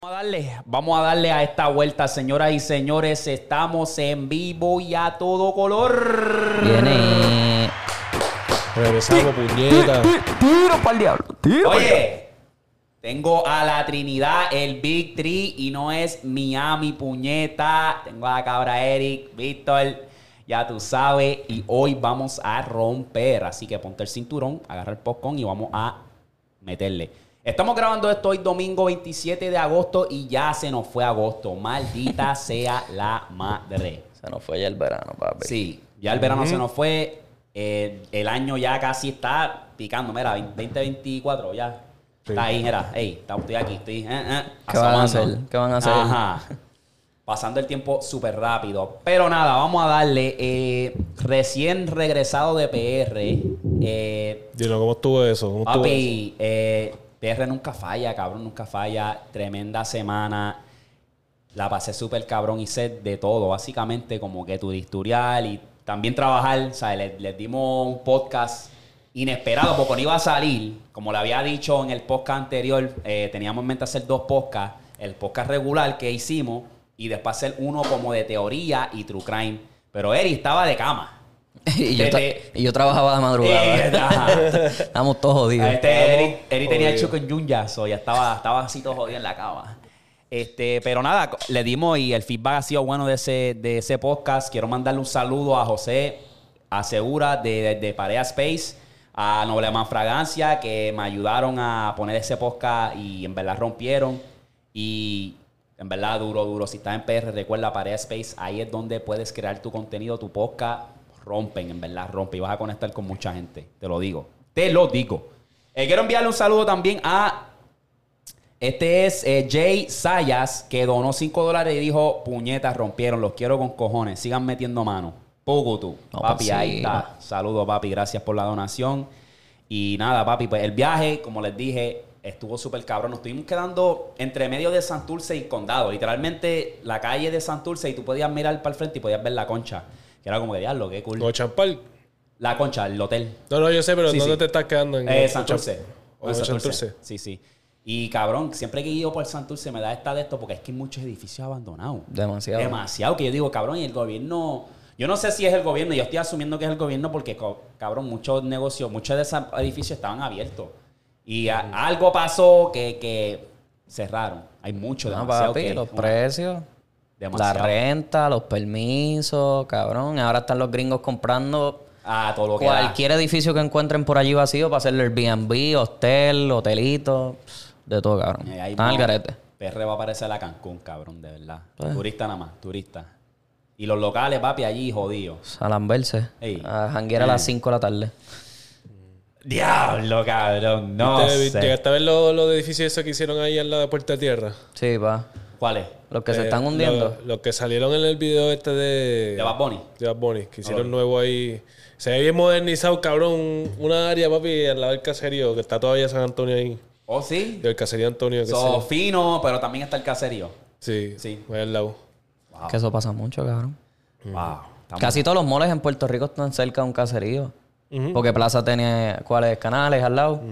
Vamos a darle, vamos a darle a esta vuelta, señoras y señores. Estamos en vivo y a todo color. Viene. Regresamos, puñeta. Oye, tengo a la Trinidad, el Big Tree, y no es Miami, puñeta. Tengo a la cabra Eric, Víctor, ya tú sabes. Y hoy vamos a romper. Así que ponte el cinturón, agarra el popcorn y vamos a meterle. Estamos grabando esto hoy domingo 27 de agosto y ya se nos fue agosto. Maldita sea la madre. Se nos fue ya el verano, papi. Sí, ya el verano se nos fue. eh, el año ya casi está picando. Mira, 2024 ya. Sí. Está ahí, mira. Ey, está- estoy aquí, estoy. eh, eh, ¿Qué van asomando. a hacer? ¿Qué van a hacer? Ajá. Pasando el tiempo súper rápido. Pero nada, vamos a darle. eh, recién regresado de PR. eh, Dilo, ¿cómo estuvo eso? ¿Cómo estuvo eso? Papi, eh, PR nunca falla, cabrón, nunca falla. Tremenda semana. La pasé súper cabrón y set de todo, básicamente, como que turistorial y también trabajar. O sea, les, les dimos un podcast inesperado porque no iba a salir. Como le había dicho en el podcast anterior, eh, teníamos en mente hacer dos podcasts: el podcast regular que hicimos y después hacer uno como de teoría y true crime. Pero Eri estaba de cama. y, yo tra- Desde- y yo trabajaba de Eh, madrugada. ajá. Estamos todos jodidos. A Este, Eri, Eri tenía el jodido. chuco en Yunya, so ya estaba, estaba así todo jodido en la cama. Este, pero nada, co- le dimos y el feedback ha sido bueno de ese, de ese podcast. Quiero mandarle un saludo a José Asegura de, de, de Parea Space, a Nobleman Fragancia, que me ayudaron a poner ese podcast y en verdad rompieron. Y en verdad, duro, duro. Si estás en PR, recuerda Parea Space, ahí es donde puedes crear tu contenido, tu podcast. Rompen, en verdad, rompe. Y vas a conectar con mucha gente. Te lo digo. Te lo digo. Eh, quiero enviarle un saludo también a este es eh, Jay Sayas, que donó 5 dólares y dijo, puñetas, rompieron, los quiero con cojones, sigan metiendo mano. Pugutu. No, papi, pues, ahí sí. está. Saludos, papi, gracias por la donación. Y nada, papi, pues el viaje, como les dije, estuvo súper cabrón. Nos estuvimos quedando entre medio de Santurce y Condado. Literalmente, la calle de Santurce y tú podías mirar para el frente y podías ver la concha. Que era como que, diablo, qué cool. ¿No, Champal? La concha, el hotel. No, no, yo sé, pero Sí, ¿dónde sí. te estás quedando? En Eh, Ocho- Santurce. o Oh, No, en Santurce. Santurce. Sí, sí. Y cabrón, siempre que he ido por Santurce me da esta de esto porque es que hay muchos edificios abandonados. Demasiado. Demasiado. Que yo digo, cabrón, y el gobierno. Yo no sé si es el gobierno, yo estoy asumiendo que es el gobierno porque, co- cabrón, muchos negocios, muchos de esos edificios estaban abiertos. Y a- algo pasó que, que cerraron. Hay mucho, No, demasiado. Ah, papi, que- los una- precios, demasiado. la renta, los permisos, cabrón. Ahora están los gringos comprando Ah, todo lo que da. cualquier edificio que encuentren por allí vacío para hacerle Airbnb, hostel, hotelito, de todo, cabrón. Eh, ahí Están al vamos. garete. Pues. PR va a aparecer a Cancún, cabrón, de verdad. Turista nada más, turista. Y los locales, papi, allí jodidos. A lamberse. Ey. Eh. A janguear a las 5 de la tarde. Diablo, cabrón, no ¿Te- sé. ¿Llegaste a ver los los edificios esos que hicieron ahí al lado de Puerta Tierra? Sí, va. ¿Cuál es? Los que se Eh, están hundiendo. Los los que salieron en el video este de... ¿De Bad Bunny? De Bad Bunny, que hicieron nuevo ahí. Se ve bien modernizado, cabrón. Una área, papi, al lado del caserío, que está todavía San Antonio ahí. ¿Oh, sí? Del caserío Antonio, que So, fino, pero también está el caserío. sí. Sí, Sí. ahí al lado. Que eso pasa mucho, cabrón. Wow. estamos- Casi todos los moles en Puerto Rico están cerca de un caserío. Porque Plaza tiene cuáles canales al lado.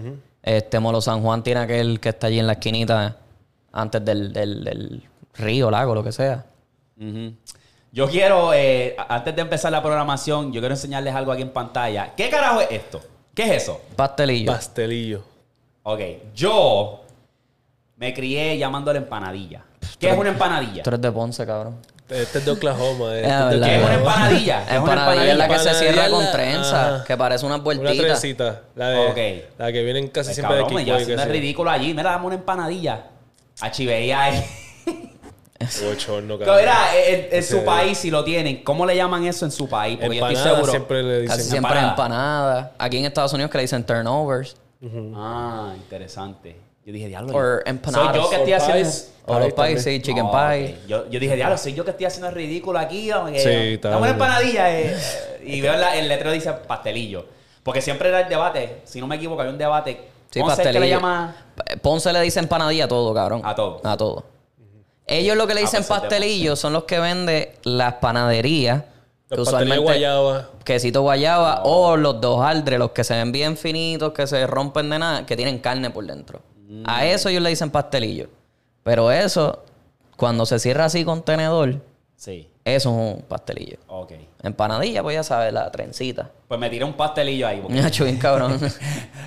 Este Molo San Juan tiene aquel que está allí en la esquinita antes del, del- del río, lago, lo que sea. Ujú. Yo quiero, eh, a- antes de empezar la programación, yo quiero enseñarles algo aquí en pantalla. ¿Qué carajo es esto? ¿Qué es eso? Pastelillo. Pastelillo. Ok, yo me crié llamándole empanadilla. ¿Qué es una empanadilla? Tú eres de Ponce, cabrón. Este es de Oklahoma. eh. Es Este es de ¿Qué es una empanadilla? ¿Qué es una Empanadilla es la que se empanadilla cierra es la- con trenza, ajá. que parece una Una vueltita. trencita. La de. Ok. La que vienen casi Ay, siempre cabrón, de me Kiko. lleva haciendo el ridículo allí. Mira, dame una empanadilla. Achivería ahí. Bochorno, Pero cabrón. mira, eh, en, en su Ese- país, si lo tienen, ¿cómo le llaman eso en su país? Porque yo estoy Empanada seguro. siempre le Casi dicen. siempre Empanada. empanada. Aquí en Estados Unidos que le dicen turnovers. Ah, interesante. Yo dije, diablo. Or yo- empanadas. Soy yo que estoy Or haciendo. pies. O los Ahí también. pies, sí, chicken No, pie. Ah, ok. Yo, yo dije, diablo, soy yo que estoy haciendo el ridículo aquí. aunque- Sí, eh, está dame una bien. empanadilla. eh, eh, y veo la- el letrero dice pastelillo. Porque siempre era el debate. Si no me equivoco, había un debate. Sí, Ponce es que le pastelillo. llama? P- Ponce le dice empanadilla a todo, cabrón. A todo. A todo. Ellos lo que le Ah, dicen pues, es de pastelillos son los que venden las panaderías. que Los pasteles de guayaba. quesito guayaba o los dos aldres, los que se ven bien finitos, que se rompen de nada, que tienen carne por dentro. Mm. A eso ellos le dicen pastelillo. Pero eso, cuando se cierra así con tenedor, Sí, eso es un pastelillo. ok. Empanadilla, pues ya sabes, la trencita. Pues me tiré un pastelillo ahí. porque- Nacho, bien cabrón.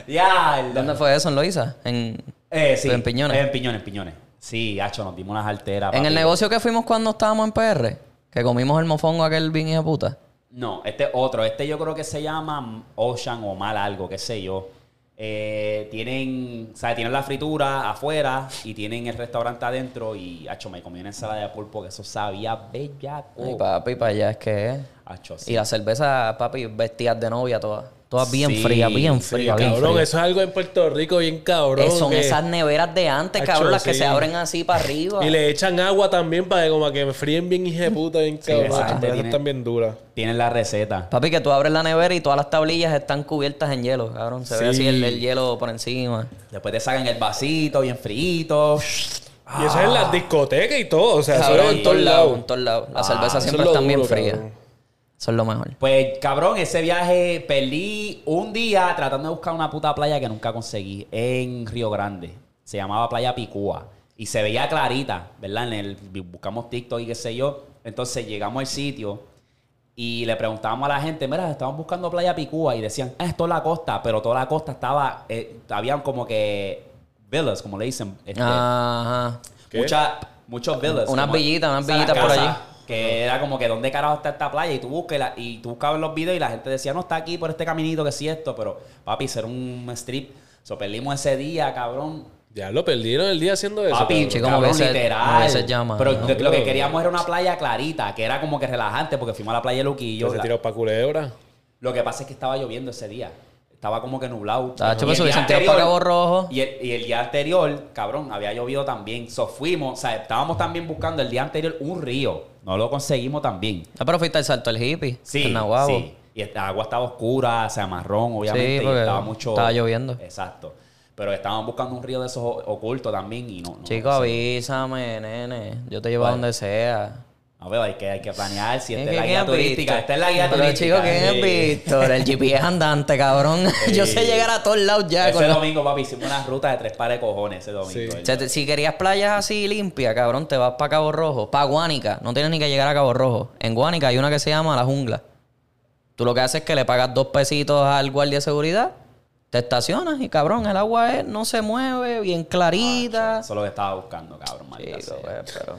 Ya, ¿Dónde fue eso? ¿En Loiza? En, Eh, sí. En Piñones. En Piñones, en Piñones. Sí, hacho, nos dimos unas alteras. en el papi. negocio que fuimos cuando estábamos en PR, que comimos el mofongo aquel bien hijo de puta. No, este es otro. Este yo creo que se llama Ocean o mal algo, qué sé yo. Eh, tienen, o sea, tienen la fritura afuera y tienen el restaurante adentro y, hacho, me comí una ensalada de pulpo que eso sabía Uh. Y bellaco. papi, para allá es que es. Hacho, sí. Y la cerveza, papi, vestidas de novia todas. Todas bien Sí, frías, sí, bien Sí, frías, bien cabrón, frías. eso es algo en Puerto Rico bien cabrón. Eh, son que- esas neveras de antes, Hacho, cabrón, las que sí. se abren así para arriba. Y le echan agua también para que como que fríen bien hija de puta, bien cabrón. esa Las gente cervezas tiene- están bien duras. Tienen la receta. Papi, que tú abres la nevera y todas las tablillas están cubiertas en hielo, cabrón. Se ve Sí. así el, el hielo por encima. Después te sacan el vasito bien frito. Y eso es en las discotecas y todo. O sea, eso Cabrón, es en en todos todos lados, lados. en todos lados. Las Ah, cervezas eso siempre es lo están bien duro, frías. cabrón. Eh. Eso es lo mejor. Pues, cabrón, ese viaje perdí un día tratando de buscar una puta playa que nunca conseguí en Río Grande. Se llamaba Playa Picúa. Y se veía clarita, ¿verdad? En el, buscamos TikTok y qué sé yo. Entonces llegamos al sitio y le preguntábamos a la gente, mira, estamos buscando Playa Picúa. Y decían, ah, esto es la costa. Pero toda la costa estaba, eh, habían como que villas, como le dicen. este, Ah, Ajá. ¿Qué? mucha- muchos villas. Unas como- villitas, unas o sea, las villitas por casas allí. Que era como que dónde carajo está esta playa. Y tú buscas y la- y tú buscabas los videos y la gente decía, no, está aquí por este caminito, que sí esto. Pero, papi, ser un strip. So, perdimos ese día, cabrón. Ya lo perdieron el día haciendo eso. Papi, cabrón. chico, cabrón, como que se- literal. como que se llama, Pero ¿no? lo- lo que queríamos era una playa clarita, que era como que relajante, porque fuimos a la playa de Luquillo. Que se La- tiró para culebra. lo que pasa es que estaba lloviendo ese día. Estaba como que nublado. Tacho, pues, el día hubiesen tirado para Cabo Rojo. Y el, y el día anterior, cabrón, había llovido también. So fuimos, o sea, estábamos también buscando el día anterior un río. No lo conseguimos también. Ah, pero fuiste al salto del hippie. Sí, En Nahuabo. sí. Y el agua estaba oscura, o sea, marrón, obviamente. Sí, y porque estaba mucho... estaba lloviendo. Exacto. Pero estábamos buscando un río de esos o- ocultos también y no... no Chico, avísame, nene. Yo te llevo a Vale. donde sea. A ver, hay que, hay que planear si ¿Quién- esta es la quién guía es Víctor? turística. Esta es la guía Pero, turística. chico, ¿quién sí. es Víctor? El GPS andante, cabrón. Yo sé llegar a todos lados ya. con Ese la- domingo, papi, hicimos una ruta de tres pares de cojones ese domingo. O sea, te- si querías playas así limpias, cabrón, te vas para Cabo Rojo. Para Guánica. No tienes ni que llegar a Cabo Rojo. En Guánica hay una que se llama La Jungla. Tú lo que haces es que le pagas dos pesitos al guardia de seguridad, te estacionas y, cabrón, el agua es- no se mueve, bien clarita. Eso es lo que estaba buscando, cabrón. maldita Chico, sea. pues, pero,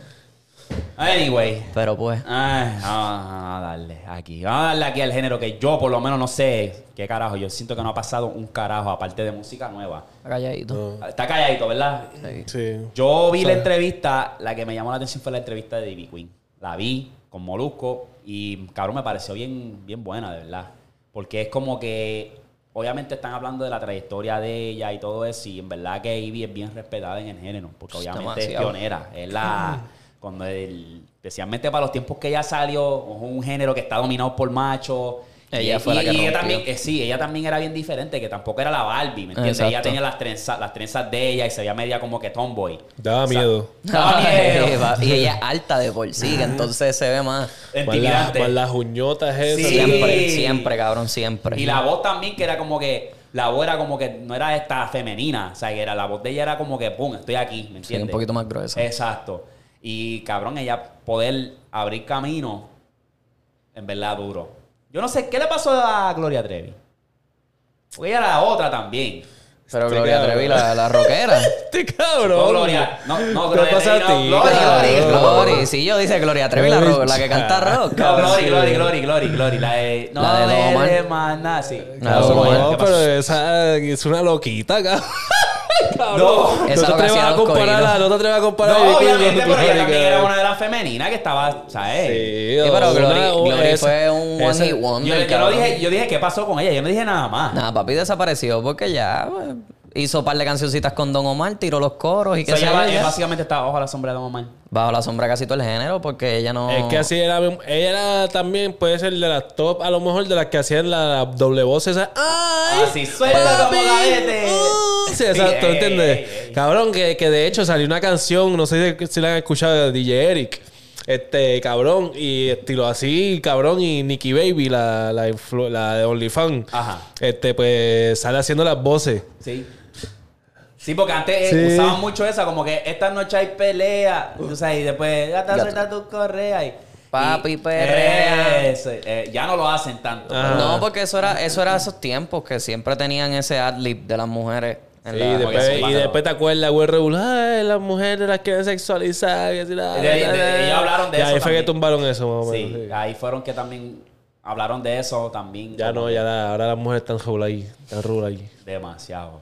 Anyway. pero pues. Ay, vamos a darle aquí. Vamos a darle aquí al género que yo por lo menos no sé qué carajo. Yo siento que no ha pasado un carajo aparte de música nueva. Calladito. Está calladito, ¿verdad? Sí. Yo vi la entrevista, la que me llamó la atención fue la entrevista de Divi Queen. La vi con Molusco y cabrón me pareció bien, bien buena, de verdad. Porque es como que obviamente están hablando de la trayectoria de ella y todo eso y en verdad que Ivy es bien respetada en el género, porque obviamente Pues, Demasiado. es pionera. Es la cuando el- especialmente para los tiempos que ella salió, es un género que está dominado por machos. Ella Y- fue la y- que y ella rompió. también, eh, sí, ella también era bien diferente, que tampoco era la Barbie, ¿me entiendes? Ella Exacto. tenía las trenzas, las trenzas de ella y se veía media como que tomboy. Daba miedo. Daba miedo. Ah, eh, y ella es alta de por sí, que entonces se ve más. Más las, Intimidante. más las uñotas esas. Sí. Siempre, siempre, cabrón, siempre. Y la voz también, que era como que. La voz era como que no era esta femenina. O sea, que era, la voz de ella era como que, pum, estoy aquí, ¿me entiendes? Sí, un poquito más gruesa. Exacto. Y cabrón, ella poder abrir camino, en verdad duro. Yo no sé, ¿qué le pasó a Gloria Trevi? Porque ella era la otra también. Pero Sí, Gloria cabrón. Trevi, la, la rockera. Este No, cabrón. Gloria. No, no, ¿Qué Gloria pasa a Trevi, ti, no, Gloria, cabrón? Gloria. Glory, si yo dice Gloria Trevi, la, ro- la que canta rock. No, cabrón. Glory, Glory, Glory, Glory, Glory. La de. No, La de me Loman. demanda, sí. La de Loman. No, ¿Qué pero pasó? esa es una loquita, cabrón. No. No, Esa te lo que atrevas hacía a los compararla, corridos. no te atrevas a No, comparar. obviamente, pero ella también era una de las femeninas que estaba, ¿sabes? Sí, Sí, pero una- Glory, una- Glory esa- fue un esa- one hit Yo, wonder, yo no cabrón. dije, yo dije qué pasó con ella, yo no dije nada más. Nah, papi desapareció porque ya... pues, hizo un par de cancioncitas con Don Omar, tiró los coros y O sea, qué sé ella yo, va- ya. básicamente está bajo la sombra de Omar. Bajo la sombra casi todo el género porque ella no... Es que así era. Ella era también, puede ser de las top, a lo mejor de las que hacían la doble voz esa. ¡Ay! Así suelta papi! como gavete. Uh, sí, exacto, Ey, ¿entiendes? ey, ey. Cabrón, que, que de hecho salió una canción, no sé si- si la han escuchado, de DJ Eric. Este, cabrón, y estilo así, cabrón, y Nicky Baby, la, la, influ- la de OnlyFans. Ajá. Este, pues sale haciendo las voces. Sí. Sí, porque antes eh, Sí. usaban mucho esa, como que esta noche hay pelea. tú sabes, y después, gata, Gato. suelta tu correa. Y, Papi, y- perrea. Eso, eh, ya no lo hacen tanto. Ah. No, porque eso era, eso era esos tiempos que siempre tenían ese adlib de las mujeres. en Sí, la- y después, porque son y pasados. después te acuerdas, güey, regular, "Ay, las mujeres las quieren sexualizar. Y así, la, De- de- de- ellos hablaron de Y eso ahí fue que también. tumbaron eso, más o Sí, menos. sí. ahí fueron que también hablaron de eso también. Ya como no, ya la- ahora las mujeres están regular ahí, están regular ahí. Demasiado,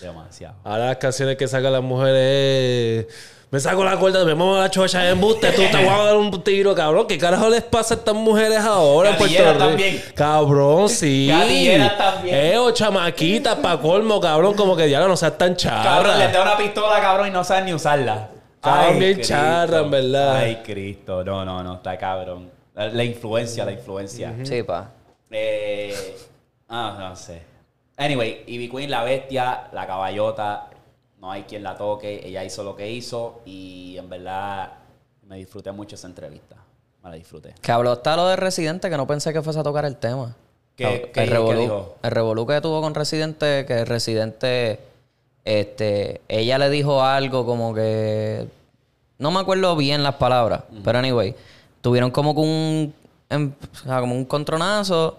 demasiado. Ahora las canciones que sacan las mujeres es... Me saco la cuerda, me mamo la chocha de embuste, tú te voy a dar un tiro, cabrón. ¿Qué carajo les pasa a estas mujeres ahora en Puerto Gatilleras Rico? también. Cabrón, sí. Gatilleras también. Eh, o chamaquitas, pa' colmo, cabrón. Como que ya no seas tan charra. Cabrón, le da una pistola, cabrón, y no saben ni usarla. Cabrón, bien Cristo. charra, en verdad. Ay, Cristo. No, no, no, está cabrón. La, la influencia, la influencia. Sí, pa. Eh, ah, no sé. Anyway, Ivy Queen, la bestia, la caballota, no hay quien la toque, ella hizo lo que hizo y en verdad me disfruté mucho esa entrevista. Me la disfruté. Que habló hasta lo de Residente, que no pensé que fuese a tocar el tema. ¿Qué- No, qué- el, qué revolú, dijo? el revolú que tuvo con Residente, que Residente, este, ella le dijo algo como que, no me acuerdo bien las palabras, pero anyway, tuvieron como que un, em- o sea, como un contronazo,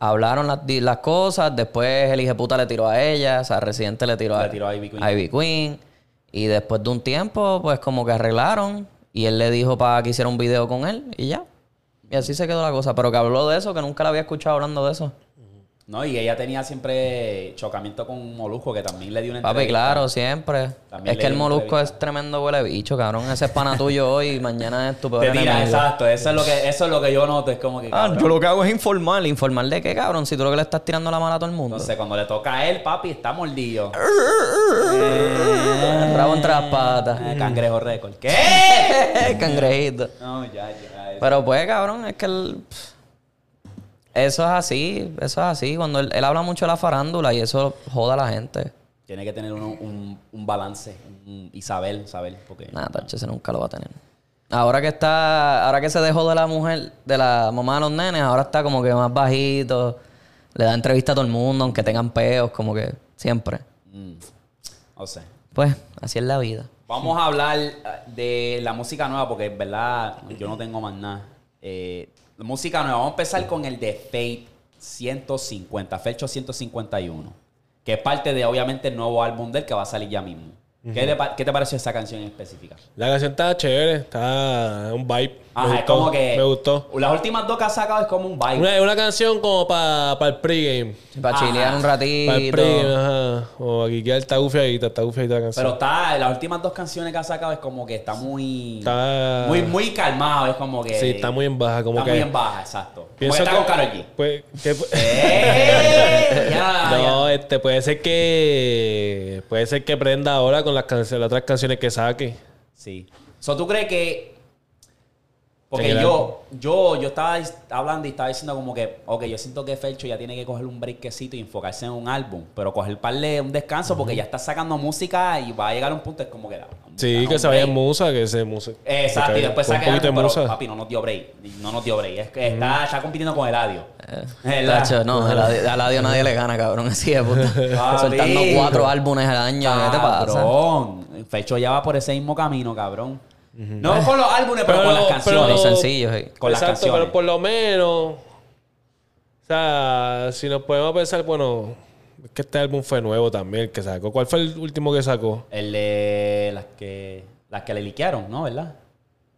hablaron las, di- las cosas, después el hijo de puta le tiró a ella, o sea, Residente le tiró, Le tiró a Ivy Queen. Ivy Queen, y después de un tiempo, pues como que arreglaron, y él le dijo para que hiciera un video con él, y ya. Y así se quedó la cosa, pero que habló de eso, que nunca la había escuchado hablando de eso. No, y ella tenía siempre chocamiento con Molusco, que también le dio una Papi, entrevista. claro, siempre. También es que el leí molusco entrevista. es tremendo huele bicho, cabrón. Ese es pana tuyo hoy y mañana es tu peor Te tira, enemigo. exacto. Eso es lo que, eso es lo que yo noto. Es como que. Ah, cabrón. yo lo que hago es informar. ¿Informar de qué, cabrón? Si tú lo que le estás tirando la mala a todo el mundo. Entonces, cuando le toca a él, papi, está mordido. Ah. Rabo entre las Eh, patas. Cangrejo récord. ¿Qué? Cangrejito. No, ya, ya. eh. Pero pues, cabrón, es que el... pff. Eso es así, eso es así. Cuando él, él habla mucho de la farándula y eso joda a la gente. Tiene que tener uno un, un balance. un- un Isabel, Isabel. Porque. Nada, Tacho, ese nunca lo va a tener. Ahora que está, ahora que se dejó de la mujer, de la mamá de los nenes, ahora está como que más bajito. Le da entrevista a todo el mundo, aunque tengan peos, como que siempre. mm, no sé. Pues, así es la vida. Vamos a hablar eh, de la música nueva, porque en verdad yo no tengo más nada. Eh, música nueva, vamos a empezar con el de Fate 150, Fecho 151, que es parte de obviamente el nuevo álbum del que va a salir ya mismo. ¿Qué, le pa- qué te pareció esa canción en específica? La canción está chévere, está un vibe. Ajá, me es gustó, como que. Me gustó. Las últimas dos que ha sacado es como un vibe. Una, una canción como para el pregame. Para Ajá. chilear un Para el ratito. pregame, ajá. O aquí queda está gufiadita, está gufiadita la canción. Pero está, las últimas dos canciones que ha sacado es como que está muy. Está- Muy, muy calmado, es como que. sí, está muy en baja, como está que. muy en baja, exacto. Como que Pienso está que- con Karol G. Pues, que- ¡Eh! Ya, no, este puede ser que puede ser que prenda ahora con las, canciones, las otras canciones que saque. Sí. So, ¿tú crees que...? Sí, Porque claro. yo, yo, yo estaba dis- hablando y estaba diciendo como que, ok, yo siento que Felcho ya tiene que coger un breakcito y enfocarse en un álbum, pero coger par de- un descanso porque ya está sacando música y va a llegar a un punto es como que... da- Sí, da que un se vaya en break. musa, que se musa. Exacto, y que después con saca un algo, poquito de pero musa. papi no nos dio break, no nos dio break, es que está, está compitiendo con Eladio. ¿Verdad? Eh, Tacho, no, a la, a la Dios nadie le gana, cabrón. Así de puta. Papi. Soltando cuatro álbumes al año. ¿Qué te pasa? Cabrón. Fecho ya va por ese mismo camino, cabrón. No con los álbumes, pero, Pero- con las canciones. pero- Los sencillos, eh. sí. con las Exacto, canciones. pero por lo menos. O sea, si nos podemos pensar, bueno, es que este álbum fue nuevo también, el que sacó. ¿Cuál fue el último que sacó? El de las que, las que le liquearon, ¿no? ¿Verdad?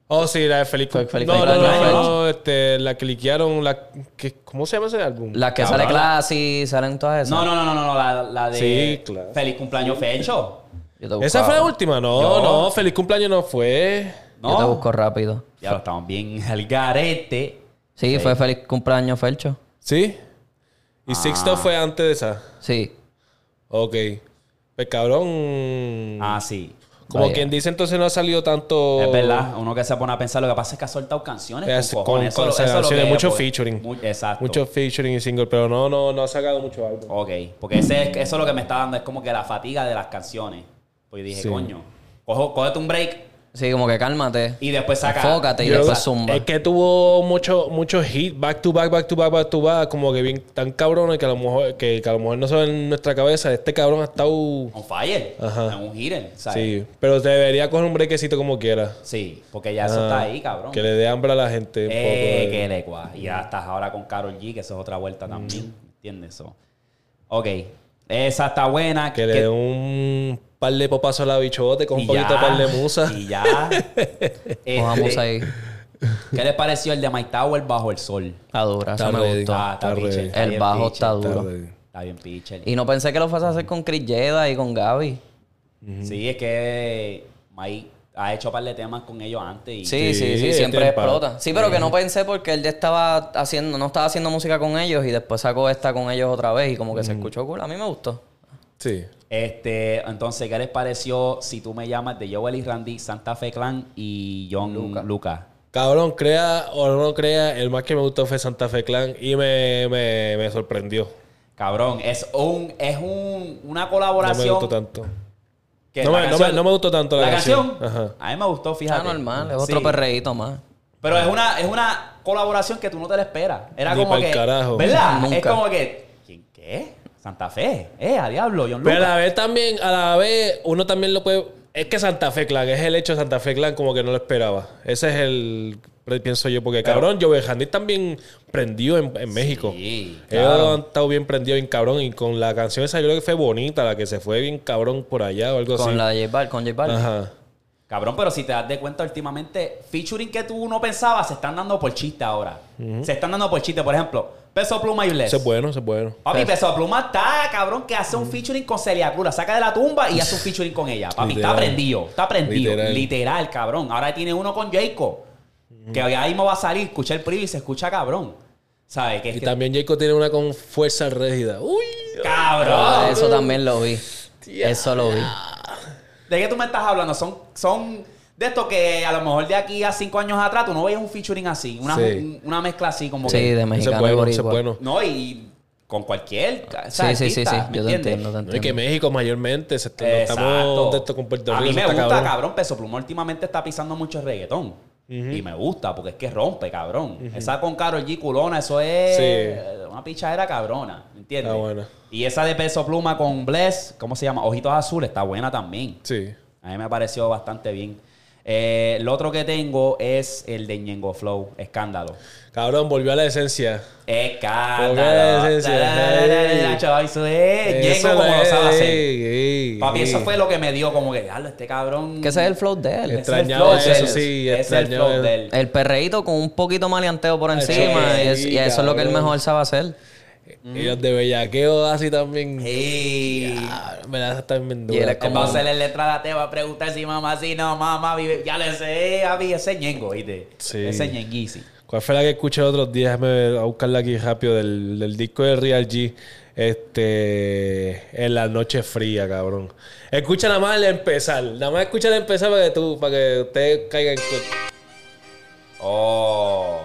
Oh, sí, la de Feliz Fue Feliz No, no, cumpleaños, no, Feliz. no, este, la que liquearon, la que- ¿cómo se llama ese álbum? Las que Cabrón, sale la- clase, salen todas esas. No, no, no, no, no, no, la, la de Sí, claro. Feliz cumpleaños Fecho. Yo te busco ¿Esa fue la ahora. última? No, Yo- no, Feliz Cumpleaños no fue. No, Yo te busco rápido. ya lo estamos bien al garete. Sí, fue feliz cumpleaños, Felcho. Ah. ¿Sí? ¿Y Sixto fue antes de esa? Sí. Ok. Pues cabrón. Ah, sí. como vaya. quien dice, entonces no ha salido tanto. Es verdad, uno que se pone a pensar, lo que pasa es que ha soltado canciones. Oh. Es- con, con- cojones. con Eso- eso es lo que canciones, es, mucho porque- featuring. Mu- exacto. Mucho featuring y single, pero no, no, no ha sacado mucho álbum. Ok, porque ese es- eso es lo que me está dando, es como que la fatiga de las canciones. Pues yo dije, Sí. coño, cojo, cógete un break Sí, como que cálmate. y después saca. Enfócate y Yo- después zumba. Es que tuvo mucho, mucho hit, back to back, back to back, back to back, como que bien tan cabrones que a lo mejor, que, que a lo mejor no se ve en nuestra cabeza. Este cabrón ha estado. On fire. Ajá. En un hitter, ¿sabes? Sí. Sí. Pero debería coger un brequecito como quiera. porque ya eso Ah, está ahí, cabrón. Que le dé hambre a la gente. un Eh, poco de- qué legua. Y ya estás ahora con Carol G, que eso es otra vuelta también. Mm. ¿Entiendes eso? Ok. Esa está buena. Que le dé un par de popazos a la bichote con y un poquito de ya, par de musa. Y ya. Este, Cojamos ahí. ¿Qué les pareció el de My Tower bajo el sol? Está dura, eso Está me ready. gustó. Ah, está, está pitcher, ready. está El bien bajo pitcher. está duro. Está bien pitcher. Y no pensé que lo fuese a hacer con Chris Yeda y con Gaby. Sí, es que Mike ha hecho un par de temas con ellos antes. Y Sí, sí, Sí, sí, este siempre es pa- explota. Sí, pero que no pensé porque él ya estaba haciendo, no estaba haciendo música con ellos y después sacó esta con ellos otra vez y como que Mm. se escuchó cool. A mí me gustó. Sí. Este, entonces, ¿qué les pareció si tú me llamas de Joel y Randy, Santa Fe Clan y John Luca? Cabrón, crea o no crea, el más que me gustó fue Santa Fe Clan y me, me, me sorprendió. Cabrón, es un, es un, una No me colaboración. gustó tanto. que No la me- no me- no me gustó tanto la canción. Ajá. A mí me gustó, fíjate. Está Ah, normal, es otro Sí. perreíto más. Pero es una, es una colaboración que tú no te la esperas. Era Ni como pa'l que. carajo. ¿Verdad? Es Nunca. como que. ¿Quién qué? Santa Fe. Eh, a diablo, John Pero a Luca. la vez también, a la vez, uno también lo puede. Es que Santa Fe Clan, es el hecho de Santa Fe Clan como que no lo esperaba. Ese es el. Pienso yo, porque cabrón, Joe Handy también prendió en, en México. Sí, Ellos han estado bien prendidos, bien cabrón. Y con la canción esa, yo creo que fue bonita, la que se fue bien cabrón por allá o algo Pues Con así. la de J Bal- con J Balvin. Ajá. Cabrón, pero si te das de cuenta últimamente, featuring que tú no pensabas, se están dando por chiste ahora. Se están dando por chiste, por ejemplo, Peso Pluma y Bless. Eso es bueno, eso es bueno. Papi, Peso Pluma está, cabrón, que hace un featuring con Celia Cruz, la saca de la tumba y hace un featuring con ella. Papi, está Literal. prendido, está prendido. Literal. Literal. cabrón. Ahora tiene uno con Jacob, que ahí mismo va a salir, escucha el preview y se escucha cabrón. ¿Sabes? Que es Y que- también Jacob tiene una con fuerza rígida. ¡Uy! Ah, ¡Cabrón! Eso también lo vi. Eso lo vi. ¿De qué tú me estás hablando? Son, son de esto que a lo mejor de aquí a cinco años atrás tú no veías un featuring así, una, Sí. un- una mezcla así como Sí, que... de Eso mexicano es y bueno, eso es boricua. bueno. No, y con cualquier... o sea, Sí, sí, sí, sí. artista, ¿me Yo te entiendes? entiendo, te No, y que entiendo. México mayormente se está, no Exacto. estamos de esto con Puerto Rico. A mí eso me está gusta, cabrón. Peso Pluma últimamente está pisando mucho el reggaetón. Y me gusta porque es que rompe, cabrón. Esa con Karol G culona, eso es Sí. una pichadera cabrona, ¿entiendes? Está buena. Y esa de Peso Pluma con Bless, ¿cómo se llama? Ojitos Azules, está buena también. Sí. A mí me pareció bastante bien. Eh, el otro que tengo es el de Ñengo Flow, Escándalo. Cabrón, volvió a la esencia. Escándalo. Porque es esencial. Tararara, chaval, Eso es Eso Ñengo como es, Eh, lo sabe hacer. ey, ey, Papi, ey. eso fue lo que me dio como que, diablo, este cabrón. Que ese es el flow de él. Ese es el Extrañaba flow de eso, él. sí, Ese es el extrañaba flow de eso. él. El perreíto con un poquito maleanteo por encima. sí, y, es- y eso es lo que él cabrón. mejor sabe hacer. Y los de bellaqueo así también. Sí. Ah, me las están vendiendo. Y él es Él va a hacerle letra a la te va a preguntar si mamá, si no, mamá, vive. Ya le sé, papi, ese es ñengo, ¿viste? Sí. Ese es ñenguisi. ¿Cuál fue la que escuché los otros días? Déjame ver, a buscarla aquí rápido del, del disco de Real G. Este. En la noche fría, cabrón. Escucha nada más el empezar. Nada más escucha el empezar para que tú, para que ustedes caigan en cuenta. Oh.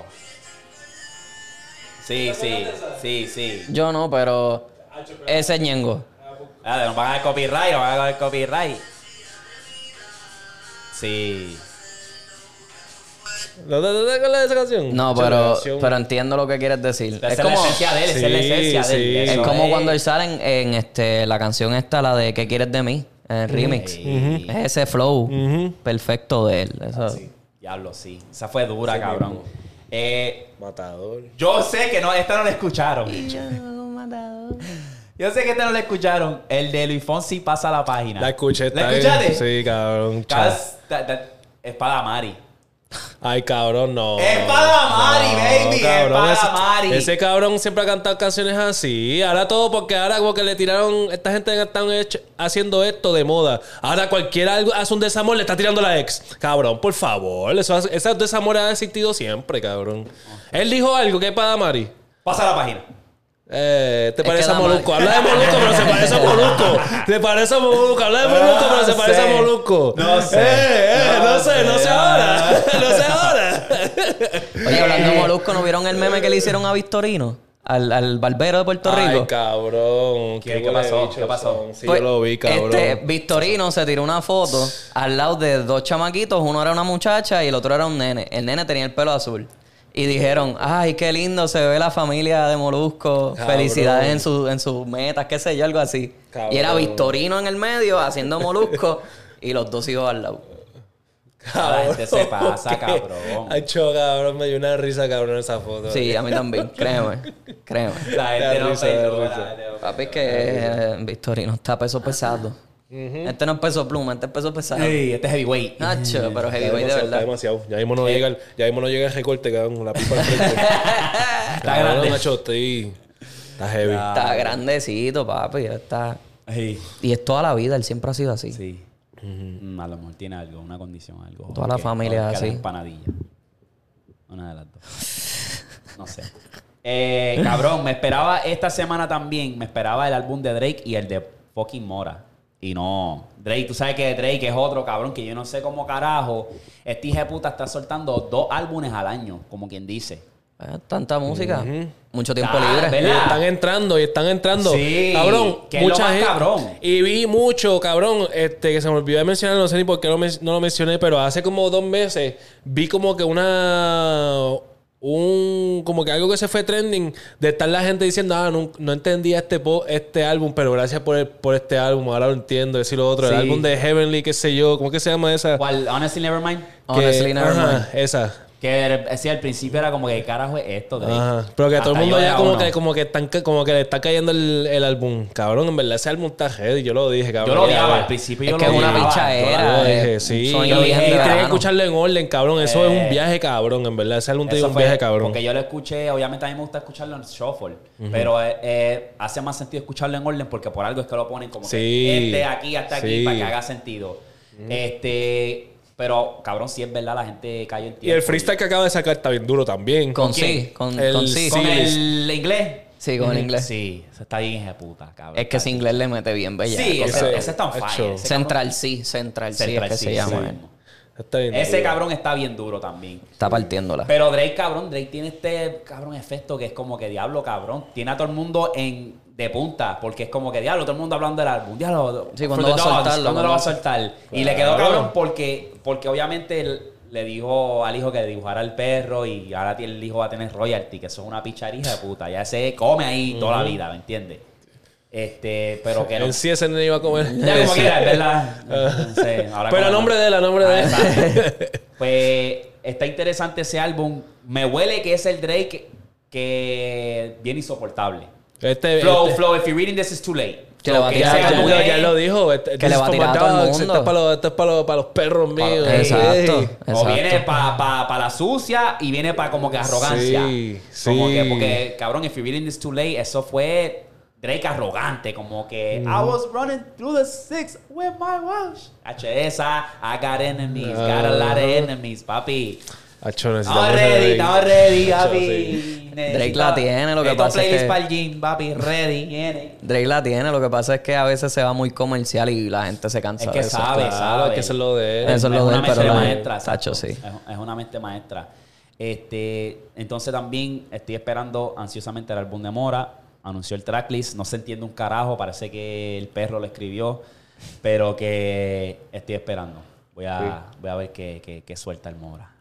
Sí, sí, sí, sí. Yo no, pero ese es ñengo. Espérate, nos Ah, van a dar copyright, nos van a dar copyright. Sí. ¿No te te acuerdas de esa canción? No, Escucha la pero, canción. pero entiendo lo que quieres decir. Esa Es es la como, esencia de él, esa es la Sí, esencia de él. sí. es Eso como es. cuando él sale en, en, este, la canción esta, la de ¿Qué quieres de mí? En el remix. Sí. Es ese flow perfecto de él. Eso- Diablo, sí. Esa fue dura, cabrón. Eh, Matador. yo sé que no, esta no la escucharon. Yo sé que esta no la escucharon. El de Luis Fonsi pasa la página. La escuché. ¿La está bien. escuchaste? Sí, cabrón. chao. Cas- ta- ta- es para Mari. Ay, cabrón, no. Es para Mari, baby, es para Oh, ese, Mari. Ese cabrón siempre ha cantado canciones así. Ahora todo porque ahora como que le tiraron... Esta gente están hecho- haciendo esto de moda. Ahora cualquiera algo- hace un desamor, le está tirando la ex. Cabrón, por favor. Eso, hace- ese desamor ha existido siempre, cabrón. Él dijo algo que es para Mari. Pasa la página. Eh, te Es parece que a la Molusco. mar- Habla de Molusco, pero se parece a Molusco. Te parece a Molusco. Habla de Molusco, pero se No parece sé. a Molusco. No sé. Eh, eh, no, No sé, no sé sé. Ah. ahora. no sé ahora. Oye, hablando de Molusco, ¿no vieron el meme que le hicieron a Victorino? Al, al barbero de Puerto Ay, Rico. cabrón. ¿Qué- qué pasó? huele bicho ¿Qué pasó? son. Sí, Pues, yo lo vi, cabrón. Este, Victorino se tiró una foto al lado de dos chamaquitos. Uno era una muchacha y el otro era un nene. El nene tenía el pelo azul. Y dijeron, ay, qué lindo se ve la familia de Molusco. Cabrón. Felicidades en, su- en sus metas, qué sé yo, algo así. Cabrón. Y era Victorino en el medio haciendo Molusco y los dos hijos al lado. La gente Este se pasa, ¿qué? cabrón. Ay, cho, cabrón. Me dio una risa, cabrón, esa foto. Sí, a mí también, créeme, créeme. La gente Da no risa, da risa. perdona. Papi, es que eh, Victorino está peso pesado. Este no es peso pluma, este es peso pesado. Ey, este es heavyweight. Nacho, pero Está heavyweight de demasiado, verdad. Está demasiado. Ya mismo no llega el, ya mismo no llega el recorte, cabrón. La pipa al frente. Está grande. Nacho, estoy... Está heavy. Está grandecito, papi. ya Está... Ey, Y es toda la vida, él siempre ha sido así. Sí. Mm, A lo mejor tiene algo, una condición, algo. Toda la Que- familia que así. la empanadilla. Una de las dos. No sé. Eh, cabrón, me esperaba esta semana también, me esperaba el álbum de Drake y el de fucking Mora. Y no, Drake, tú sabes que Drake es otro cabrón que yo no sé cómo carajo. Este hijo de puta está soltando dos álbumes al año, como quien dice. Eh, Tanta música, mucho tiempo Ah, libre. ¿verdad? Y están entrando, y están entrando. Sí, cabrón, que es lo más cabrón. Y vi mucho, cabrón, este, que se me olvidó de mencionar, no sé ni por qué lo men- no lo mencioné, pero hace como dos meses vi como que una. Un, como que algo que se fue trending de estar la gente diciendo, ah, no, no entendía este, po- este álbum, pero gracias por, el- por este álbum, ahora lo entiendo, decir lo otro, Sí. el álbum de Heavenly, qué sé yo, ¿cómo que se llama esa? ¿Cuál? Honestly Nevermind. Que- Honestly, never ajá, mind. Esa. Que decía al principio era como que "¿Qué carajo es esto, Drake. Ajá. Pero que todo el Hasta mundo yo ya era como uno. que, como que están ca- como que le está cayendo el, el álbum. Cabrón, en verdad ese álbum está heavy, yo lo dije, Yo cabrón. lo odiaba Cabrón. al principio. Es yo que lo es una odiaba. Yo pichadera. lo Era, dije, eh, sí. sonido Yo dije, bien de "Ey, tienes que verano". escucharlo en orden, cabrón. Eso es un Eh. viaje cabrón, en verdad. Ese álbum te dio Eso un fue viaje cabrón. Porque yo lo escuché, obviamente a mí me gusta escucharlo en shuffle, pero eh, eh, hace más sentido escucharlo en orden porque por algo es que lo ponen como Sí. que este aquí hasta aquí Sí. para que haga sentido. Este, pero cabrón, si es verdad, la gente cayó en Y tiempo. el freestyle que acaba de sacar está bien duro también. Con quién? sí, con, El con sí. con sí. el inglés. Sí, con el inglés. Sí, eso está bien de puta, cabrón. Es que ese inglés le mete bien bella. Sí, cosa. ese, ese- ese está on hecho. fire. Ese cabrón- Central sí, Central sí es Central, que sí, se llama. sí. él. Está bien Ese duro. cabrón está bien duro también. Está partiéndola. Pero Drake, cabrón, Drake tiene este cabrón efecto que es como que diablo, cabrón. Tiene a todo el mundo en de punta, porque es como que diablo, todo el mundo hablando del álbum. Diablo, Sí, ¿cuándo for the va a soltarlo? dogs, ¿cuándo lo va a soltar? Y le quedó Claro. cabrón porque, porque obviamente él le dijo al hijo que dibujara al perro y ahora tiene- el hijo va a tener royalty, que eso es una picharija de puta. Ya se come ahí toda la vida, ¿me entiendes? Este, pero que no. En sí ese nene iba a comer. Ya como quiera, es ¿verdad? No sé, ahora Pero a como- nombre de él, a nombre de Ah, él. exacto. Pues está interesante ese álbum. Me huele que es el Drake que bien insoportable. Este, Flow, este- flow, if you're reading this it's too late. Que le va a Que Ya, tirar ese ya como álbum lo, es- ya lo dijo. este- Que le va a this is for tirar my a todo el dogs, mundo. Esto es para los, esto es para los, para los perros míos. Para- Exacto. Ey. O viene Exacto. para pa, pa la sucia y viene para como que arrogancia. Sí, Como sí. que, porque, cabrón, if you're reading this too late, eso fue Drake arrogante. Como que, Mm. I was running through the six with my Welsh. H.S.A. I got enemies, got a lot of enemies, papi. Acho, Ah. Estamos necesitamos ese ready, break. estamos ready, Acho, sí. papi. Drake la tiene, lo que Necesito pasa es playlist que- para el gym, papi, ready, viene. Drake la tiene, lo que pasa es que a veces se va muy comercial y la gente se cansa Es que de eso. sabe, Claro, sabe. que eso es lo de él. Eso es lo una de él, pero mente la- maestra. Tacho, exacto. sí. Es, es una mente maestra. Este, entonces también estoy esperando ansiosamente el álbum de Mora. Anunció el tracklist, no se entiende un carajo, parece que el perro lo escribió, pero que estoy esperando. Voy a, voy a ver qué, qué- qué suelta el Mora.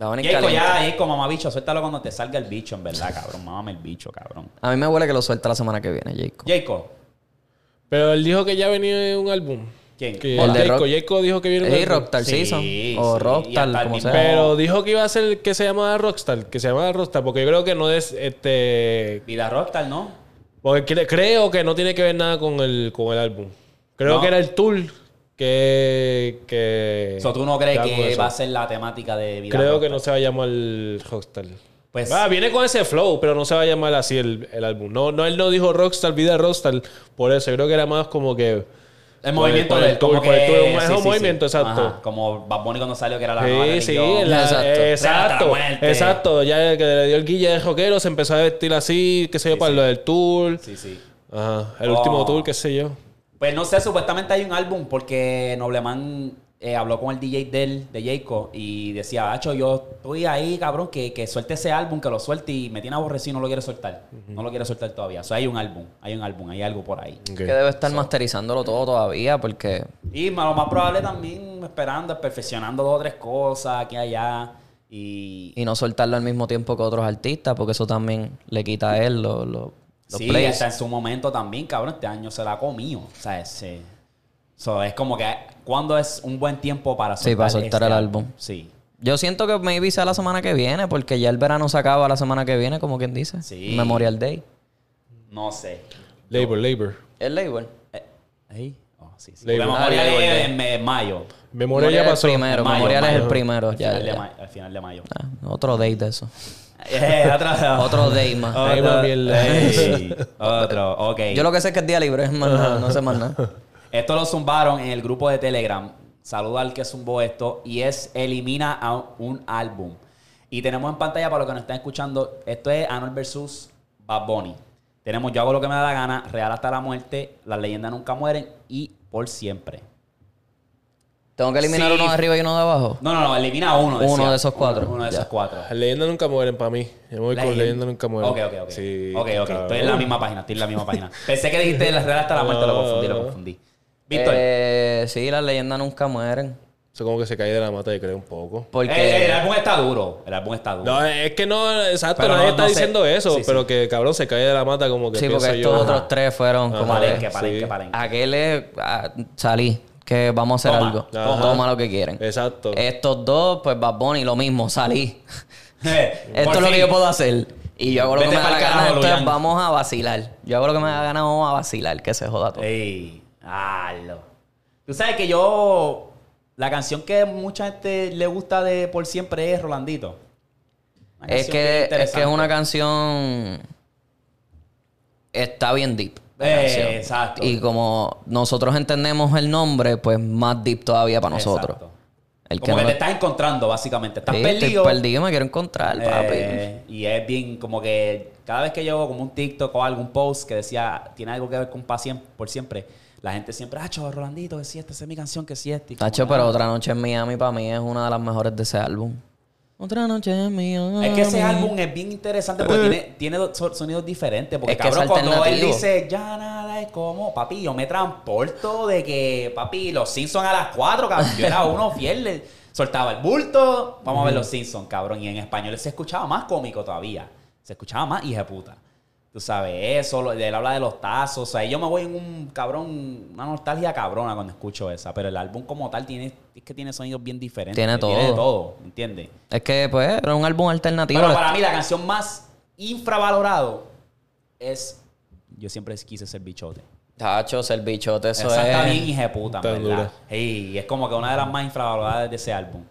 Va a venir Jaco, caliente. ya, Jaco, mamá bicho, suéltalo cuando te salga el bicho, en verdad, cabrón. Mámame el bicho, cabrón. A mí me huele que lo suelta la semana que viene, Jacob. Jaco, Pero él dijo que ya venía un álbum. ¿Quién? Que El de Jayco, Rock. Jayco dijo que viene un Sí, álbum. Rockstar Sí, Season. sí, o y hasta Rockstar, el como mismo- sea. Pero dijo que iba a ser que se llamaba Rockstar, que se llamaba Rockstar, porque yo creo que no es este Vida Rockstar, ¿no? porque cre- creo que no tiene que ver nada con el con el álbum. Creo No. que era el tour que que O sea, ¿tú no crees algo de que eso. va a ser la temática de Vida Creo que Rockstar? no Ah, se va a llamar Rockstar. Pues- Va, viene con ese flow, pero no se va a llamar así el, el álbum. No, no, él no dijo Rockstar, vida Rockstar, por eso. Yo creo que era más como que El movimiento por el del tour, como por el que- tour, un mejor movimiento, exacto. como Bad Bunny cuando salió que era la nueva Sí, sí, religión. la- Exacto. Hasta la exacto, muerte. exacto. Ya el que le dio el guille de rockero se empezó a vestir así, qué sé yo, para lo del tour. Sí, sí. Ajá, el Oh. último tour, qué sé yo. Pues no sé, supuestamente hay un álbum porque Nobleman eh, habló con el DJ de él, de Jayco, y decía, Hacho, yo estoy ahí, cabrón, que, que suelte ese álbum, que lo suelte, y me tiene aborrecido y no lo quiere soltar. No lo quiere soltar todavía. O sea, hay un álbum, hay un álbum, hay algo por ahí. Ok. Que debe estar masterizándolo todo todavía porque... Y ma- lo más probable también, esperando, perfeccionando dos o tres cosas aquí y allá. Y, Y no soltarlo al mismo tiempo que otros artistas porque eso también le quita a él los, los, los sí, plays. hasta en su momento también, cabrón, este año se la ha comido. O sea, ese- so, es como que, ¿cuándo es un buen tiempo para soltar Sí, para soltar este el álbum. Sí. Yo siento que maybe sea la semana que viene porque ya el verano se acaba la semana que viene, como quien dice. Sí. Memorial Day. No sé. Labor, labor. El labor. Eh, ahí. Oh, sí, sí. Labor. Porque Memorial Ah, Labor es Day. en eh, mayo. Memoria ya es el pasó. primero, Mayo, Memorial es mayo. el primero. Al ya, final, De ya. mayo. al final de mayo. Ah, otro day de eso. Eh, otro, Otro day más. Ay, más mierda. Ey, otro. Ok. Yo lo que sé es que es día libre, es más nada, no sé más nada. Esto lo zumbaron en el grupo de Telegram. Saluda al que zumbó esto. Y es Elimina a un álbum. Y tenemos en pantalla para los que nos están escuchando. Esto es Anuel versus Bad Bunny. Tenemos Yo hago lo que me da la gana, Real hasta la muerte, Las leyendas nunca mueren y por siempre. Tengo que eliminar Sí. uno de arriba y uno de abajo. No, no, no, elimina a uno. Uno de esos cuatro. Uno, de Ya. esos cuatro. Leyenda nunca mueren para mí. Yo me voy con Leyenda nunca mueren. Ok, ok, ok. Sí, ok, ok. cabrón. Estoy en la misma página, estoy en la misma página. Pensé que dijiste la real hasta la muerte, lo confundí, lo confundí. Víctor. Eh, sí, las leyendas nunca mueren. Eso como que se cae de la mata, yo creo, un poco. Porque Eh, el, álbum está duro. El álbum está duro. No, es que no, exacto, Pero no- nadie está no sé. diciendo eso, Sí, sí. pero que cabrón se cae de la mata como que eh, Sí, pienso porque estos yo. otros tres fueron como paren, de- que paren, sí. que paren. aquel es ah, salí, que vamos a hacer Toma. algo. Ajá. Toma lo que quieren. Exacto. Estos dos, pues Bad Bunny, lo mismo, salí. Eh, Esto por es lo fin. que yo puedo hacer. Y yo hago lo que Vete me da pa'l la gana, carajo, entonces Luyan. vamos a vacilar. Yo hago lo que me da la gana, vamos a vacilar, que se joda todo. Ey, halo. Tú sabes que yo. La canción que mucha gente le gusta de por siempre es Rolandito. Una canción bien Es que, es que es interesante. una canción. Está bien deep. la Eh, canción. exacto. Y como nosotros entendemos el nombre, pues más deep todavía para nosotros. Exacto. El como que, no- te estás encontrando, básicamente. Estás Sí, perdido. Estoy perdido, me quiero encontrar, papi. Eh, y es bien como que cada vez que yo hago como un TikTok o algún post que decía tiene algo que ver con pa' siem- por siempre, la gente siempre, ah, chavo, Rolandito, que si esta esa es mi canción, que si esta. Y como, Tacho, "Ah". pero Otra Noche en Miami para mí es una de las mejores de ese álbum. Otra Noche en Miami. Es que ese álbum es bien interesante porque tiene, tiene do- so- sonidos diferentes. Porque Es que es cabrón, cuando él alternativo. dice, ya nada es como, papi, yo me transporto de que, papi, los Simpsons a las 4, cabrón. Yo era uno fiel, le soltaba el bulto. Vamos a ver los Simpsons, cabrón. Y en español se escuchaba más cómico todavía. Se escuchaba más hija de puta. Tú sabes eso, lo- él habla de los tazos. O sea, yo me voy en un cabrón, una nostalgia cabrona cuando escucho esa. Pero el álbum como tal tiene, es que tiene sonidos bien diferentes. Tiene Tiene todo. todo, ¿entiendes? Es que, pues, era un álbum alternativo. Pero para mí la canción más infravalorado es Yo siempre quise ser bichote. Tacho, ser bichote, eso Esa está bien es. hijeputa, en Tan ¿verdad? dura. Sí, es como que una de las más infravaloradas de ese álbum.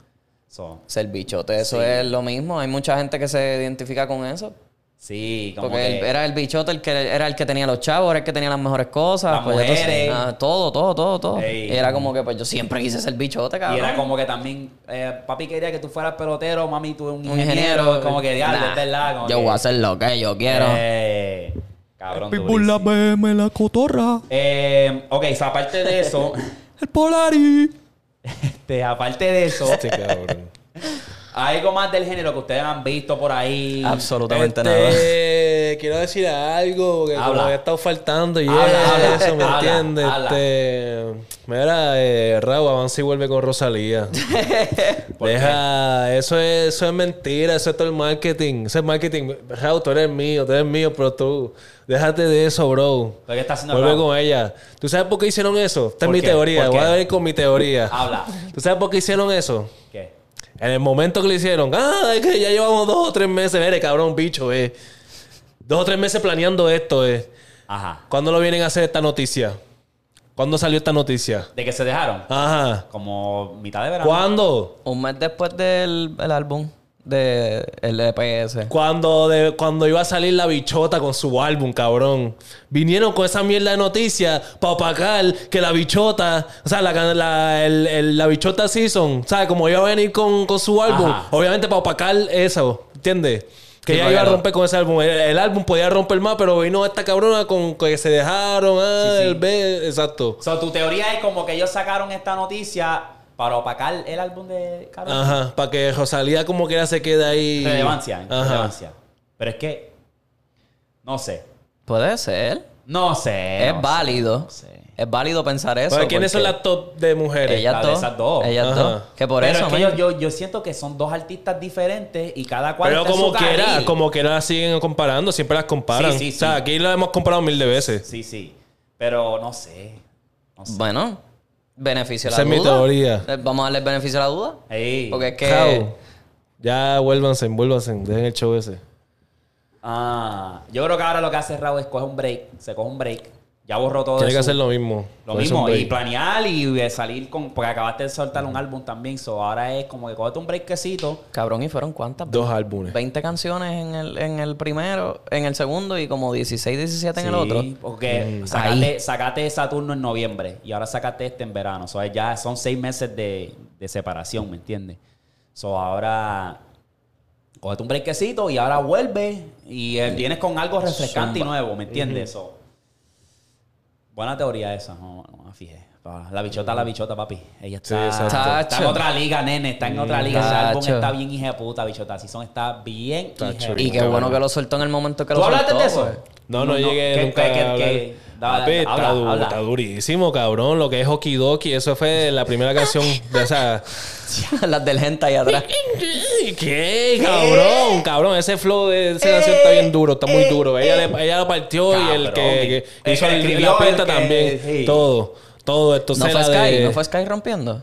So, Ser bichote, eso Sí. es lo mismo. Hay mucha gente que se identifica con eso. sí, como Porque que... él- era el bichote el que era el que tenía los chavos, era el que tenía las mejores cosas. Las pues, entonces, mujeres. ah, todo, todo, todo, todo. Ey. Y era como que, pues yo siempre quise ser bichote, cabrón. Y era como que también, eh, papi quería que tú fueras pelotero, mami tú un un ingeniero, ingeniero. como que diablo, nah, es verdad. como Yo que- voy a hacer lo que yo quiero. Eh, cabrón, Pitbull, la durísimo. BM, la cotorra, Eh, ok, so, aparte de eso, el Polari. este, aparte de eso, Sí, cabrón. hay algo más del género que ustedes han visto por ahí. Absolutamente nada. Este, quiero decir algo porque Habla. como me ha estado faltando y Habla, habla, eso, ¿me habla, entiendes? habla. Este, mira, eh, Raúl, avanza y vuelve con Rosalía. Deja, eso es, eso es mentira, eso es todo el marketing. Eso es marketing. Raúl, tú eres mío, tú eres mío, pero tú, déjate de eso, bro. ¿Pero qué está haciendo Vuelve Raúl? con ella. ¿Tú sabes por qué hicieron eso? Esta es ¿Por mi qué? teoría, ¿Por voy a qué? venir con mi teoría. Habla. ¿Tú sabes por qué hicieron eso? ¿Qué? En el momento que lo hicieron, ah, es que ya llevamos dos o tres meses, eres cabrón bicho, eh. Dos o tres meses planeando esto, eh. Ajá. ¿Cuándo lo vienen a hacer esta noticia? ¿Cuándo salió esta noticia? ¿De que se dejaron? Ajá. Como mitad de verano. ¿Cuándo? Un mes después del el álbum. de el E EPS. Cuando, de- cuando iba a salir la bichota con su álbum, cabrón. Vinieron con esa mierda de noticias para opacar que la bichota, o sea, la, can- la, el- el- la bichota season, ¿sabes? Como iba a venir con, con su álbum, Ajá. obviamente para opacar eso, ¿entiendes? Que Sí, ella porque iba a no. romper con ese álbum. El, el álbum podía romper más, pero vino esta cabrona con que se dejaron. Ah, Sí, sí. el B, exacto. So, tu teoría es como que ellos sacaron esta noticia para opacar el álbum de Karol. Ajá, para que Rosalía como quiera se quede ahí. Relevancia, Ajá. relevancia. Pero es que. No sé. Puede ser. No sé. Es no válido. sé, no sé. Es válido pensar Pues, eso. Pero ¿quiénes son porque las top de mujeres? Ellas Las de dos. esas dos. Ellas Ajá. dos. Que por Pero eso, es que man, yo, yo, yo siento que son dos artistas diferentes y cada cual. Pero está en como su quiera, carril. como quiera las siguen comparando, siempre las comparan. Sí, sí, sí. O sea, aquí las hemos comparado mil de veces. Sí, sí. Pero no sé. No sé. Bueno, beneficio a la Esa es duda. mi teoría. Eh, Vamos a darle el beneficio a la duda. Ey. Porque es que. Chao. Ya vuélvanse, vuélvanse, dejen el show ese. Ah, yo creo que ahora lo que hace Raúl es coge un break. Se coge un break. Ya borró todo Tiene de que su- hacer lo mismo. Lo Con mismo, ese y break. planear y eh, salir con. Porque acabaste de soltar un álbum también, so ahora es como que cógete un breakcito. Cabrón, ¿y fueron cuántas? Dos álbumes. 20 canciones en el, en el primero, en el segundo y como 16, 17 en el Sí, otro. Porque sacaste, sacaste Saturno en noviembre y ahora sacaste este en verano. So, ya son seis meses de, de separación, ¿me entiendes? So ahora. Cógete un breakcito y ahora vuelve y eh, vienes con algo refrescante y nuevo, ¿me entiendes? So, buena teoría esa, no, no me fijé. Pa- La bichota, la bichota, papi. Ella Sí, está, exacto. está en Tacho. otra liga, nene. Está en otra liga. Ese Tacho. álbum está bien hija de puta, bichota. Season está bien hija de Tacho, puta. Y qué bueno que lo soltó en el momento que ¿Tú lo soltó. hablaste de eso? pues. No, no, llegué que- nunca que- que- a hablar. que- da- Papi, está, habla, du- habla. está durísimo, cabrón. Lo que es Hokidoki, eso fue la primera canción de esa... pues. Las del gente ahí atrás. ¿Qué? Cabrón, cabrón. Ese flow de esa canción está bien duro, está muy duro. Ella, le- ella lo partió y el que, Eh, Cabrón. que hizo El que el- escribió, la pesta el que- también. sí. Todo, todo esto. ¿No se fue la Sky? de- ¿No fue Sky rompiendo?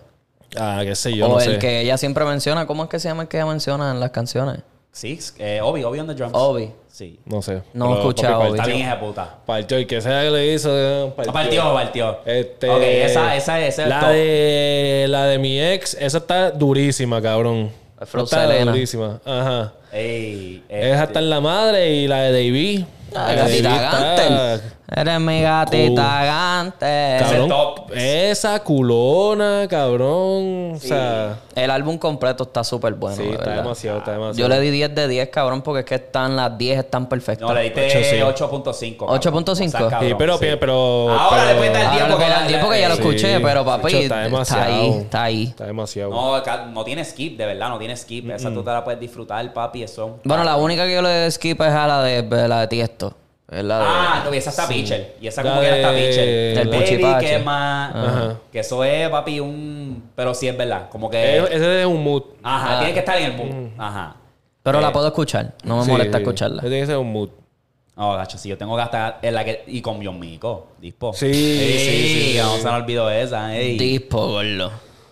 Ah, qué sé yo, o no el sé. que ella siempre menciona. ¿Cómo es que se llama el que ella menciona en las canciones? Sí, eh, Obi, Obi on the drums. Obi. Sí. No sé. No Pero, escuché papi, a Obi. Está partió. bien hija de puta. Partió. El que sea que le hizo... eh, No, Partió, partió. Este, Ok, esa, esa, esa es la top. de la de mi ex, esa está durísima, cabrón. El flow está Selena. durísima. Ajá. Ey, Es este, hasta en la madre y la de Davey. Ah, La de gatita Davey está- Gantel. Eres mi gatita Gantel. Cabrón, top. pues. Esa culona, cabrón. O sea, El álbum completo está súper bueno. sí, de está verdad. demasiado, está Yo demasiado. le di 10 de 10, cabrón, porque es que están las 10 están perfectas. No, le Ocho, sí. diste 8.5. cabrón. 8.5 O sea, cabrón, Sí, pero, sí. pero. Ahora le pero- puedes dar Ahora 10 le porque, voy a dar la- 10 Ah, porque ya lo Sí, escuché, pero papi, Chicho, está está demasiado. ahí, está ahí. Está demasiado. No, ca- no tiene skip, de verdad, no tiene skip. Esa tú te la puedes disfrutar, papi. Eso es un- Bueno, la única que yo le skip es a la de, la de Tiesto. Es la de... Ah, no, y esa está pitcher. Y esa como La que era está de- pitcher. Del Baby, Puchipache. que es más. Ajá. Que eso es, papi, un. Pero sí es verdad. Como que. Eh, Ese es un mood. Ajá, Ah. tiene que estar en el boom. Mm. Ajá. Pero la puedo escuchar, no me eh, Sí, molesta sí. escucharla. Ese tiene que ser un mood. No, gacho, si yo tengo que gastar en la que. Y con Bion Mico, dispo. Sí, sí, sí, sí. No se me olvidó esa. ey. Dispo, gordo.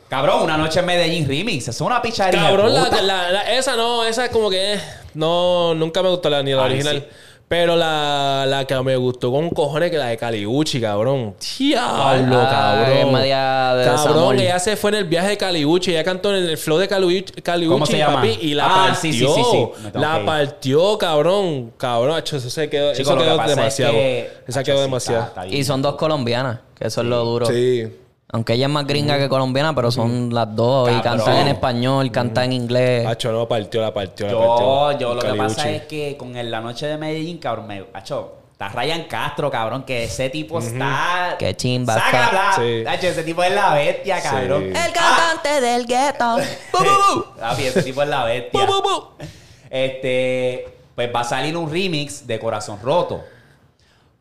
Cabrón, una noche en Medellín Remix. Eso es una picharía. Cabrón, la, la- la- esa no, esa es como que. eh, No, nunca me gustó la ni la Ay, original. sí. Pero la, la que me gustó con cojones que la de Caliucci, cabrón. Diablo, Ah, que es cabrón. media de cabrón, desamor. que ella se fue en el viaje de Caliucci. Ella cantó en el flow de Caliucci, Caliucci, ¿Cómo se llama? papi, y la Ah, partió. sí, sí, sí, sí. Me tengo que La ir. partió, cabrón. Cabrón, acho, eso se quedó, Chico, eso lo que quedó pasa es demasiado. que- Esa Gacho, quedó sí, demasiado. está- Eh. está bien. Y son dos colombianas, que eso es lo duro. Sí. Aunque ella es más gringa que colombiana, pero son las dos. Y Cabrón. cantan en español, cantan en inglés. Acho, no, partió, la partió, la Yo, partió. yo lo que pasa Caliucci. es que con el- la noche de Medellín, cabrón, me. Gacho, está Ryan Castro, cabrón, que ese tipo está. Qué chimba, Saca, está. bla. Sí. Gacho, ese tipo es la bestia, cabrón. Sí. El cantante del gueto. Papi, ese tipo es la bestia. Este, pues va a salir un remix de Corazón Roto.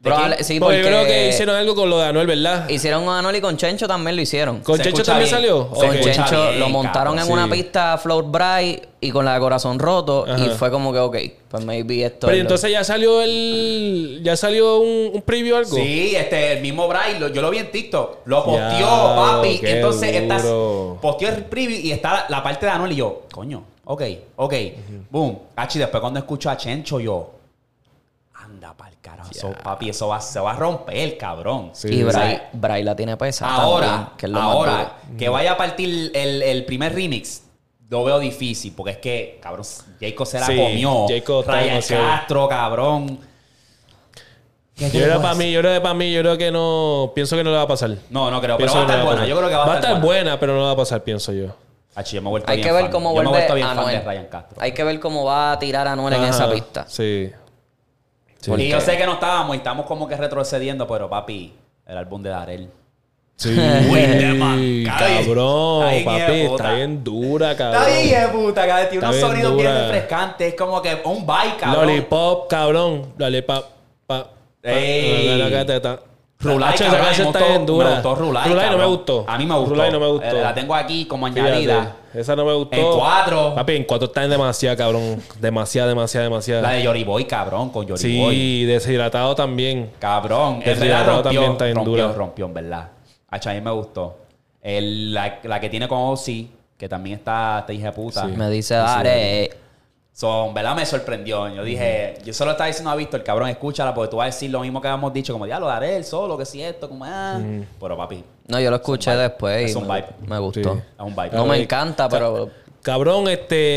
Probable- quién? sí, porque porque yo creo que hicieron algo con lo de Anuel, ¿verdad? hicieron con Anuel y con Chencho también lo hicieron. ¿Con Se Chencho escucha también bien. Se salió? Con Ok. escucha Chencho bien, lo montaron cabrón, en una sí. pista Float Bright y con la de corazón roto y Ajá. fue como que, ok, pues maybe esto. Pero es lo- entonces ya salió el. Ya salió un, un preview o algo. Sí, este, el mismo Brian, lo- yo lo vi en TikTok, lo posteó, Ya, papi. qué Entonces, estás, duro. posteó el preview y está la, la parte de Anuel y yo, coño, ok, ok, boom. Hachi, después cuando escucho a Chencho, yo, anda pa'l carajo, eso, papi, eso va, se va a romper, cabrón. y O sea, Bray, Bray la tiene pesa. Ahora, también, que es lo más duro. ahora, que vaya a partir el, el primer remix, lo veo difícil, porque es que, cabrón, Jacob se la Sí, comió. Jacob está Ryan demasiado. Castro, cabrón. Yo creo que para mí, yo creo que para mí, yo creo que no. Pienso que no le va a pasar. No, no creo, pero Pienso va a que estar no le buena. Yo creo que va a estar buena. buena, pero no va a pasar, pienso yo. Hachi, yo me he vuelto Hay bien que ver fan. cómo Yo me he vuelve vuelto bien fan de Anuel. Ryan Castro. Hay que ver cómo va a tirar Anuel en Ajá, esa pista. Sí. Sí. Y yo sé que no estábamos y estamos como que retrocediendo, pero papi, el álbum de Darel. Sí. Uy, Cabrón, está bien, papi, hijo de está puta. bien dura, cabrón. Está bien, puta, cabrón. Tiene Está unos bien sonidos bien dura. refrescantes. Es como que un bike, cabrón. Lollipop, cabrón. Lollipop. Pa, pa, Ey. la- la- la- la- la- Rulay, Hacho, esa cabrón, canción me está gustó- bien dura. Me gustó Rulay, Rulay no cabrón. me gustó. A mí me gustó. Rulay no me gustó. Eh, La tengo aquí como Fíjate, añadida. Esa no me gustó. En cuatro. Papi, en cuatro está demasiado, cabrón. Demasiado, demasiado, demasiado. La de Yoriboy, cabrón, con sí, Yoriboy. deshidratado también. Cabrón, en Desde verdad Dorado rompió, también está bien rompió, dura. rompió, en verdad. Hacho, a mí me gustó. El- la, la que tiene con Ozzy, que también está, te dije puta. Me dice, dale. Son, ¿verdad? Me sorprendió. Yo dije, yo solo estaba diciendo a Víctor, cabrón, escúchala, porque tú vas a decir lo mismo que habíamos dicho, como, ya lo daré el solo, que si esto, como, ah. Pero papi, No, yo lo escuché después Es y un me, vibe. me gustó. Sí. es un vibe. No me Ay, encanta, pero Cabrón,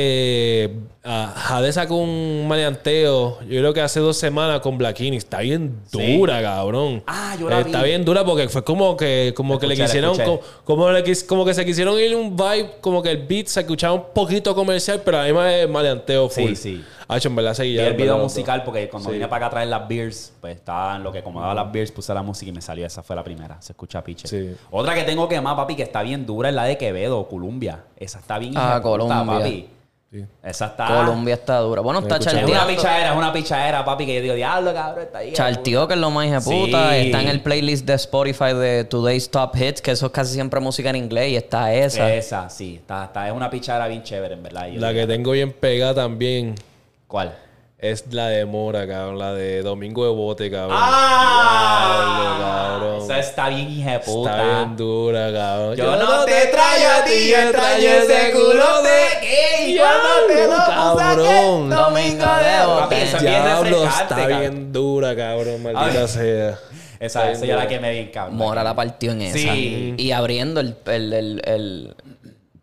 este. ah, Jade sacó un maleanteo. Yo creo que hace dos semanas con Blackini. Está bien Sí. dura, cabrón. Eh, Ah, yo la vi. Está bien dura porque fue como que, como que Escuché, le quisieron. escuché. co- Como, le quis- como que se quisieron ir un vibe. Como que el beat se escuchaba un poquito comercial, pero además es maleanteo Sí, full. sí. Ah, en verdad seguí Y ya, el en video verdad, musical, porque cuando Sí. vine para acá a traer las beers, pues estaba en lo que acomodaba las beers, puse la música y me salió. Esa fue la primera. Se escucha piche. Sí. Otra que tengo que más, papi, que está bien dura es la de Quevedo, Columbia. Esa está bien. Ah, hija de puta, Colombia. papi. Sí. Esa está. Colombia está dura. Bueno, está ah. escuché. Es una charteado. pichadera, es una pichadera, papi, que yo digo, diablo, cabrón, está ahí. Charteó, que es lo más hija puta. Sí. Está en el playlist de Spotify de Today's Top Hits, que eso es casi siempre música en inglés y está esa. Esa, sí. Está, está- es una pichadera bien chévere, en verdad. Y yo La digo, que tengo bien pegada también ¿Cuál? es la de Mora, cabrón. La de Domingo de Bote, cabrón. ¡Ah! Diablo, cabrón. Esa está bien, hija de puta. Está bien dura, cabrón. Yo no te traigo a ti, yo extraño ese culote gay. Yo no te lo Cabrón. puse domingo de Papi, bote. esa Diablo, está cabrón. bien dura, cabrón, maldita Ay. sea. Esa, esa yo la quemé bien, cabrón. Mora la partió en esa. Sí. Y abriendo el. el, el, el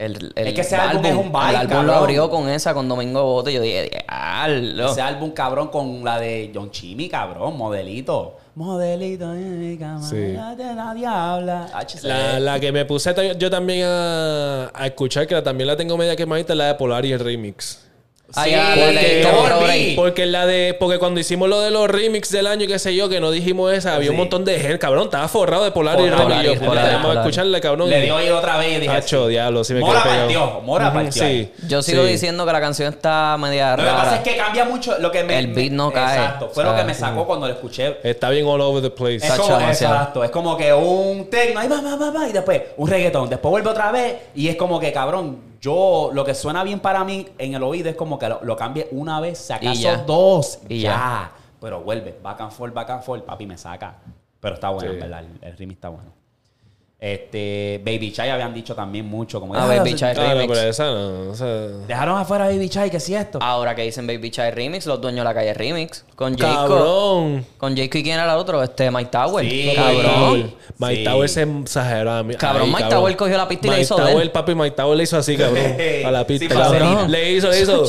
el, el Es que ese álbum es un vibe, El álbum lo cabrón. abrió con esa, con Domingo Bote. Yo dije, diablo. Ese álbum, cabrón, con la de John Chimmy, cabrón, modelito. Modelito, en mi cama, Sí. de nadie habla. Ah, chis, La, eh. la que me puse ta- yo también a, a escuchar, que la- también la tengo media quemadita, la de Polar y el remix. Ay, Sí, ah, la- la- porque la- yo la- volví. la- la- Porque la de. Porque cuando hicimos lo de los remix del año, qué sé yo, que no dijimos esa, había un Sí. montón de gente, cabrón, estaba forrado de Polar y el Forrado, remix. Yo, Polaris, puta, Polaris, Vamos a Polaris. escucharla, cabrón. Le dio oído otra vez y dije, Hacho, diablo, sí me Mora quedé pegado. partió, Mora Ujú, partió ahí. Yo sigo sí. diciendo que la canción está media Lo rara. que pasa es que cambia mucho lo que me... El beat no me- cae. Exacto. Fue lo que ¿sabes? me sacó cuando lo escuché Está bien all over the place. Es como, demasiado. exacto, es como que un tecno, ahí va, va, va, va, y después un reggaetón, después vuelve otra vez y es como que, cabrón, yo lo que suena bien para mí en el oído es como que lo, lo cambie una vez, si acaso ya. dos, Y ya. ya. Pero vuelve, back and forth, back and forth, papi, me saca. Pero está bueno, Sí. en ¿verdad? El, el ritmo está bueno. Este, Baby Chai habían dicho también mucho, como Ah, "Déjalo- Baby Chai. Ah, no, remix. pero esa no. esa- Dejaron afuera a Baby Chai, que si esto. Ahora que dicen Baby Child Remix, los dueños de la calle Remix. Con Jacob. Cabrón. Con Jacob y quién era el otro, este Mike Tower. Sí. cabrón. Mike Sí. Tower se exageró a mí. Cabrón, Mike Tower cogió la pista y la hizo de Mike Tower, él. papi, Mike Tower le hizo así, cabrón. A la Sí, pista. cabrón. Vaselina. Le hizo, le hizo.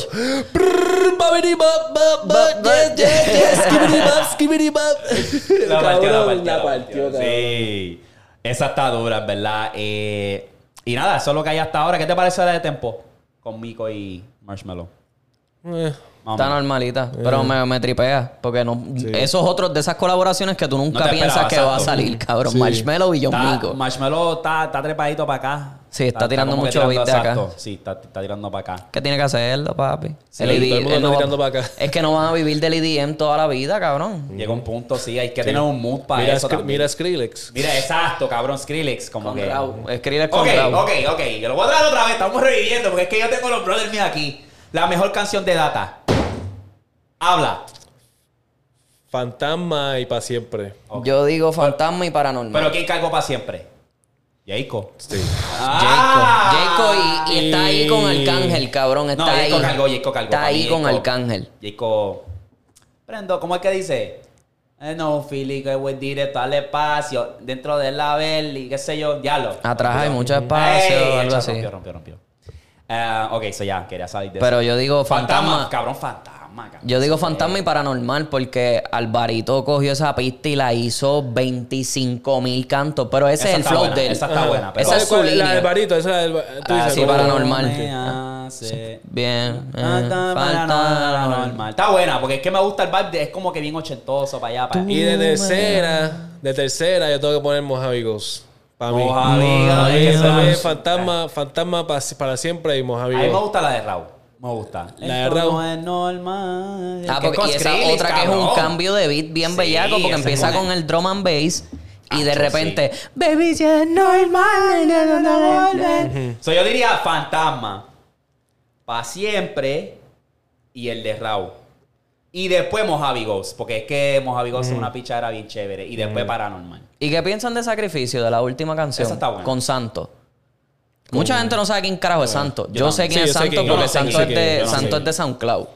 Prrr, babidi, bop, bop, bop, yes, yes, yes, skibidi, bop, skibidi, bop. La partió, la Cabrón, partió, la la partió, partió. Sí. Esa está dura, en ¿verdad? Eh, y nada, eso es lo que hay hasta ahora. ¿Qué te parece la de tempo? Con Mico y Marshmallow. cabrón. Eh, Más o Está menos. normalita, pero me, me tripea. Porque no, esos otros de esas colaboraciones que tú nunca No te piensas esperabas, que va a exacto. salir, cabrón. Marshmallow y John Está- Mico. Marshmallow está, está trepadito para acá. Sí, está tirando como que mucho beat de acá. exacto. Sí, está, está tirando para acá. ¿Qué tiene que hacerlo, papi? E Sí, todo el mundo está tirando para acá. Es que no van a vivir del IDM toda la vida, cabrón. Llega un punto, sí, hay que tener un mood para Mira, eso Skri- también. mira Skrillex. Mira, exacto, cabrón, Skrillex, como que... Escribe con Ok, Raúl. ok, ok. Yo lo voy a traer otra vez. Estamos reviviendo porque es que yo tengo los brothers míos aquí. La mejor canción de Data. Habla. Fantasma y para siempre. Ok. Yo digo fantasma y paranormal. Pero ¿quién cargó para siempre? Jayco. Ah. Sí. Jacob y, y está ahí con Arcángel, cabrón. Está No, ahí. Jayco cargó, Jayco cargó. Está para mí, ahí con Jayco. Arcángel. Jayco. Prendo, ¿cómo es que dice? Eh, No, Philly, que voy directo al espacio, dentro de la belly, qué sé yo, diablo. Atrás hay mucho espacio Ey, o algo chaval, así. Rompió, rompió, rompió. Ah, ok, eso ya, quería salir de eso. Pero yo digo fantasma. Cabrón, fantasma, cabrón. Yo digo fantasma y paranormal porque Alvarito cogió esa pista y la hizo 25 mil cantos. Pero ese Esa es el está flow buena, de él. esa está buena, pero- Esa es su ¿Cuál? línea. La del barito, esa es la del... tú Ah, dices, sí, ¿no? para- ¿cómo paranormal. me hace? Bien. eh, Ah, fantasma. Paranormal. Está buena, porque es que me gusta el vibe, de- es como que bien ochentoso para allá. Para Y de tercera, de tercera yo tengo que poner Mojavigos. Para mí. Mojavigos, Ahí eso también es. fantasma, fantasma pa- para siempre y A mí me Mojavigos. gusta la de Raúl. Me gusta. La de Esto Raúl. No es normal. Ah, Que porque con y esa Skrillex, otra que es un cabrón. cambio de beat bien Sí, bellaco porque ese empieza es bueno. con el drum and bass y de Acho, repente, baby, ya no hay más, ya no, no, no, no". So, yo diría Fantasma. Para siempre. Y el de Raúl. Y después Mojave Ghost. Porque es que Mojave Ghost es una pichadera bien chévere. Y después Paranormal. ¿Y qué piensan de Sacrificio, de la última canción? Esa está buena. Con Santo. Mucha gente no sabe quién carajo es Santo. Yo, sé quién Sí, yo sé es Santo quién. porque Yo no sé Santo, quién. es de, Yo no sé Santo quién. es de SoundCloud.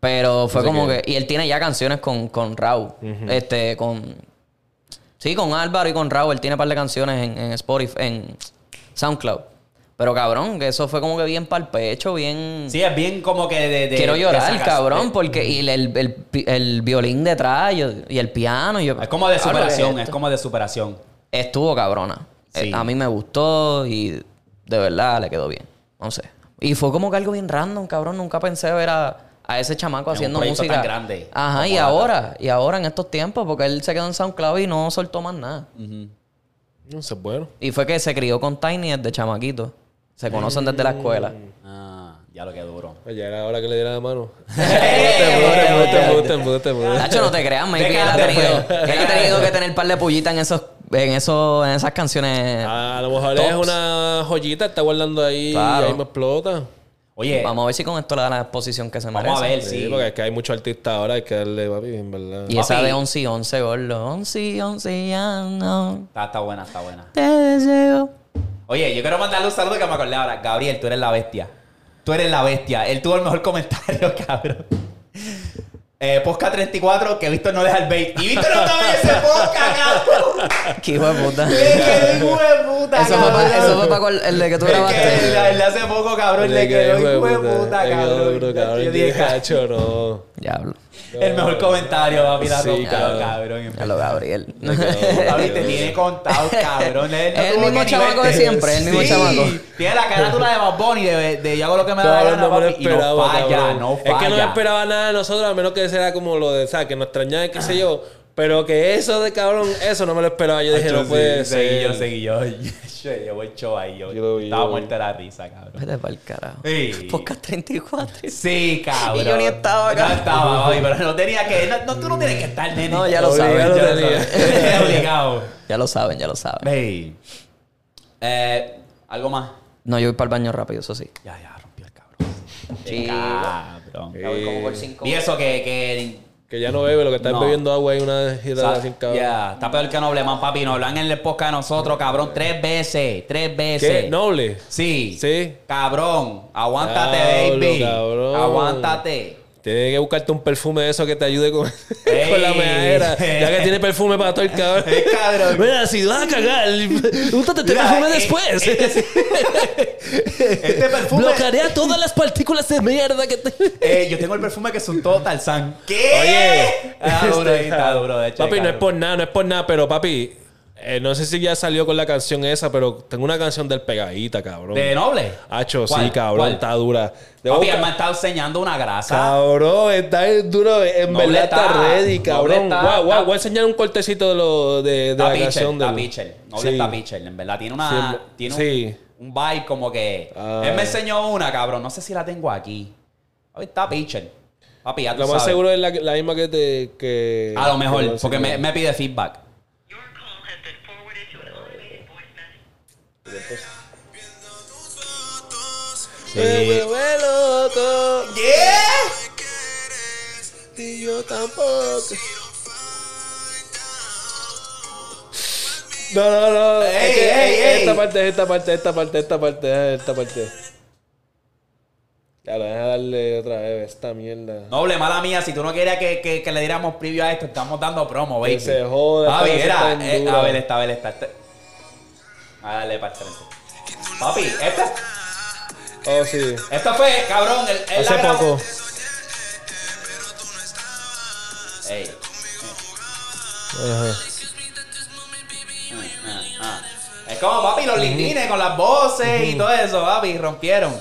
Pero fue sé como quién. que... Y él tiene ya canciones con, con Raúl. Este, con... Sí, con Álvaro y con Raúl. Él tiene un par de canciones en, en Spotify, en SoundCloud. Pero cabrón, que eso fue como que bien pa'l pecho, bien... Sí, es bien como que eh, de. de- Quiero de llorar, sacas- cabrón, porque y el, el, el pi- el violín detrás yo- y el piano. yo- Es como de Cabrón, superación. esto- Es como de superación. Estuvo cabrona. Sí. Eh, A mí me gustó y de verdad le quedó bien. No sé. Y fue como que algo bien random, cabrón. Nunca pensé ver a, a ese chamaco un haciendo proyecto música. tan grande Ajá, como y Data. ahora, y ahora en estos tiempos, porque él se quedó en SoundCloud y no soltó más nada. Mm. No sé, bueno. Y fue que se crió con Tiny desde chamaquito. Se conocen desde la escuela. Ah, ya lo que duro. Pues Ya era hora que le diera la mano. Nacho, no te creas, maybe él ha Déjate, tenido, pues. él ha tenido que tener un par de pullitas en esos, en esos, en esas canciones. Ah, Ah, A lo mejor es Tops. una joyita, está guardando ahí Claro. y ahí me explota. Oye, Vamos a ver si con esto le da la exposición que se merece. vamos a ver Sí, si. porque es que hay muchos artistas ahora, hay que darle, papi, en verdad. Y esa Papi. de 11 y 11, gordo. 11 y 11 ya no Está, está buena, está buena. te deseo. Oye, yo quiero mandarle un saludo que me acordé ahora. Gabriel, tú eres la bestia. Tú eres la bestia. Él tuvo el mejor comentario, cabrón. Eh, Posca 34, que Víctor no deja el bait. Y Víctor no estaba en ese Posca, cabrón. Qué hijo de puta. Es que hijo de puta, Eso fue cabrón. para, eso fue pa' cual- el de que tú Es que grabaste. el- el de hace poco, cabrón, le quedó hijo de puta, cabrón. Duro, cabrón. Yo dije, Cacho, no. Diablo. El mejor comentario, papi, la Sí, rompió, cabrón. cabrón. Diablo, Gabriel. Le quedó- Papi, te tiene contado, cabrón. Él no El tuvo mismo que ni chamaco de verte. siempre, el mismo chamaco. Tiene la carátula de Bob Bunny de, de yo hago lo que me da la Cabrón, gana, no me lo papi. Y no esperaba, falla, cabrón. no falla. Es que no me esperaba nada de nosotros, a menos que sea como lo de, ¿sabes? Que nos extrañaba, qué sé yo. Pero que eso de cabrón, eso no me lo esperaba. Yo dije, Yo no sí, puede seguí ser. yo, seguí yo. Yo, yo voy show ahí. Yo, Yo lo vi, estaba yo lo vi. muerta de la risa, cabrón. Vete pa'l carajo. Sí. Podcast 34. Sí, cabrón. Y yo ni estaba, No cabrón. estaba, papi, pero no tenía que. No, no, tú no tienes que estar, nene. No, ya lo Obligado ya sabes, lo lo sabes. Obligado. Ya lo saben, ya lo saben. Ey. Eh, algo más. No, yo voy para el baño rápido, eso sí. Ya, ya, rompió el cabrón. Sí. Cabrón. Ya voy como por Y eso que, que Que ya no bebe, lo que estás No. bebiendo agua y una Sa- gira sin cabrón. Yeah, Está peor que Nobleman, papi. Nos hablan en el podcast de nosotros, cabrón, tres veces. Tres veces. ¿Qué? ¿Noble? Sí. Sí. Cabrón. Aguántate, Diablo, baby. cabrón. Aguántate. Tienes que buscarte un perfume de eso que te ayude con, Ey. con la meadera. Ya que tiene perfume para todo el cabrón. Eh, cabrón. Mira, si vas a cagar, úntate este Mira, perfume eh, después. Este perfume. Bloquearía todas las partículas de mierda que te... Eh, yo tengo el perfume que son todo Tarzán. ¿Qué? Eh, Oye, Está duro, está duro. De hecho, papi, no es cabrón. por nada, no es por nada, pero papi, eh, no sé si ya salió con la canción esa, pero tengo una canción del pegadita, cabrón. ¿De noble? Hacho, sí, ¿Cuál? cabrón, ¿Cuál? está dura. Debo Papi, él buscar- me ha estado enseñando una grasa. Cabrón, está duro, en Noble verdad está, está, ready, noble cabrón. está, guau, guau, está. voy a enseñar un cortecito de lo de, de Está la pitcher, canción está del- pitcher. Noble Sí. está pitcher. En verdad, tiene una. Sí, tiene un- sí. Ah. Un, un vibe como que. Él me enseñó una, cabrón. No sé si la tengo aquí. Papi, está pitcher. Papi, ya tú Lo más sabes. seguro es la, la misma que te. Que, A lo que mejor, enseñó. porque me, me pide feedback. Your call has been forwarded to an automated voice message. Me vuelve loco. Y yo tampoco. No, no, no. Ey, Es que- ey, ey. Esta parte, esta parte, esta parte, esta parte, ah, esta parte. Claro, deja darle otra vez esta mierda. Noble, mala mía, si tú no querías que, que- que le diéramos preview a esto, estamos dando promo, baby. Que se joda, Papi, esta era, cosa está eh, bien dura. a ver, esta, a ver, esta. esta. A darle para el frente. Papi, esta, Oh, sí. esta fue, cabrón, el, el Hace la grabó. poco. Ey. Ajá. Ah, ah. Es como, papi, los lindines con las voces y todo eso, papi, rompieron.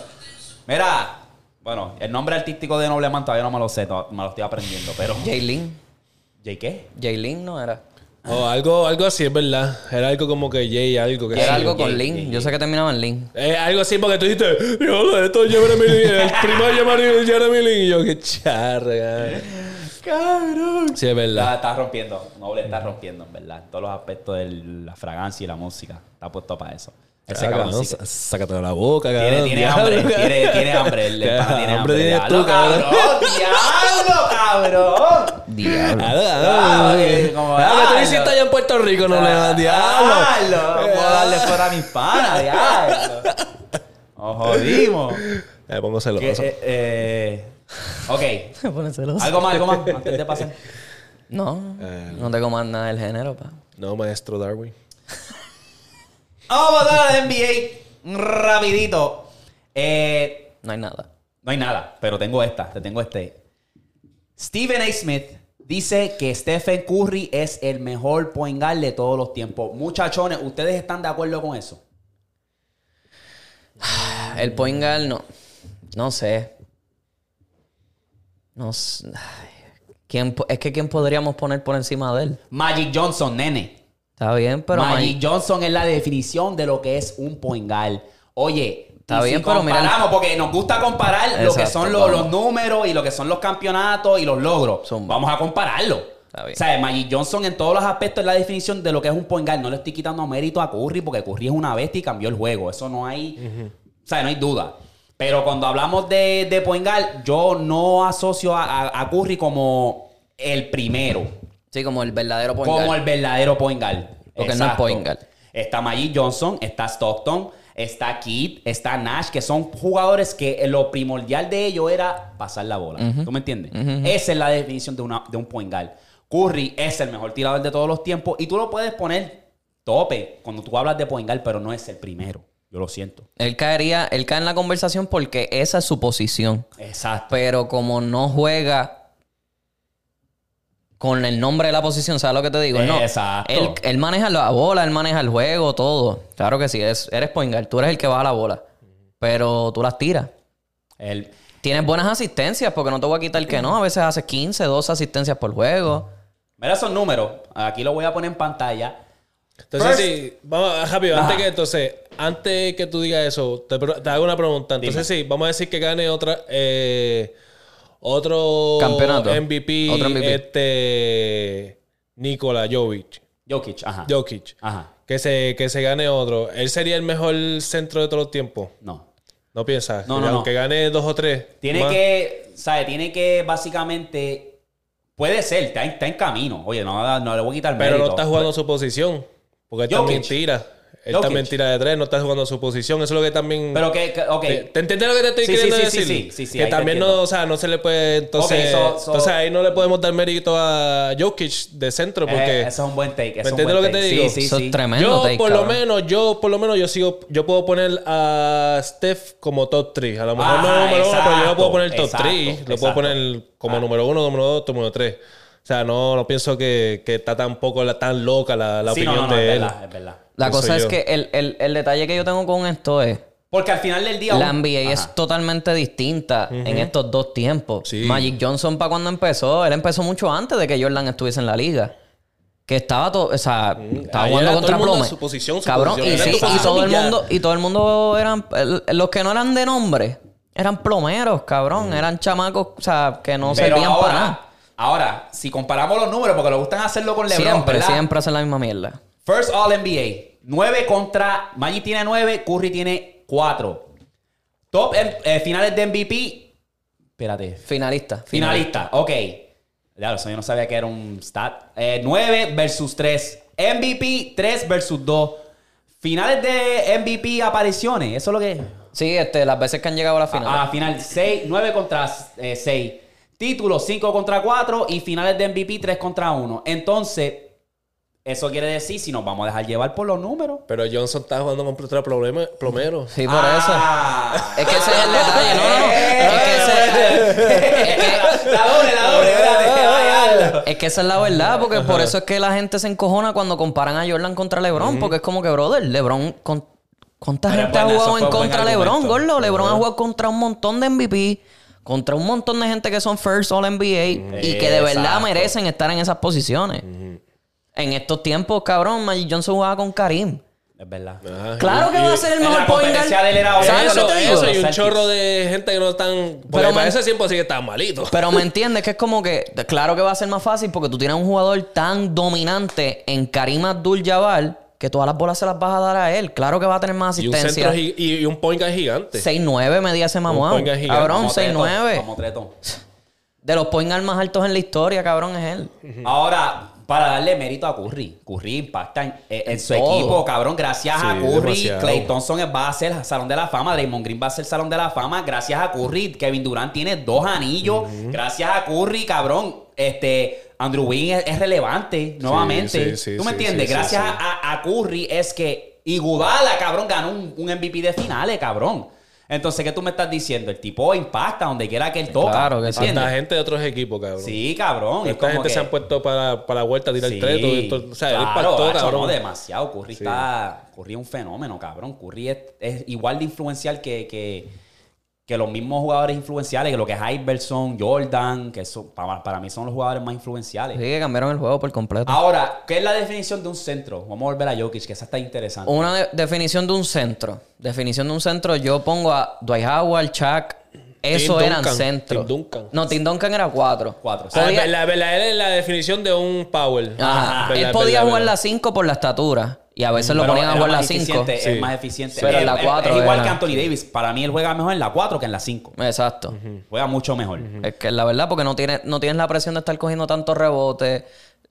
Mira, bueno, el nombre artístico de Noble Man todavía no me lo sé, to- me lo estoy aprendiendo, pero. Jaylin. ¿Jay qué? Jaylin no era. Oh, algo, algo así, es verdad. Era algo como que Jay, algo que Era sí. algo con Jay- Lin. Jay- Yo sé que terminaba en Lin. Eh, algo así, porque tú dijiste, yo, esto es Jeremy Lin, el primo de Jeremy, Jeremy Lin. Y yo, qué charra. eh". Cabrón. Sí, es Está, verdad. está rompiendo, Noble está rompiendo, en verdad. En todos los aspectos de la fragancia y la música. Está puesto para eso. Ese Ah, cabrón cabrón, sí que- sá- sácatelo de la boca, Tiene, cabrón. tiene diablo, hambre, cabrón. tiene, tiene hambre. El, el pana tiene hambre. tienes diablo, tú, cabrón. ¡Diablo, cabrón! Diablo. Ah, ah, Ah, ah, que como- ah, que tú ah, lo hiciste lo- allá en Puerto Rico, no le das diablo. Eh, No puedo darle fuera Ah, a mis panas, diablo. Nos jodimos. Me pongo Que, celoso. eh, eh, ok. Algo más, algo más. Antes de pasar. No, Eh. no tengo más nada del género, pa. No, maestro Darwin. Vamos a pasar al NBA rapidito. Eh, No hay nada. no hay nada, pero tengo esta. Te tengo este. Stephen A. Smith dice que Stephen Curry es el mejor point guard de todos los tiempos. Muchachones, ¿ustedes están de acuerdo con eso? El point guard no. No sé. No sé. Ay, ¿Quién, po- es que quién podríamos poner por encima de él. Magic Johnson, nene. Está bien, pero Magic Magi- Johnson es la definición de lo que es un point guard. Oye, Está y bien, si pero mira- comparamos, porque nos gusta comparar lo que Exacto, son los, vamos. los números y lo que son los campeonatos y los logros. Zumba. Vamos a compararlo. Está bien. O sea, Magic Johnson en todos los aspectos es la definición de lo que es un point guard. No le estoy quitando mérito a Curry porque Curry es una bestia y cambió el juego. Eso no hay, o sea, no hay duda. Pero cuando hablamos de, de point guard, yo no asocio a- a- a Curry como el primero Sí, como el verdadero point como guard. el verdadero point guard. Porque no es point guard. Está Magic Johnson, está Stockton, está Kidd, está Nash, que son jugadores que eh, lo primordial de ellos era pasar la bola. ¿Tú me entiendes? Esa es la definición de, una- de un point guard. Curry es el mejor tirador de todos los tiempos y tú lo puedes poner tope cuando tú hablas de point guard, pero no es el primero. Yo lo siento. Él caería, él cae en la conversación porque esa es su posición. Exacto. Pero como no juega con el nombre de la posición, ¿sabes lo que te digo? No. Exacto. Él, él maneja la bola, él maneja el juego, todo. Claro que sí, es- eres point guard, tú eres el que baja la bola. Pero tú las tiras. El, Tienes buenas asistencias, porque no te voy a quitar que no. A veces haces 15, 12 asistencias por juego. mira esos números. Aquí lo voy a poner en pantalla. Entonces, First- sí, vamos, ah, rápido, antes que, entonces, antes que tú digas eso, te, pro- te hago una pregunta. Entonces, sí, vamos a decir que gane otra, eh, otro Campeonato. MVP, Otro MVP. este, Nikola Jovic, Jokic, ajá. Jokic, Ajá. que se, que se gane otro. Él sería el mejor centro de todos los tiempos, No. ¿no piensas? No, no, no. Aunque gane dos o tres. Tiene más. que, ¿sabes? Tiene que básicamente. Puede ser, está en, está en camino. Oye, no, no le voy a quitar Pero no mérito. está jugando su posición, porque él también Jokic. tira. Él Jokic. también tira de tres, no está jugando su posición. Eso es lo que también... Pero que, que- ok. Eh, ¿Te, te entiendes lo que te estoy Sí, queriendo sí, sí, decir? sí, sí, sí, sí, que ahí te también no, entiendo. o sea, no se le puede. Entonces, Ok, so- so- entonces ahí no le podemos dar mérito a Jokic de centro porque. Eh, eso es un buen take. eso ¿Me es un entiendes buen lo que te take. Sí, digo? sí, Eso sí. es tremendo. yo take, por lo cabrón. menos, yo por lo menos yo sigo, yo puedo poner a Steph como top 3. A lo mejor no Ajá, es número 1, pero yo lo puedo exacto, poner top exacto, 3. Lo puedo exacto. poner como Ah. número 1, número 2, número 3. O sea, no, no pienso que, que está tampoco la- tan loca la, la Sí, no, opinión no, no, de es él. verdad, es verdad. La Eso cosa es yo. que el, el- el detalle que yo tengo con esto es... Porque al final del día. La un- Ah, NBA Ajá. es totalmente distinta en estos dos tiempos. Sí. Magic Johnson, para cuando empezó, él empezó mucho antes de que Jordan estuviese en la liga. que estaba todo, o sea, estaba Mm, Ahí jugando era contra todo el mundo en Plomer. su posición, su Cabrón, posición. y, Era sí, tu y posición todo y el ya. mundo, y todo el mundo eran el- los que no eran de nombre, eran plomeros, cabrón, eran chamacos, o sea, que no Pero servían ahora, para nada. ahora, si comparamos los números, porque le gustan hacerlo con LeBron, Siempre, ¿verdad? siempre hacen la misma mierda. First All NBA. 9 contra. Magic tiene 9, Curry tiene 4. Top em- eh, finales de MVP. Espérate. Finalista. Finalista. Ok. Claro, eso yo no sabía que era un stat. 9 versus 3. MVP 3 versus 2. Finales de MVP apariciones. Eso es lo que. Sí, este, las veces que han llegado a la final. A, a la final 6, 9 contra 6. Títulos 5 contra 4 y finales de MVP 3 contra 1. Entonces, eso quiere decir si nos vamos a dejar llevar por los números. Pero Johnson está jugando contra problema, plomero. sí, por Ah. eso. Es que ese es el detalle, no, no, no. Es que ese- La doble, la doble, espérate, ay, ay. Es que esa es la verdad, porque por eso es que la gente se encojona cuando comparan a Jordan contra LeBron, porque es como que, brother, LeBron, con- ¿cuánta Pero gente bueno, ha eso jugado en fue un buen contra de LeBron, argumento. gordo? LeBron ha jugado contra un montón de MVP, contra un montón de gente que son first All NBA y que de verdad Exacto. merecen estar en esas posiciones. En estos tiempos, cabrón, Magic Johnson jugaba con Karim. Es verdad. Ajá. pues, Claro que Y- va a ser el en la mejor point guard. competencia de él era ¿Sabes Eso, lo que te digo? eso y un Celtics. chorro de gente que no están. Porque Pero para man- ese tiempo sí que estaban malitos. Pero me entiendes que es como que, claro que va a ser más fácil porque tú tienes un jugador tan dominante en Karim Abdul-Jabbar que todas las bolas se las vas a dar a él. Claro que va a tener más Y un centro asistencia. gi- y, y un point guard gigante. 6-9 medía ese mamón. point guard gigante. Cabrón, Como Tretón, Como 6-9. tretón. De los point guard más altos en la historia, cabrón, es él. Ahora, para darle mérito a Curry, Curry impacta en, eh, en- en su todo. equipo, cabrón. Gracias a Sí, Curry, demasiado. Clay Thompson va a ser Salón de la Fama, Draymond Green va a ser Salón de la Fama. Gracias a Curry, Kevin Durant tiene dos anillos. Gracias a Curry, cabrón. Este, Andrew Wiggins es, es relevante nuevamente. sí, sí, ¿Tú me sí, entiendes? sí, sí, Gracias sí. A, a Curry es que Iguodala, cabrón, ganó un, un MVP de finales, cabrón. Entonces, ¿qué tú me estás diciendo? El tipo impacta donde quiera que él toca. Claro que sí. Hasta ¿entiendes? gente de otros equipos, cabrón. Sí, cabrón. es Esta como gente que- se han puesto para, para la vuelta a tirar Sí, treto. y esto- o sea, él claro, pactó, hacho, cabrón. no, demasiado. Curry está. Curry es un fenómeno, cabrón. Curry es, es igual de influencial que, que, que los mismos jugadores influenciales, que lo que es Iverson, Jordan, que son, para, para mí son los jugadores más influenciales. Sí, que cambiaron el juego por completo. Ah. Ahora, ¿qué es la definición de un centro? Vamos a volver a Jokic, que esa está interesante. Una de- definición de un centro. Definición de un centro, yo pongo a Dwight Howard, Chuck. Eso Tim eran Duncan, centros. Tim Duncan. No, Tim Duncan era cuatro. Cuatro, sí. Ah, Podía- la verdad es la definición de un Powell. Ajá. Verdad, Él podía verdad, jugar verdad. la 5 por la estatura. Y a veces lo Pero ponían a era jugar la más 5. eficiente, eh. Sí. Es más eficiente. Pero en Es- la es- cuatro es, igual era- que Anthony Davis. Para mí él juega mejor en la 4 que en la 5. Exacto. Juega mucho mejor. Es que la verdad, porque no tienes, no tienes la presión de estar cogiendo tantos rebotes.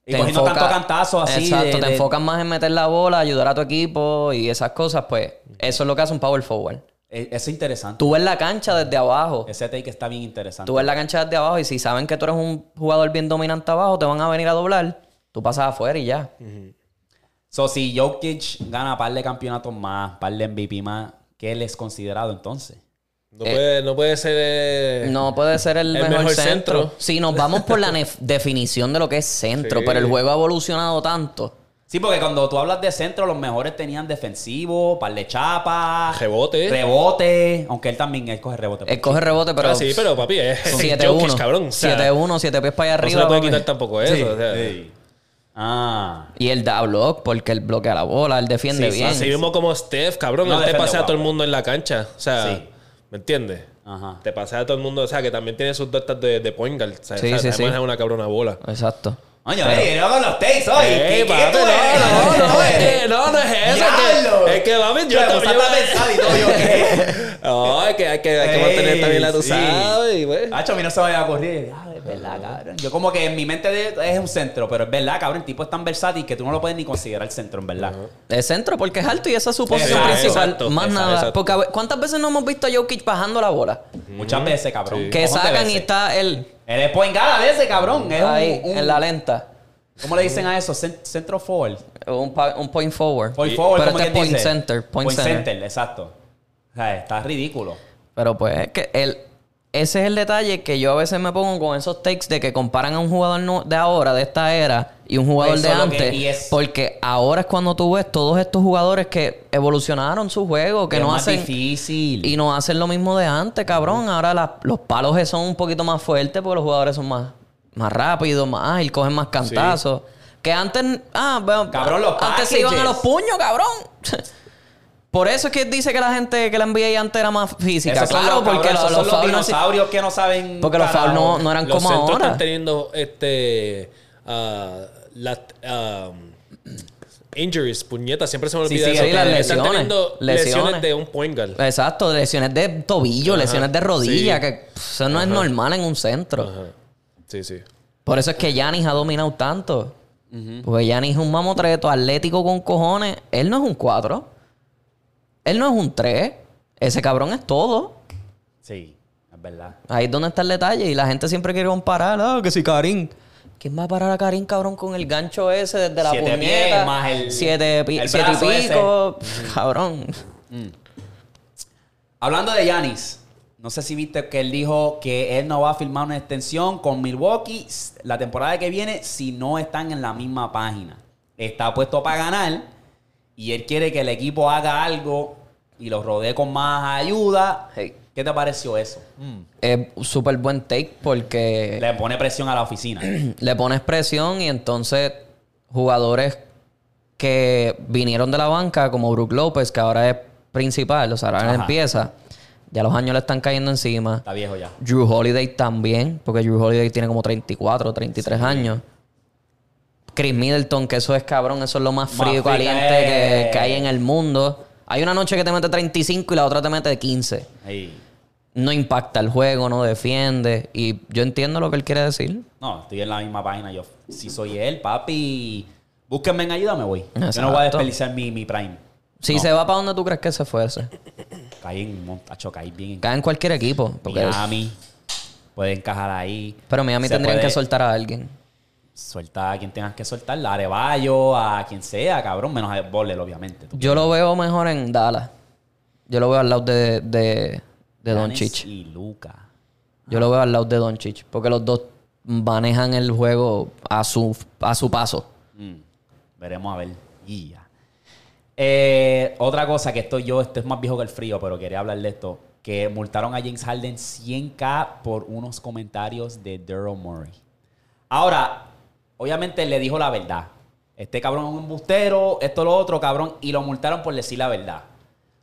Y cogiendo tanto cantazo así Exacto, de- te de- enfocas más en meter la bola, ayudar a tu equipo y esas cosas, pues eso es lo que hace un power forward. E- Eso es interesante. Tú ves la cancha desde abajo. Ese take está bien interesante. Tú ves la cancha desde abajo y si saben que tú eres un jugador bien dominante abajo, te van a venir a doblar. Tú pasas afuera y ya. So, si Jokic gana par de campeonatos más, par de MVP más, ¿qué él es considerado entonces? No, puede, no puede ser. eh, No puede ser el, El mejor, mejor centro. centro. Si nos vamos por la nef- definición de lo que es centro, Sí. pero el juego ha evolucionado tanto. Sí, porque cuando tú hablas de centro, los mejores tenían defensivo, par de chapas, Rebote. rebote, aunque él también él coge rebote. Él coge rebote, pero. Ah, sí, pero papi, es. Jokic, cabrón. 7-1. o sea, 7-1, 7 pies para allá No se arriba. le puede papi. quitar tampoco eso. Sí, o sea. sí. Ah, Y él da block porque él bloquea la bola, él defiende Sí, sí, bien. Así mismo como Steph, cabrón. No él te defiende, pasea a todo el guapo. mundo en la cancha. O sea, Sí. ¿me entiendes? Ah. ajá. Te pasea a todo el mundo. O sea, que también tiene sus dotas de, de point guard. O sea, Sí, o sea, sí, te sí. maneja una cabrona bola. Exacto. Coño, ey, no con los takes hoy. Ey, ¿Qué, qué papi, tú no, eres? no, no, ¿Tú es que- eres? no, no es eso, es que- ¡Diablo! es que, papi, yo Me te- gusta yo- hasta pensar y todo, yo, ¿qué? No, es que hay que, hay que mantener también la tu sabes, y, pues. güey. Hacho, a mí no se me a correr. Ah, es verdad, cabrón. Yo como que en mi mente de- es un centro, pero es verdad, cabrón. El tipo es tan versátil que tú no lo puedes ni considerar centro, en verdad. Es centro porque es alto y esa es su posición Exacto, principal. exacto, Más exacto, nada. exacto. Porque a ver, ¿cuántas veces no hemos visto a Jokic bajando la bola? Muchas veces, cabrón. Que Cojón de sacan veces. y está él Él es point guard a veces, cabrón. Es un- ahí, un- en la lenta. ¿Cómo le dicen a eso? Cent- Centro forward. Un, pa- un point forward. Point forward, pero como este quien es point dice. center. Point, center. exacto. O sea, está ridículo. Pero pues es que el, ese es el detalle que yo a veces me pongo con esos takes de que comparan a un jugador nu- de ahora, de esta era, y un jugador Pues, Eso de es lo que- antes. y es- Porque ahora es cuando tú ves todos estos jugadores que evolucionaron su juego, que es no más hacen... difícil. Y no hacen lo mismo de antes, cabrón. Ahora la- los palos son un poquito más fuertes porque los jugadores son más, más rápidos, más ágil, cogen más cantazos. Que antes. Ah, bueno, Cabrón, los Antes se iban a packages. los puños, cabrón. Por eso es que dice que la gente que la NBA antes era más física. Esos son Claro, los- cabrón, porque esos los, son los los fouls no se- dinosaurios que no saben. Porque los fouls no, carajo. no eran Los como centros ahora. están teniendo este ah, las am, injuries, puñetas, siempre se me Sí, olvida sí, eso. sí, las lesiones. Están teniendo lesiones, Lesiones. de un point guard. Exacto, lesiones de tobillo, lesiones de rodilla, que pff, eso no es normal en un centro. Ajá. Sí, sí. Por eso es que Yanis ha dominado tanto. Porque Yanis es un mamotreto atlético con cojones. Él no es un 4. Él no es un 3. Ese cabrón es todo. Sí, es verdad. Ahí es donde está el detalle. Y la gente siempre quiere comparar. Ah, que si Karim. ¿Quién va a parar a Karim, cabrón, con el gancho ese desde la Siete puñeta? pies más el- Siete, pi- el siete brazo y ese. pico. Pff, Cabrón. Hablando de Yanis, no sé si viste que él dijo que él no va a firmar una extensión con Milwaukee la temporada que viene si no están en la misma página. Está puesto para ganar y él quiere que el equipo haga algo y lo rodee con más ayuda. Hey. Mm. ¿Qué te pareció eso? Es súper buen take porque... Le pone presión a la oficina. le pones presión y entonces jugadores que vinieron de la banca, como Brook López, que ahora es principal, o sea, ahora Ajá. empieza, ya los años le están cayendo encima. Está viejo ya. Drew Holiday también, porque Drew Holiday tiene como 34, 33 años. Chris Middleton, que eso es cabrón, eso es lo más Más frío y frío, caliente eh. que, que hay en el mundo. Hay una noche que te mete 35 y la otra te mete 15 Ey. no impacta el juego, no defiende. Y yo entiendo lo que él quiere decir. No, estoy en la misma página. Yo, si soy él, papi, búsquenme en ayuda, me voy. Yo no voy a Exacto. desperdiciar mi, mi prime. Si se va para donde tú crees que se fuese, Caí en montacho, caí bien en cae en cualquier equipo. porque- Miami. Puede encajar ahí. pero Miami Se tendrían puede que soltar a alguien. Suelta a quien tengas que soltar, a Arevallo, a quien sea, cabrón, menos a Boller, obviamente. Tú. Yo lo veo mejor en Dallas. Yo lo veo al lado de, de, de Giannis Doncic. Y Luca. Yo lo veo al lado de Doncic. Porque los dos manejan el juego a su, a su paso. Mm. Veremos a ver. Guía. Eh, otra cosa que esto yo, esto es más viejo que el frío, pero quería hablar de esto. Que multaron a James Harden 100k por unos comentarios de Daryl Murray. Ahora, obviamente le dijo la verdad. Este cabrón es un embustero, esto lo otro, cabrón. Y lo multaron por decir la verdad.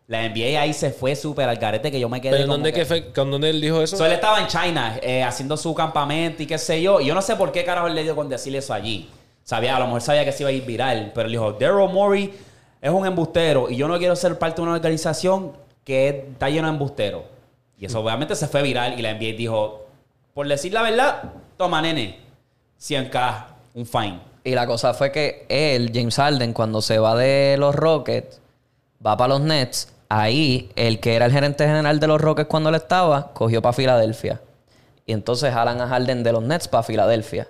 La NBA ahí se fue súper al garete que yo me quedé. ¿Pero como dónde, que- que fue- con dónde él dijo eso? So, él estaba en China eh, haciendo su campamento y qué sé yo. Y yo no sé por qué carajo él le dio con decirle eso allí. Sabía, a lo mejor sabía que se iba a ir viral, pero él dijo, Daryl Morey es un embustero y yo no quiero ser parte de una organización que está llena de embusteros. Y eso obviamente se fue viral y la NBA dijo, por decir la verdad, toma nene, 100k, un fine. Y la cosa fue que él, James Harden, cuando se va de los Rockets, va para los Nets. Ahí, el que era el gerente general de los Rockets cuando él estaba, cogió para Filadelfia. Y entonces jalan a Harden de los Nets para Filadelfia.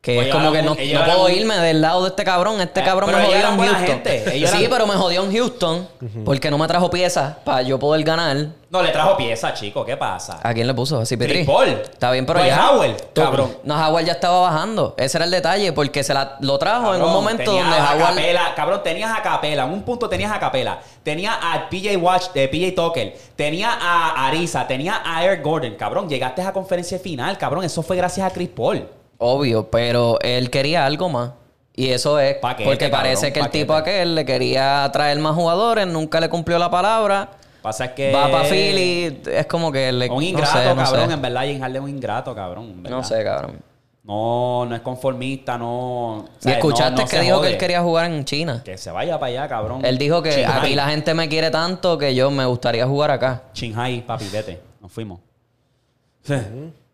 Que Pues es como que llegaron- no, ellos no puedo eran- irme del lado de este cabrón. Este Eh, cabrón pero me ellos jodió eran en buena Houston. gente, ellos Sí, eran- pero me jodió en Houston porque no me trajo piezas para yo poder ganar. No, le trajo pieza, chico, ¿qué pasa? ¿A quién le puso? ¿A Cipitri? Chris Paul. Está bien, pero No es ya. Howell, Tú- cabrón. No, Howard ya estaba bajando. Ese era el detalle, porque se la, lo trajo en un Cabrón, momento tenías donde a Howard... Capela, cabrón, tenías a Capela. En un punto tenías a Capela. Tenía a PJ Watch, eh, PJ Tucker. Tenía a Arisa. Tenía a Eric Gordon. Cabrón, llegaste a conferencia final, cabrón. Eso fue gracias a Chris Paul. Obvio, pero él quería algo más. Y eso es Paquete, porque cabrón, parece que el paquete. tipo aquel le quería traer más jugadores, nunca le cumplió la palabra. Pasa es que. Va para Philly, es como que le... Un ingrato, no sé, no cabrón. sé. En verdad, James Harden es un ingrato, cabrón. en verdad. No sé, cabrón. No, no es conformista, no. o Y sea, escuchaste no- no que se dijo jode. que él quería jugar en China. Que se vaya para allá, cabrón. Él dijo que Shanghai. aquí la gente me quiere tanto que yo me gustaría jugar acá. Shanghai, papi, vete. Nos fuimos.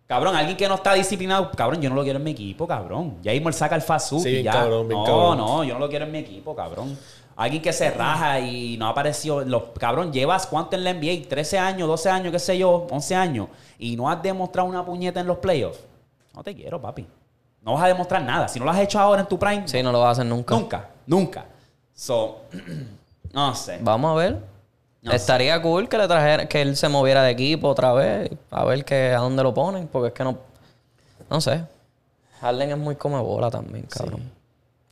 Cabrón, alguien que no está disciplinado, cabrón, yo no lo quiero en mi equipo, cabrón. Ya mismo él saca el fast food Sí, y bien ya. cabrón, bien no, cabrón. no, yo no lo quiero en mi equipo, cabrón. Alguien que se raja y no apareció. Los, cabrón, llevas cuánto en la NBA, 13 años, 12 años, qué sé yo, 11 años, y no has demostrado una puñeta en los playoffs. No te quiero, papi. No vas a demostrar nada. Si no lo has hecho ahora en tu prime, Sí, no lo vas a hacer nunca. nunca, nunca. So, no sé. Vamos a ver. No Estaría cool que le trajera, que él se moviera de equipo otra vez, a ver que, a dónde lo ponen, porque es que no, no sé. Harden es muy come bola también, cabrón.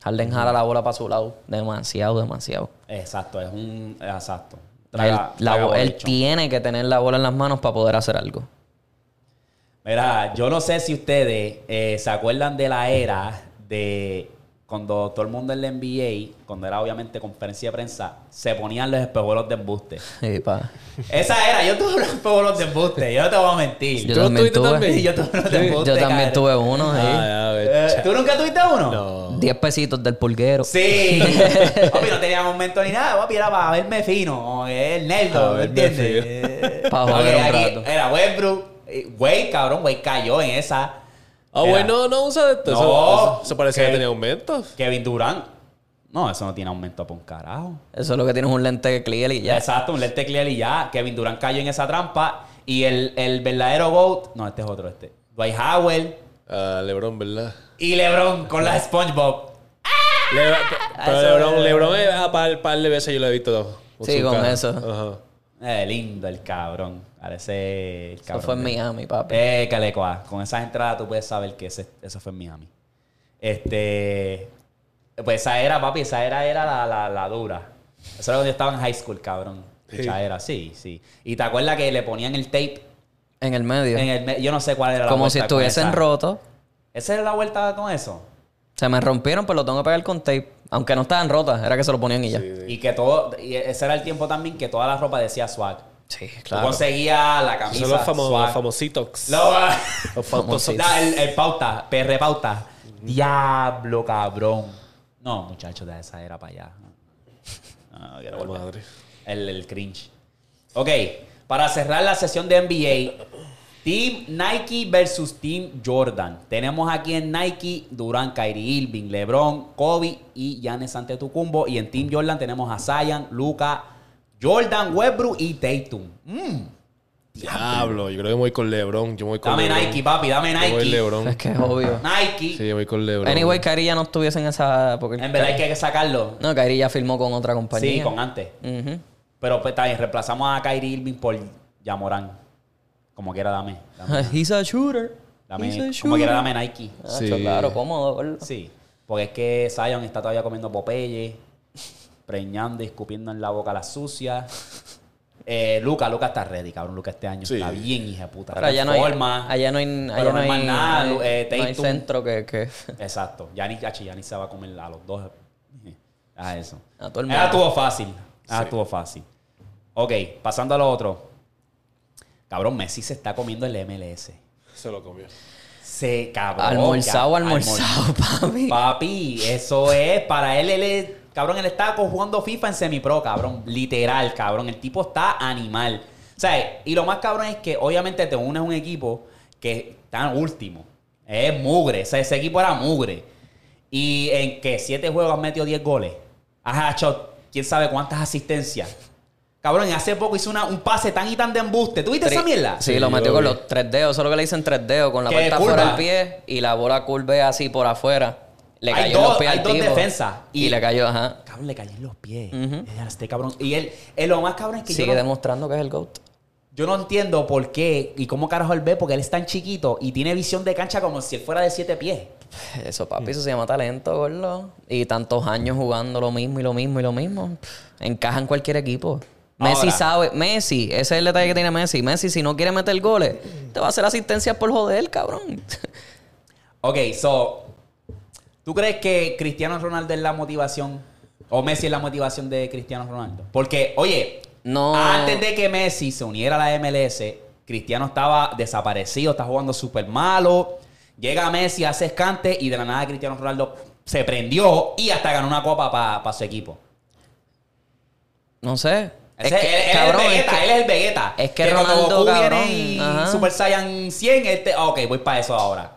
Harden jala la bola para su lado, demasiado, demasiado. Exacto, es un. Exacto. él, la bo- él boliche. tiene que tener la bola en las manos para poder hacer algo. Mira, yo no sé si ustedes eh, se acuerdan de la era de cuando todo el mundo en la NBA, cuando era obviamente conferencia de prensa, se ponían los espejuelos de embuste. Sí, pa. Esa era, yo tuve los espejuelos de embuste, yo no te voy a mentir. Yo también tuviste tuve. también? Yo tuve unos de embuste, Yo también cabrón. tuve uno, sí. Ah, a ver. Eh, ¿Tú nunca tuviste uno? No. 10 pesitos del pulguero. Sí. papi, no tenía momento ni nada. Papi, era para verme fino. como que El nerdo, A ¿me verme entiendes? fino. Eh, Pa' joder porque un aquí rato. Era Westbrook. Eh, Wade, cabrón, Wade cayó en esa. Ah, Era bueno, no usa esto. Eso- No. eso, eso parecía ¿Qué? que tenía aumentos. Kevin Durant. No, eso no tiene aumento por un carajo. Eso es lo que tienes un lente clear y ya. Exacto, un lente clear y ya. Kevin Durant cayó en esa trampa. Y el, el verdadero GOAT. No, este es otro, este. Dwight Howard. Ah, Lebron, ¿verdad? Y LeBron con la SpongeBob. Lebron, pero eso- Lebron, Lebron eh, ah, par, par de veces yo lo he visto. todo. Sí, con eso. Ajá. Eh, lindo el cabrón. Parece. El Eso cabrón fue de- en Miami, papi. Eh, Calecoa, con esas entradas tú puedes saber que ese, eso fue en Miami. Este. Pues esa era, papi, esa era, era la, la, la dura. Eso era cuando yo estaba en high school, cabrón. Esa era, sí, sí. Y te acuerdas que le ponían el tape En el medio. en el. me- Yo no sé cuál era la Como vuelta si con estuviesen esa. rotos. Esa era la vuelta con eso. Se me rompieron, pero lo tengo que pegar con tape. Aunque no estaban rotas, era que se lo ponían y ya. Sí, Y que todo. Y ese era el tiempo también que toda la ropa decía swag. Tú claro. conseguías la camisa. Son los, famos, swag. los famositos. Los- Los famosos. Famositos. Da, Ah, el, el pauta, PR pauta. Diablo, cabrón. No, muchachos, de esa era para allá. No, no quiero Oh, volver. madre. El, el cringe. Ok, para cerrar la sesión de NBA, Team Nike versus Team Jordan. Tenemos aquí en Nike Durant, Kyrie Irving, LeBron, Kobe y Giannis Antetokounmpo. Y en Team Jordan tenemos a Zion, Luca, Jordan, Westbrook y Tatum. Mm, Diablo, yo creo que me voy con Lebron. Yo me voy con Dame Lebron. Nike, papi, dame Yo voy Nike. Lebron. Pues Es que es obvio. Nike. Sí, yo voy con Lebron. Anyway, Kyrie ya no estuviese en esa. Porque En verdad hay que sacarlo. No, Kyrie ya firmó con otra compañía. Sí, con antes. Ujú. Pero pues, también reemplazamos a Kyrie Irving por Yamorán. Como quiera, dame. Dame, He's a shooter. dame- He's a como shooter. quiera, dame Nike. Ah, Sí. Claro, cómodo. gordo. Sí. Porque es que Zion está todavía comiendo Popeye, preñando y escupiendo en la boca las sucias. Eh, Luca, Luca está ready, cabrón. Luca este año Sí. está bien, hija de puta. Pero allá no hay. Reforma. Allá no hay. Pero Allá no no hay más hay. nada, no hay- eh, no hay Tatum. centro que. que... Exacto. Ya ni, achi, ya ni se va a comer a los dos. A eso. A todo el Era mundo. tuvo fácil. Era tuvo Ah, fácil. Ok, pasando a lo otro. Cabrón, Messi se está comiendo el MLS. Se lo comió. Se cabrón. Almorzado, ca- almorzado, papi. almor- Papi, eso es. Para él, él es- Cabrón, él está co- jugando FIFA en semipro, cabrón. Literal, cabrón. El tipo está animal. O sea, y lo más cabrón es que obviamente te unes a un equipo que está último. Es mugre. O sea, ese equipo era mugre. Y en que siete juegos has metido 10 goles. Has hecho quién sabe cuántas asistencias. Cabrón, hace poco hizo una- un pase tan y tan de embuste. ¿Tú viste esa mierda? Sí, lo Sí, metió yo con vi. los tres dedos. Eso es lo que le dicen tres dedos. Con la Que puerta curva. fuera del pie y la bola curve así por afuera. Le Hay cayó dos- en los pies hay al dos tipo. defensas. Y... Y- le cayó, ajá. Cabrón, le caí en los pies. Eh, Este cabrón. Y él, eh, lo más cabrón es que yo Sigue no, demostrando que es el GOAT. yo no entiendo por qué y cómo carajo él ve, porque él es tan chiquito y tiene visión de cancha como si él fuera de siete pies. Eso, papi, eso se llama talento, gordo. Y tantos años jugando lo mismo y lo mismo y lo mismo. Pff, Encaja en cualquier equipo. Messi Ahora. sabe, Messi, ese es el detalle que tiene Messi. Messi, si no quiere meter goles, te va a hacer asistencias por joder, cabrón. Ok, so. ¿Tú crees que Cristiano Ronaldo es la motivación? ¿O Messi es la motivación de Cristiano Ronaldo? Porque, oye, No. antes de que Messi se uniera a la MLS, Cristiano estaba desaparecido, está jugando súper malo. Llega Messi, hace escante y de la nada Cristiano Ronaldo se prendió y hasta ganó una copa para su equipo. No sé. Ese- él, él es el Vegeta, él es el Vegeta. es que cuando Ronaldo, Goku cabrón, viene y ajá. Super Saiyan 100, este, ah, ok, voy para eso ahora.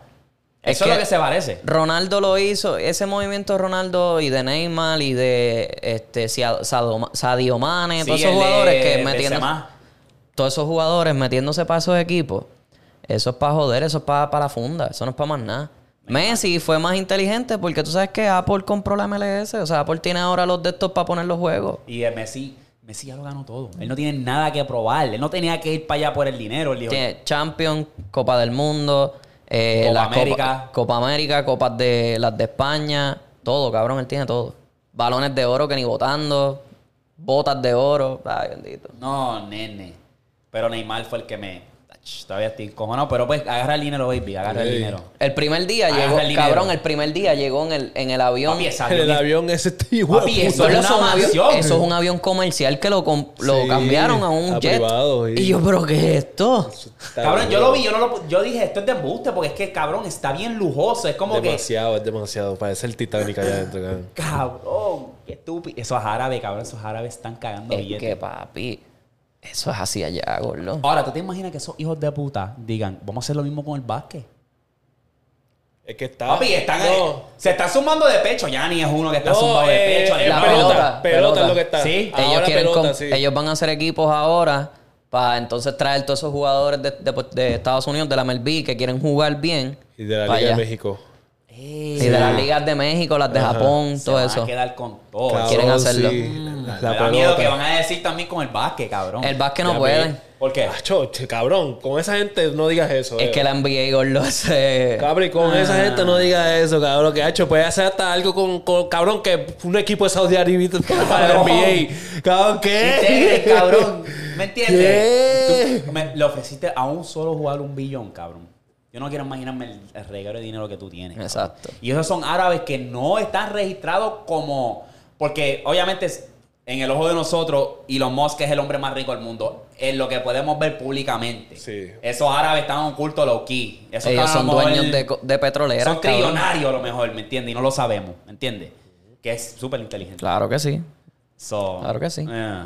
Es Eso es que- lo que se parece. Ronaldo lo hizo, ese movimiento de Ronaldo y de Neymar y de este Sia- Sadoma- Sadio Mane, todos Sí, esos el de jugadores que metiendo, Benzema. todos esos jugadores metiéndose para esos equipos, eso es para joder, eso es para la funda, eso no es para más nada. Messi fue más inteligente porque tú sabes que Apple compró la MLS, o sea, Apple tiene ahora los de estos para poner los juegos. Y de Messi, Messi ya lo ganó todo. Él no tiene nada que probar. Él no tenía que ir para allá por el dinero. Él dijo, Tiene Champions, Copa del Mundo, eh, Copa la América. Copa, Copa América, copas de las de España, todo, cabrón, él tiene todo. Balones de oro que ni votando, botas de oro, ay, bendito. no, nene. Pero Neymar fue el que me... Ch, Todavía estoy encojonado, pero pues agarra el dinero, baby, agarra el Ey. dinero. El primer día Agarra llegó, Ah, el dinero. cabrón, el primer día llegó en el, en el avión. Papi, esa- El avión ese tío. Papi, puta. eso Pero es eso, es un una avión- mansión. eso es un avión comercial que lo, com- lo Sí, cambiaron a un a jet. privado, sí. y yo, ¿pero qué es esto? Está Cabrón, yo bien. lo vi, yo no lo yo dije, esto es de embuste, porque es que cabrón está bien lujoso. Es como Demasiado, es demasiado. Parece el Titanic allá adentro, cabrón. que. Cabrón, qué estúpido. Esos árabes, cabrón, esos árabes están cagando es billetes. que, papi, eso es así allá, gordo. Ahora, ¿tú te imaginas que esos hijos de puta digan, vamos a hacer lo mismo con el básquet? Es que está. Papi, están no, ahí- se están sumando de pecho. Ya ni es uno que está No, zumbado de eh, pecho. eh, ya la no. pelota, pelota, pelota, es pelota. lo que está. Sí, ellos ellos, Ahora quieren pelota, com- sí. ellos van a hacer equipos ahora para entonces traer todos esos jugadores de, de- de Estados Unidos, de la MLB, que quieren jugar bien. Y de la pa' Liga de allá. México. Y de las ligas de México, las de Japón, Se todo van eso. a quedar con todo. Cabrón, quieren hacerlo. sí. La, Me da pelota. miedo que van a decir también con el básquet, cabrón. El básquet Ya, pues, no puede. pe- ¿Por qué? Acho, che, cabrón, con esa gente no digas eso. Es eh. que la NBA, gordo, se... Cabri, con esa Ah. gente no digas eso, cabrón. Que ha hecho, puede hacer hasta algo con, con- cabrón, que un equipo de Saudi Arabia para el Cabrón. NBA. Cabrón, ¿qué? Integre, Este cabrón. ¿Me entiendes? ¿Qué? Tú me- le ofreciste a un solo jugador un billón, cabrón. Yo no quiero imaginarme el, el regalo de dinero que tú tienes. cabrón. Exacto. Y esos son árabes que no están registrados como. Porque obviamente es- en el ojo de nosotros, Elon Musk es el hombre más rico del mundo. Es lo que podemos ver públicamente. Sí. Esos árabes están en un culto low key. Esos Ellos cabrones son a lo mejor- dueños de, co- de petroleras. Son cabrón. trillonarios a lo mejor, ¿me entiendes? Y no lo sabemos, ¿me entiendes? Que es súper inteligente. Claro que sí. So, Claro que sí. eh,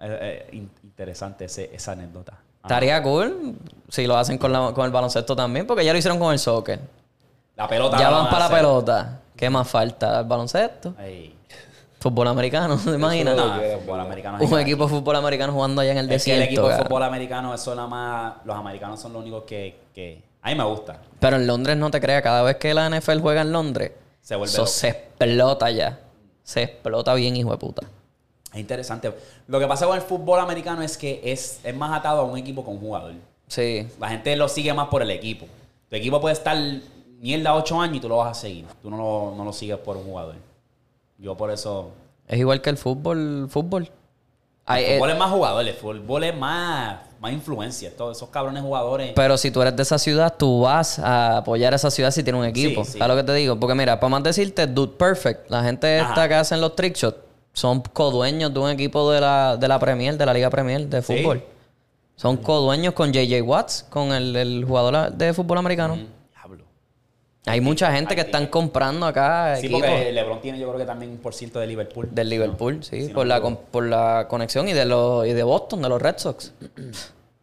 eh, eh, in- interesante ese- esa anécdota. Ah, Estaría cool si lo hacen con, la- con el baloncesto también, porque ya lo hicieron con el soccer. la pelota. ya la van a para la hacer. pelota. ¿Qué más falta? ¿El baloncesto? Ey, ¿Fútbol americano? ¿Te imaginas? no, el fútbol americano es Un gigante. equipo de fútbol americano jugando allá en el Es que el desierto. equipo de cara. fútbol americano, eso nada más. Los americanos son los únicos que. que a mí me gusta. Pero en Londres no te creas, cada vez que la NFL juega en Londres, Se vuelve eso loco. se explota ya. Se explota bien, hijo de puta. Es interesante. Lo que pasa con el fútbol americano es que es, es más atado a un equipo con un jugador. Sí. La gente lo sigue más por el equipo. Tu equipo puede estar mierda 8 años y tú lo vas a seguir. Tú no lo, no lo sigues por un jugador. Yo por eso Es igual que el fútbol. fútbol. Ay, El eh, fútbol es más jugadores, el fútbol es más, más influencia. Todos esos cabrones jugadores. Pero si tú eres de esa ciudad, tú vas a apoyar a esa ciudad si tiene un equipo. Sí, sí. ¿Sabes lo que te digo? Porque mira, para más decirte, Dude Perfect, la gente esta Ajá. que hacen los trick shots, son codueños de un equipo de la, de la Premier, de la Liga Premier de Sí. fútbol. Son codueños con JJ Watts, con el, el jugador de fútbol americano. Diablo. Hay mucha gente que están comprando acá Sí, equipos porque LeBron tiene yo creo que también un por ciento de Liverpool. del Liverpool, sí, si no por, me la, equivoco. con- por la conexión y de, los, y de Boston, de los Red Sox.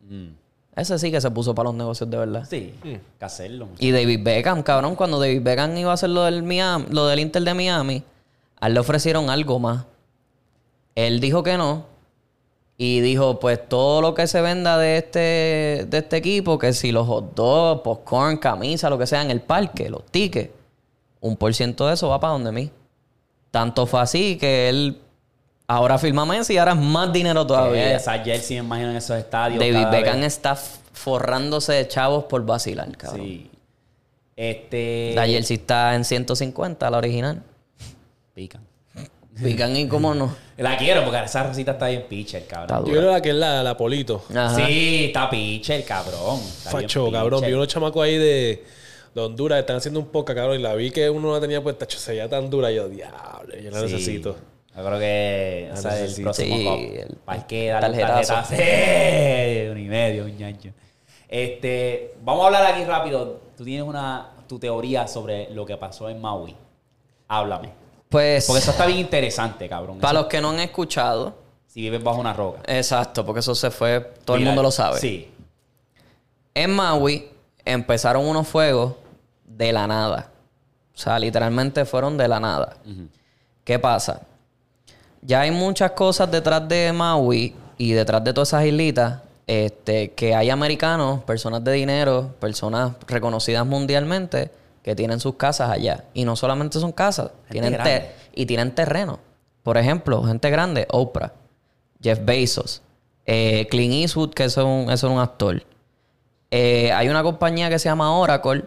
Mm. Ese sí que se puso para los negocios de verdad. Sí, que hacerlo. Y David Beckham, cabrón, cuando David Beckham iba a hacer lo del, Miami, lo del Inter de Miami, a él le ofrecieron algo más. Él dijo que no. Y dijo, pues todo lo que se venda de este, de este equipo, que si los hot dogs, popcorn, camisa, lo que sea en el parque, los tickets, un por ciento de eso va para donde mí. Tanto fue así que él ahora firma a Messi y ahora es más dinero todavía. Esa jersey, me imagino, en esos estadios. David cada Beckham vez. está forrándose de chavos por vacilar, cabrón. Sí. Este. La jersey Eh, está en 150, la original. Pican. Pican y cómo no. La quiero porque esa rosita está bien pitcher, Está cabrón. Yo dura. creo la que es la, la Polito. Ajá. Sí, está pitcher, cabrón. Está bien Facho, cabrón. pitcher. Vi unos chamacos ahí de, de Honduras que están haciendo un poca, cabrón. Y la vi que uno la tenía puesta. Tacho, se veía tan dura. Yo, diablo, yo la Sí. necesito. Yo creo que o sea, el necesito. próximo Sí, cop. el Hay que darle un tarjetazo. tarjetazo. Sí, un y medio, un ñancho. Este, vamos a hablar aquí rápido. Tú tienes una tu teoría sobre lo que pasó en Maui. Háblame. Pues, Porque eso está bien interesante, cabrón. para Eso- los que no han escuchado, Si vives bajo una roca. exacto, porque eso se fue, todo el Mira, mundo lo sabe. Sí. En Maui empezaron unos fuegos de la nada. O sea, literalmente fueron de la nada. ¿Qué pasa? Ya hay muchas cosas detrás de Maui y detrás de todas esas islitas este, que hay americanos, personas de dinero, personas reconocidas mundialmente que tienen sus casas allá. Y no solamente son casas, tienen ter- grande. y tienen terreno. Por ejemplo, gente grande, Oprah, Jeff Bezos, eh, Clint Eastwood, que es un, es un actor. Eh, hay una compañía que se llama Oracle,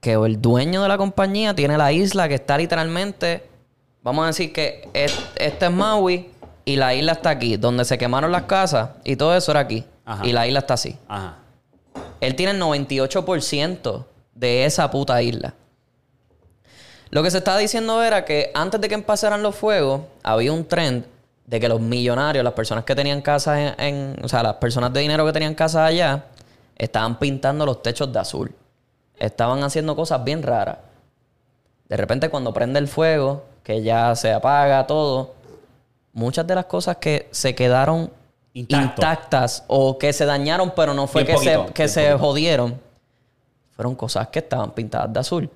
que el dueño de la compañía tiene la isla que está literalmente, vamos a decir que es- este es Maui y la isla está aquí, donde se quemaron las casas y todo eso era aquí. Ajá. y la isla está así. Ajá. Él tiene el 98% de esa puta isla. Lo que se estaba diciendo era que antes de que empezaran los fuegos, había un trend de que los millonarios, las personas que tenían casas en, en- O sea, las personas de dinero que tenían casas allá, estaban pintando los techos de azul. Estaban haciendo cosas bien raras. De repente, cuando prende el fuego, que ya se apaga todo, muchas de las cosas que se quedaron Intacto. intactas o que se dañaron, pero no fue Bien que poquito, se, que bien se poquito. jodieron, fueron cosas que estaban pintadas de azul.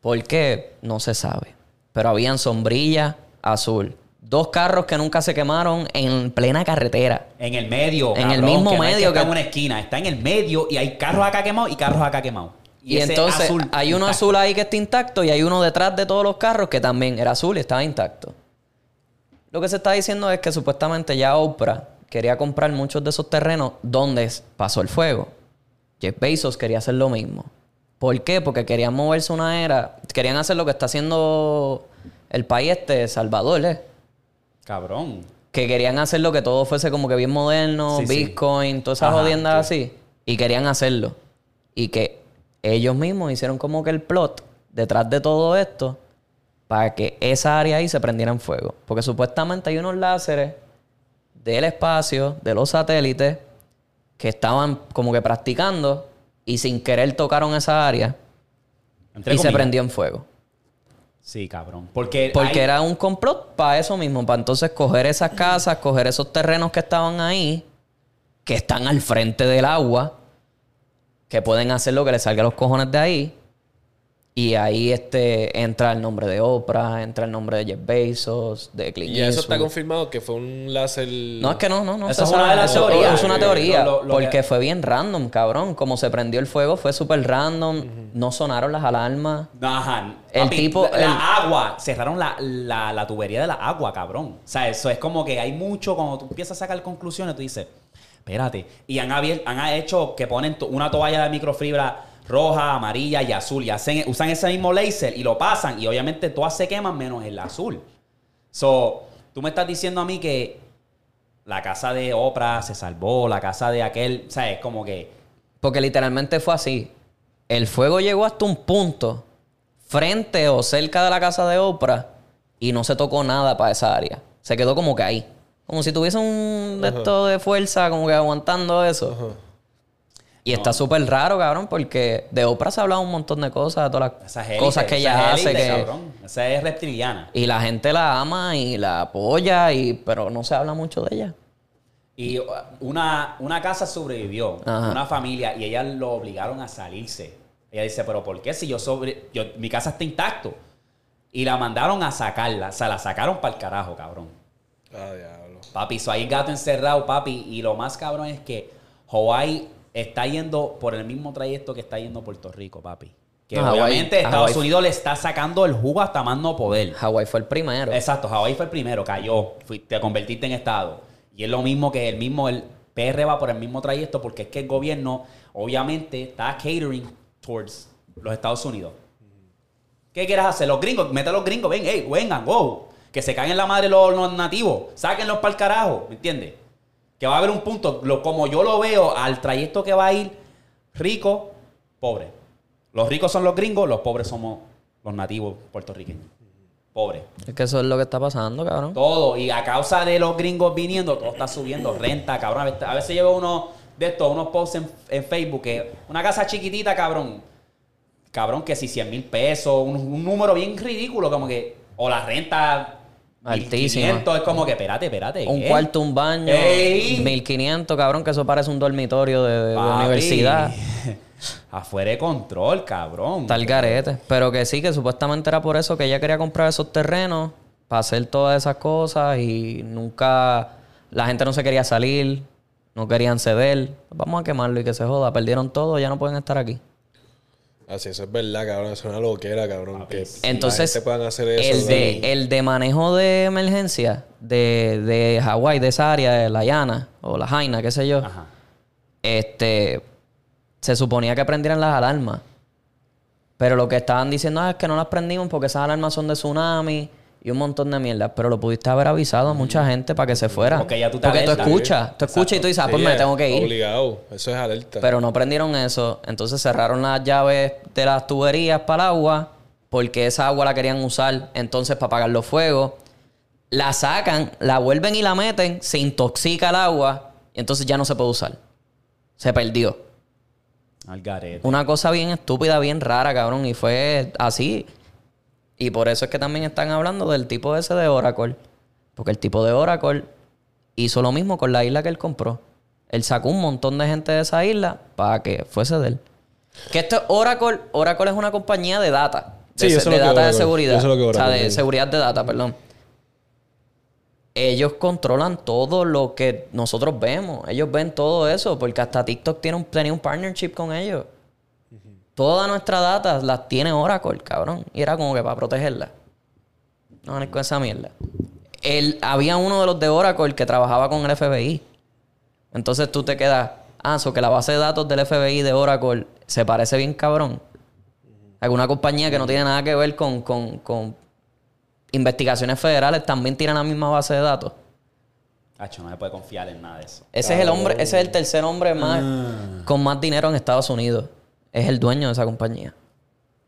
¿Por qué? No se sabe. Pero habían sombrillas azul. Dos carros que nunca se quemaron en plena carretera. En el medio. En el mismo que no es medio Que está que- en una esquina. Está en el medio y hay carros acá quemados y carros acá quemados. Y, entonces hay uno azul ahí que está intacto y hay uno detrás de todos los carros que también era azul y estaba intacto. Lo que se está diciendo es que supuestamente ya Oprah quería comprar muchos de esos terrenos donde s- pasó el fuego. Jeff Bezos quería hacer lo mismo. ¿Por qué? Porque querían moverse una era, querían hacer lo que está haciendo el país este, Salvador, ¿eh? Cabrón. que querían hacer lo que todo fuese como que bien moderno, Sí, sí. Bitcoin, todas esas Ajá, jodiendas así. Y querían hacerlo. Y que ellos mismos hicieron como que el plot detrás de todo esto para que esa área ahí se prendiera en fuego. Porque supuestamente hay unos láseres del espacio, de los satélites, que estaban como que practicando y sin querer tocaron esa área Entre y se comillas. prendió en fuego. Sí, cabrón. Porque, Porque hay- era un complot para eso mismo, para entonces coger esas casas, coger esos terrenos que estaban ahí, que están al frente del agua, que pueden hacer lo que les salga a los cojones de ahí. Y ahí este, entra el nombre de Oprah, entra el nombre de Jeff Bezos, de Clint Y eso está Eastwood. confirmado que fue un láser. No, es que no, no, no. Esa es se una sabe. de las Eso- teorías. Es una teoría. Lo- lo- lo porque que- fue bien random, cabrón. Como se prendió el fuego, fue súper random. No sonaron las alarmas. Ajá. El Papi, tipo- La, la el- agua. Cerraron la, la- la tubería de la agua, cabrón. O sea, eso es como que hay mucho. Cuando tú empiezas a sacar conclusiones, tú dices, espérate. Y han, abier- han hecho que ponen to- una toalla de microfibra roja, amarilla y azul. Y hacen, usan ese mismo láser y lo pasan. Y obviamente todas se queman menos el azul. So, tú me estás diciendo a mí que la casa de Oprah se salvó, la casa de aquel. O sea, es como que. Porque literalmente fue así. El fuego llegó hasta un punto frente o cerca de la casa de Oprah y no se tocó nada para esa área. Se quedó como que ahí. Como si tuviese un de esto de fuerza, como que aguantando eso. Y está súper raro, cabrón, porque de Oprah se ha hablado un montón de cosas, de todas las Esa es élite, cosas que esa ella es hace. élite, que- cabrón. Esa es reptiliana. y la gente la ama y la apoya, y, pero no se habla mucho de ella. Y uh, una, una casa sobrevivió, Ajá. una familia, y ella lo obligaron a salirse. Ella dice, pero ¿por qué si yo sobre... yo- mi casa está intacto? Y la mandaron a sacarla, o sea, la sacaron para el carajo, cabrón. Ah, diablo. Papi, so hay gato encerrado, papi, y lo más cabrón es que Hawaii está yendo por el mismo trayecto que está yendo Puerto Rico, papi. Que No, Hawái- obviamente a Estados Hawái- Unidos le está sacando el jugo hasta más no poder. Hawái fue el primero. Exacto, Hawái fue el primero, cayó, fui- te convertiste en Estado. Y es lo mismo que el mismo, el PR va por el mismo trayecto porque es que el gobierno obviamente está catering towards los Estados Unidos. ¿Qué quieres hacer? Los gringos, mete a los gringos, ven, hey, vengan, wow. Que se caen en la madre los, los nativos, sáquenlos para el carajo, ¿me entiendes? Que va a haber un punto, lo- como yo lo veo, al trayecto que va a ir rico, pobre. Los ricos son los gringos, los pobres somos los nativos puertorriqueños. Pobres. Es que eso es lo que está pasando, cabrón. Todo. Y a causa de los gringos viniendo, todo está subiendo. Renta, cabrón. A veces, a veces llevo unos de estos, unos posts en, en Facebook. Que una casa chiquitita, cabrón. Cabrón, que si 100 mil pesos, un, un número bien ridículo, como que. O la renta. Altísima. 1500, es como que, espérate, espérate. Un ¿qué? cuarto, un baño, ¿Eh? Ey. 1500, cabrón, que eso parece un dormitorio de, de Papi, universidad. Afuera de control, cabrón. Tal garete. Pero que sí, que supuestamente era por eso que ella quería comprar esos terrenos para hacer todas esas cosas y nunca. La gente no se quería salir, no querían ceder. Vamos a quemarlo y que se joda. Perdieron todo, ya no pueden estar aquí. Así, Ah, eso es verdad, cabrón. Eso es una loquera, cabrón. Que Entonces, la gente puedan hacer eso. el, ¿verdad? de, el de manejo de emergencia de, de Hawái, de esa área, de la Llana o la Jaina, qué sé yo, Ajá. este, se suponía que prendieran las alarmas. Pero lo que estaban diciendo "Ah, es que no las prendimos porque esas alarmas son de tsunami y un montón de mierdas, pero lo pudiste haber avisado a mucha gente para que se fuera. Mm. Porque ya tú te Porque tú alertas. escuchas, tú escuchas y tú dices, ah, pues Sí, me es tengo que ir. Obligado. Eso es alerta. Pero no prendieron eso. Entonces cerraron las llaves de las tuberías para el agua. Porque esa agua la querían usar entonces para apagar los fuegos. La sacan, la vuelven y la meten. Se intoxica el agua. Y entonces ya no se puede usar. Se perdió. Al garete. Una cosa bien estúpida, bien rara, cabrón. Y fue así. Y por eso es que también están hablando del tipo ese de Oracle. Porque el tipo de Oracle hizo lo mismo con la isla que él compró. Él sacó un montón de gente de esa isla para que fuese de él. Que esto es Oracle. Oracle es una compañía de data. De, Sí, eso se- es lo de que data de Oracle- seguridad. eso es lo que o sea, Oracle de es. seguridad de data, perdón. Ellos controlan todo lo que nosotros vemos. Ellos ven todo eso. Porque hasta TikTok tiene un, tenía un partnership con ellos. Toda nuestra data las tiene Oracle, cabrón. Y era como que para protegerla. No, no con esa mierda. El, había uno de los de Oracle que trabajaba con el FBI. Entonces tú te quedas, ah, eso que la base de datos del FBI de Oracle se parece bien cabrón. Alguna compañía que no tiene nada que ver con, con- con investigaciones federales también tiene la misma base de datos. Hacho, no se puede confiar en nada de eso. Ese es el hombre, ese es el tercer hombre más con más dinero en Estados Unidos. Es el dueño de esa compañía.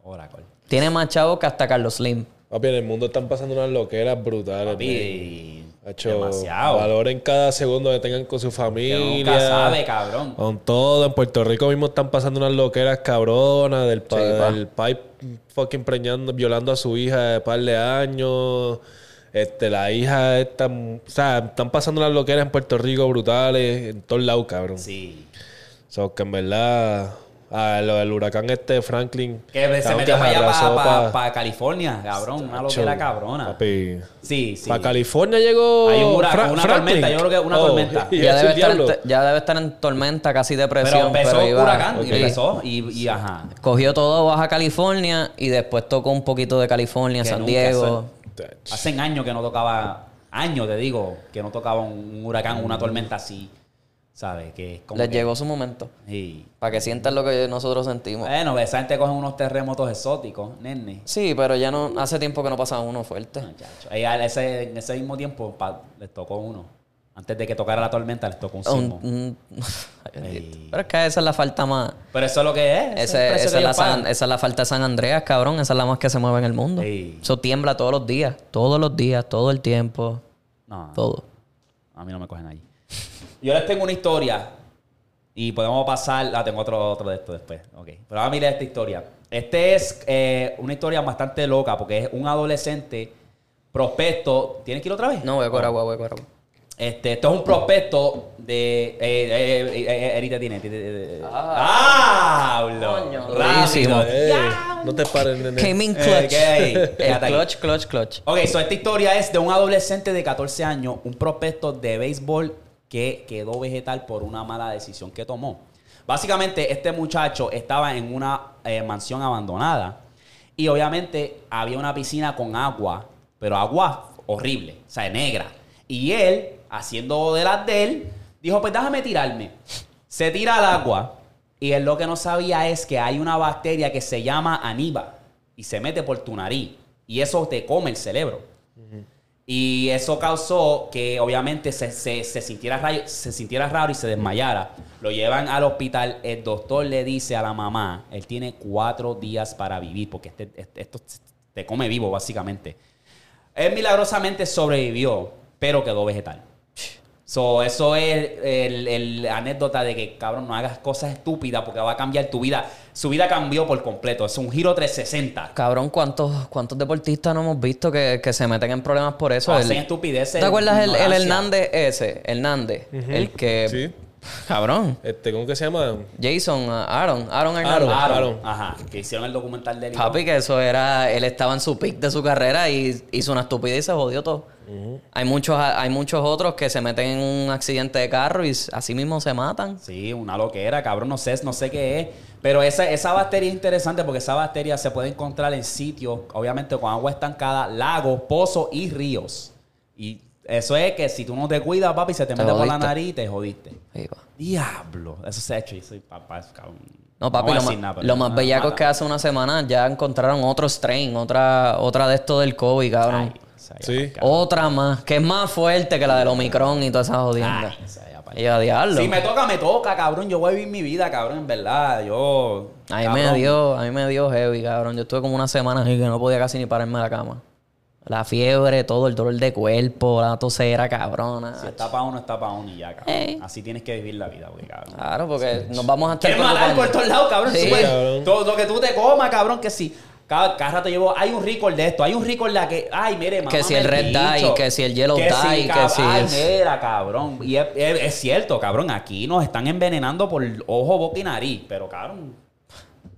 Oracle. Tiene más chavos que hasta Carlos Slim. Papi, en el mundo están pasando unas loqueras brutales. men. Papi, Hacho, demasiado. Valoren cada segundo que tengan con su Que familia. uno nunca sabe, cabrón. Con todo, en Puerto Rico mismo están pasando unas loqueras cabronas del, pa- del pai fucking preñando, violando a su hija de par de años. Este, la hija esta, o sea, están pasando unas loqueras en Puerto Rico brutales, en todos lados, cabrón. Sí. O sea, que en verdad, ah, lo del huracán este de Franklin. Que se cabrón, metió nos para allá, arrasó para pa- California, cabrón. Una Hacho, loquera cabrona. papi. Sí, sí. Para California llegó. Hay un huracán, Fra- una Franklin. Oh, tormenta, yo creo que una tormenta. y Ya es debe, el estar este- diablo. en, te- ya debe estar en tormenta, casi pero depresión. empezó iba- huracán Ok. y empezó. Y, y ajá. Cogió todo Baja California y después tocó un poquito de California, Que San nunca Diego. son- Hacen años que no tocaba, años te digo, que no tocaba un huracán, una tormenta así. ¿Sabes? Que es como Mm. Les que- llegó su momento. Sí. Para que sientan lo que nosotros sentimos. Bueno, esa gente coge unos terremotos exóticos, nene. Sí, pero ya no. Hace tiempo que no pasaba uno fuerte. Muchacho. Y al- ese- en ese mismo tiempo pa- les tocó uno. Antes de que tocara la tormenta les tocó un Un- sismo. un- Ay, bendito. Ey. pero es que esa es la falta más. Pero eso es lo que es. ese- ese es el esa, precio que es la ellos pagan. San- esa es la falta de San Andreas, cabrón. Esa es la más que se mueve en el mundo. Ey. Eso tiembla todos los días. Todos los días, todo el tiempo. No, Todo. a mí no me cogen ahí. Yo les tengo una historia y podemos pasar. Ah, tengo otro, otro de esto después. Ok. Pero ahora mira esta historia. Este es eh, una historia bastante loca porque es un adolescente prospecto. ¿Tienes que ir otra vez? No, voy a Coragua, voy a Coragua. Este, esto es un prospecto de. eh, eh, eh, eh, ahorita tiene. tiene- eh, eh. ¡Hablo! Ah. Coño, Rápido. durísimo. Eh, Ey, no te pares, nene. Came in ¿qué clutch. hay? El Hasta aquí. clutch, clutch, clutch. Ok, so esta historia es de un adolescente de 14 años, un prospecto de béisbol que quedó vegetal por una mala decisión que tomó. Básicamente, este muchacho estaba en una eh, mansión abandonada y obviamente había una piscina con agua, pero agua horrible, o sea, negra. Y él, haciendo de las de él, dijo, pues déjame tirarme. Se tira al agua y él lo que no sabía es que hay una bacteria que se llama aníbal y se mete por tu nariz. Y eso te come el cerebro. Y eso causó que obviamente se, se- se sintiera rayo- se sintiera raro y se desmayara. Lo llevan al hospital. El doctor le dice a la mamá, él tiene cuatro días para vivir porque este- este- esto te come vivo básicamente. Él milagrosamente sobrevivió, pero quedó vegetal. So, eso es el, el anécdota de que, cabrón, no hagas cosas estúpidas porque va a cambiar tu vida. Su vida cambió por completo. Es un giro 360. Cabrón, ¿cuántos, cuántos deportistas no hemos visto que, que se meten en problemas por eso? Hacen El- estupideces. ¿Te acuerdas el, el ignorancia. Hernández ese? Hernández. El que. Sí. Cabrón. Este, ¿Cómo que se llama? Jason, uh, Aaron, Aaron Hernández. Aaron. Claro. Ajá. Que hicieron el documental de él. y Papi, que eso era. Él estaba en su pick de su carrera y hizo una estupidez y se jodió todo. hay, muchos, hay muchos otros que se meten en un accidente de carro y s- así mismo se matan. Sí, una loquera, cabrón, no sé, no sé qué es. Pero esa, esa bacteria es interesante porque esa bacteria se puede encontrar en sitios, obviamente con agua estancada, lagos, pozos y ríos. Y eso es que si tú no te cuidas, papi, se te, Te mete por la jodiste. nariz y te jodiste. Ahí va. Diablo, eso se ha hecho. Yo soy papá, cabrón. No, papi, voy a lo, decir ma- nada, pero lo más me bellaco es mata. que hace una semana ya encontraron otro strain, otra, otra de esto del COVID, cabrón. Ay, esa ya Sí. pa'l Otra más, que es más fuerte que la del Omicron y todas esas jodiendas. carajo. Esa ya pa'l y a diablo. Si me toca, me toca, cabrón. Yo voy a vivir mi vida, cabrón, en verdad. Yo. A mí cabrón. me dio, a mí me dio heavy, cabrón. Yo estuve como una semana así que no podía casi ni pararme de la cama. La fiebre, todo, el dolor de cuerpo, la tosera, cabrona. Si está pa' uno, está pa' uno y ya, cabrón. Así tienes que vivir la vida, güey, cabrón. Claro, porque nos vamos a estar Quieres matar por preocupando. todos lados, cabrón. Ah, Sí. Sí, güey. Cabrón. Todo lo que tú te comas, cabrón, que si. Cada, cada rato llevo, hay un récord de esto, hay un récord de la que, ay, mire, mamá, si el red dye, que si el yellow dye, que si Ay, el- mira, cabrón. Y es, es- es cierto, cabrón, aquí nos están envenenando por ojo, boca y nariz, pero, cabrón,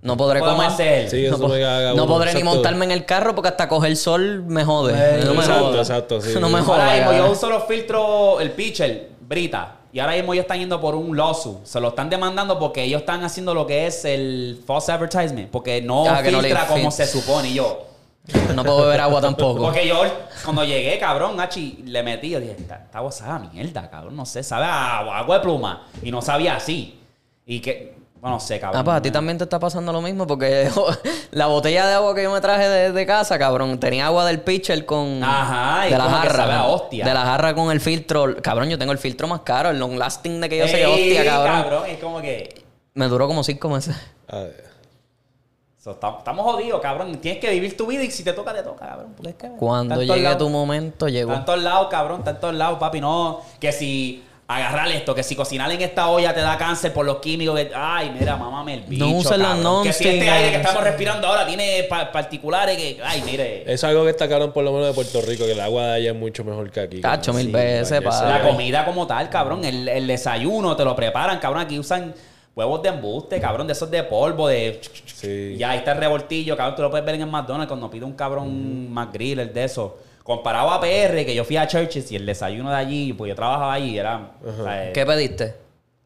No podré podemos comer. hacer? Sí, eso no, me caga no uno, podré ni exacto. montarme en el carro porque hasta coger sol me jode. Eh, no me exacto, joda. exacto, sí. No me Ahora joda. mismo cabrón. yo uso los filtros, el pitcher, Brita. Y ahora mismo ellos están yendo por un lawsuit. Se lo están demandando porque ellos están haciendo lo que es el false advertisement. Porque no Ah, que no le filtra como fil- se supone. Y yo. No puedo beber agua tampoco. Porque yo, cuando llegué, cabrón, Hachi, le metí. Yo dije, está está gozada mierda, cabrón. No sé, sabe a agua, agua de pluma. Y no sabía así. Y que. Bueno, no sé, cabrón. Ah, pues a ti también te está pasando lo mismo porque la botella de agua que yo me traje de, de casa, cabrón, tenía agua del pitcher con... Ajá, y de la como que jarra. sabe a hostia. De la jarra con el filtro. Cabrón, yo tengo el filtro más caro, el long lasting de que yo sé que Ey, hostia, cabrón. Es como que. Me duró como cinco meses. Ah, so, tam- estamos jodidos, cabrón. Tienes que vivir tu vida y si te toca, te toca, cabrón. Porque es que, Cuando tanto al llegue lado- tu momento, llegó. Tantos lados, cabrón, tantos lados, papi, no. Que si agarrar esto, que si cocinar en esta olla te da cáncer por los químicos. que- ay, mira, mamá, me el bicho. uses la cabrón. Que si este non-stick. aire que estamos respirando ahora tiene pa- particulares que. Ay, mire. Es algo que destacaron por lo menos de Puerto Rico, que el agua de allá es mucho mejor que aquí. Cacho, cabrón. mil Sí, veces, vaya, padre. La ese- comida como tal, cabrón. El, el desayuno te lo preparan, cabrón. Aquí usan huevos de embuste, cabrón, de esos de polvo, de. Sí. Ya ahí está el revoltillo, cabrón. Tú lo puedes ver en el McDonald's cuando pide un Mm. cabrón McGrill, el de eso. Comparado a PR, que yo fui a Churches y el desayuno de allí, pues yo trabajaba allí, era. o sea, ¿Qué pediste?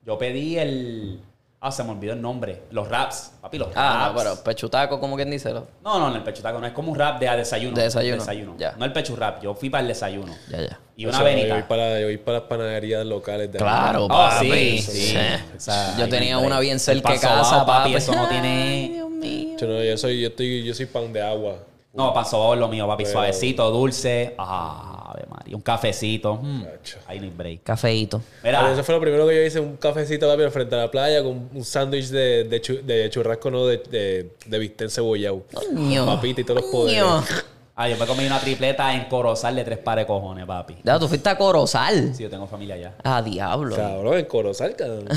Yo pedí el. Ah, se me olvidó el nombre. Los raps. Papi, los Ah, raps. no, pero pechutaco, como quien dice. lo- No, no, no, el pechutaco no. Es como un rap de a desayuno. De desayuno, ya. No el pecho rap. Yo fui para el desayuno. Ya, ya. Y una Eso, Yo voy venita. para, yo voy para las panaderías locales de acá. Claro, Oh, papi. sí, sí. O sea, yo ahí tenía no hay una bien break. cerca de El pasobao, casa, papi, papi. eso no Ay, tiene- Dios mío. Yo, no, yo soy, yo estoy, yo soy pan de agua. No, pasó lo mío, papi. Pero- Suavecito, dulce. Ah, ave María. Un cafecito. Mm. Cacho. Ahí no hay break. Cafeíto. Pero Mira, Eso fue lo primero que yo hice, un cafecito rápido frente a la playa con un sándwich de, de, chu- de churrasco, no, de, de, de bistec cebollado. Coño. Papita y todos los poderes. Coño. ah, yo me comí una tripleta en Corozal de tres pares de cojones, papi. Ya, tú fuiste a Corozal. Sí, yo tengo familia allá. Ah, diablo. Cabrón, en Corozal, cabrón.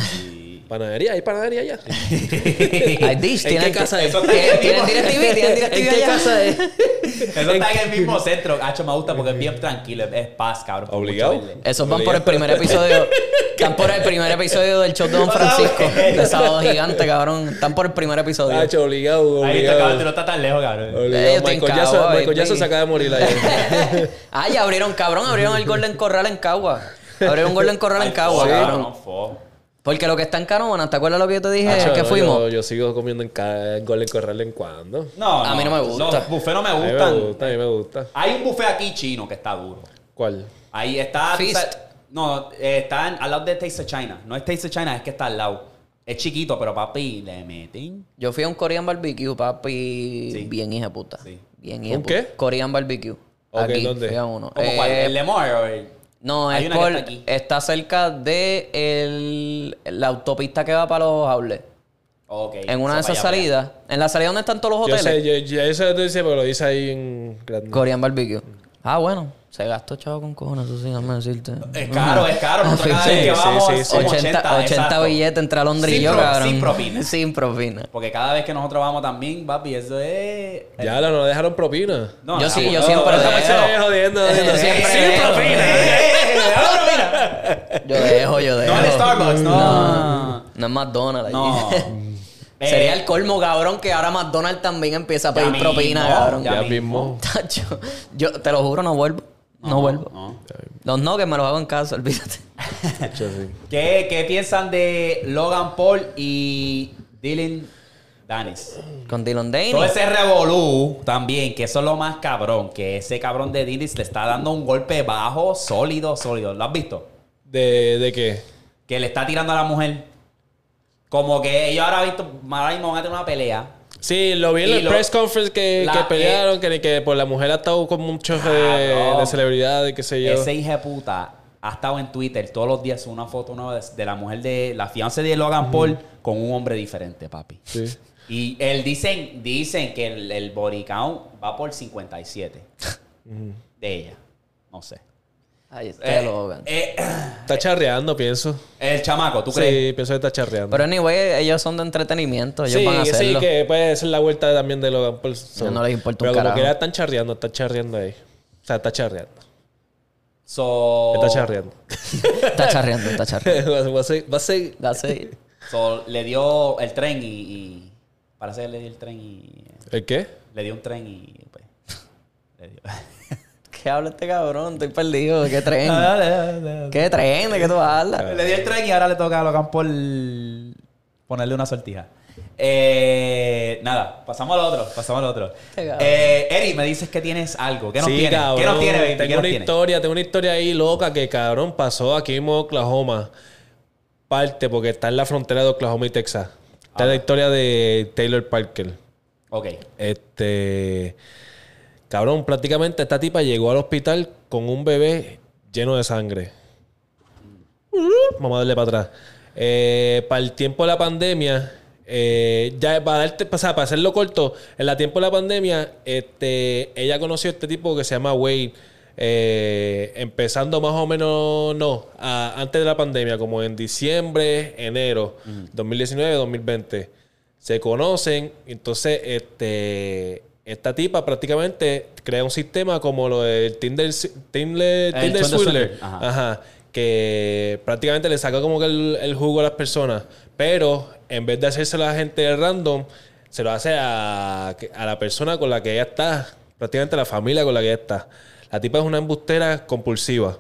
Panadería, hay panadería allá. Ay, Dish, ¿En qué tienen casa es? Eso está en el tienen mismo- DirecTV, tienen DirecTV allá. Eso está en el mismo centro. Hacho, me gusta porque es bien tranquilo. Es paz, cabrón. por Obligado. mucho verle. Esos van por el primer episodio. Están por el primer episodio del show de Don Francisco. De Sábado Gigante, cabrón. Están por el primer episodio. Hacho, obligado, Ahí está, cabrón. tú No obligado. está tan lejos, cabrón. Ellos Obligado. están Michael cagados, Jackson- Michael baby. Jackson se acaba de morir allá. Ah, ya abrieron, cabrón. Abrieron el Golden Corral en Cagua. Abrieron Golden Corral en Cagua, cabrón. Porque lo que está en Canóvana, ¿te acuerdas lo que yo te dije Hacho, que no, fuimos? Ah, Yo, yo sigo comiendo en cada en Golden Corral en cuando. No, A mí no me gusta. Los buffets no me A mí gustan. me gusta, a mí me gusta. Hay un buffet aquí chino que está duro. ¿Cuál? Ahí está. tú Feast. sabes- No, eh, está en- al lado de Taste of China. No es Taste of China, es que está al lado. Es chiquito, pero papi, le meten. Yo fui a un Korean barbecue, papi. Sí. Bien hija de puta. Sí. Bien hija de ¿Un puta. qué? Corean barbecue. Ok, Aquí, ¿dónde? fui a uno. ¿Cómo cuál? Eh, ¿El Lemar o el- No, Hay es una que por, está está, aquí. cerca de el- la autopista que va para los outlets. Ok, En una de eso esas para allá, para allá. salidas. En la salida donde están todos los Yo sé, hoteles. yo, yo, yo sé lo que tú dices, pero lo dice ahí en grande. Korean Barbecue. Ah, bueno. Se gastó chavo con cojones, eso sí, déjame decirte. Es caro, es caro. Nosotros cada Sí, vez que sí, vamos, sí, sí. somos 80, 80, exacto. billetes entre Londres y Sin yo, pro- cabrón. Sin propina. Sin propina. Porque cada vez que nosotros vamos también, papi, eso es. Ya, no, no dejaron propina. No, Yo no, sí, no, yo no, siempre pero dejo. estamos Eh, diciendo- jodiendo, jodiendo. Eh, Sí, siempre sí, dejo. propina. Eh, eh, eh, ahora mira. Yo dejo, yo dejo. No en Starbucks, no. No es McDonald's. No. allí. Eh, Sería el colmo, cabrón, que ahora McDonald's también empieza a Ya pedir mismo, propina, cabrón. Ya Ya mismo. Tacho, yo te lo juro, no vuelvo. No, vuelvo. no. Los no que me los hago en casa, olvídate. Hacho, sí. ¿Qué, ¿Qué piensan de Logan Paul y Dylan Danis? Con Dylan Dane. Todo ese revolú también, que eso es lo más cabrón, que ese cabrón de Danis le está dando un golpe bajo, sólido, sólido. ¿Lo has visto? ¿De, ¿De qué? Que le está tirando a la mujer. Como que ellos ahora, visto, ahora mismo van a tener una pelea. Sí, lo vi en Y el lo- press conference que, la- eh, que pelearon, que, que por la mujer ha estado con muchos de, Cabrón. de celebridades, qué sé yo. Ese hijo de puta ha estado en Twitter todos los días una foto nueva de, de la mujer de la fianza de Logan Paul con un hombre diferente, papi. Sí. Y él dicen, dicen que el, el body count va por 57 de ella. No sé. Ahí está Eh, este Logan. eh, Está charreando, pienso. el chamaco, ¿tú crees? Sí, pienso que está charreando. Pero anyway, ellos son de entretenimiento. Ellos sí, van a sí, hacerlo. que puede ser la vuelta también de Logan Paul. No, no les importa Pero un como carajo. que ya están charreando, están charreando ahí. O sea, está charreando. So, Está charreando. Está charreando, está charreando. va a ser... Va a ser That's it. so, le dio el tren y, y- parece que le dio el tren y ¿El qué? le dio un tren y pues, le dio. ¿Qué habla este cabrón? Estoy perdido. ¿Qué Ah. tren? ¿Qué tren? ¿De qué tú hablas? Le dio el tren y ahora le toca a Logan Paul ponerle una sortija. Eh, nada, pasamos al otro, pasamos al otro. Este cabrón. Eh, Eri, me dices que tienes algo. ¿Qué nos sí, tienes? cabrón. ¿Qué nos tienes, baby? ¿Qué Tengo nos una tienes? historia, tengo una historia ahí loca que, cabrón, pasó aquí en Oklahoma. Parte, porque está en la frontera de Oklahoma y Texas. Está Ah. la historia de Taylor Parker. Ok. Este. Cabrón, prácticamente esta tipa llegó al hospital con un bebé lleno de sangre. Vamos a darle para atrás. Eh, para el tiempo de la pandemia, eh, ya para darte, o sea, para hacerlo corto, en el tiempo de la pandemia, este, ella conoció a este tipo que se llama Wade. eh, empezando más o menos, no, a- antes de la pandemia, como en diciembre, enero, 2019, 2020. Se conocen, entonces este, esta tipa prácticamente crea un sistema como lo del Tinder, Tinder, El Tinder Tinder Swindler. Swindler, ajá. Ajá, que prácticamente le saca como que el, el jugo a las personas. Pero en vez de hacerse a la gente random, se lo hace a, a la persona con la que ella está. Prácticamente la familia con la que ella está. La tipa es una embustera compulsiva.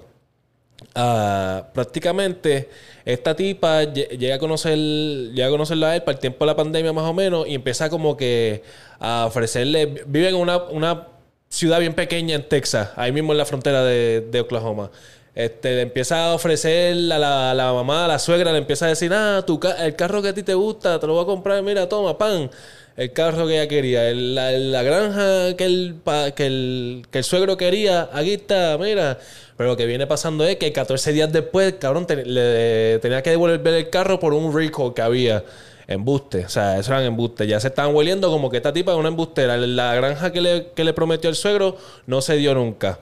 Ah, prácticamente esta tipa lle- llega a conocer llega a conocerlo a él para el tiempo de la pandemia más o menos y empieza como que a ofrecerle vive en una, una ciudad bien pequeña en Texas ahí mismo en la frontera de, de Oklahoma este, le empieza a ofrecer a la, a la mamá, a la suegra, le empieza a decir, ah, tu ca- el carro que a ti te gusta, te lo voy a comprar, mira, toma, pan. El carro que ella quería, el- la, la granja que el, pa- que, el, que el suegro quería, aquí está, mira. Pero lo que viene pasando es que 14 días después, cabrón, te- le tenía que devolver el carro por un recall que había. Embuste, o sea, eso eran embuste. Ya se estaban hueliendo como que esta tipa es una embustera. La granja que le, que le prometió el suegro no se dio nunca.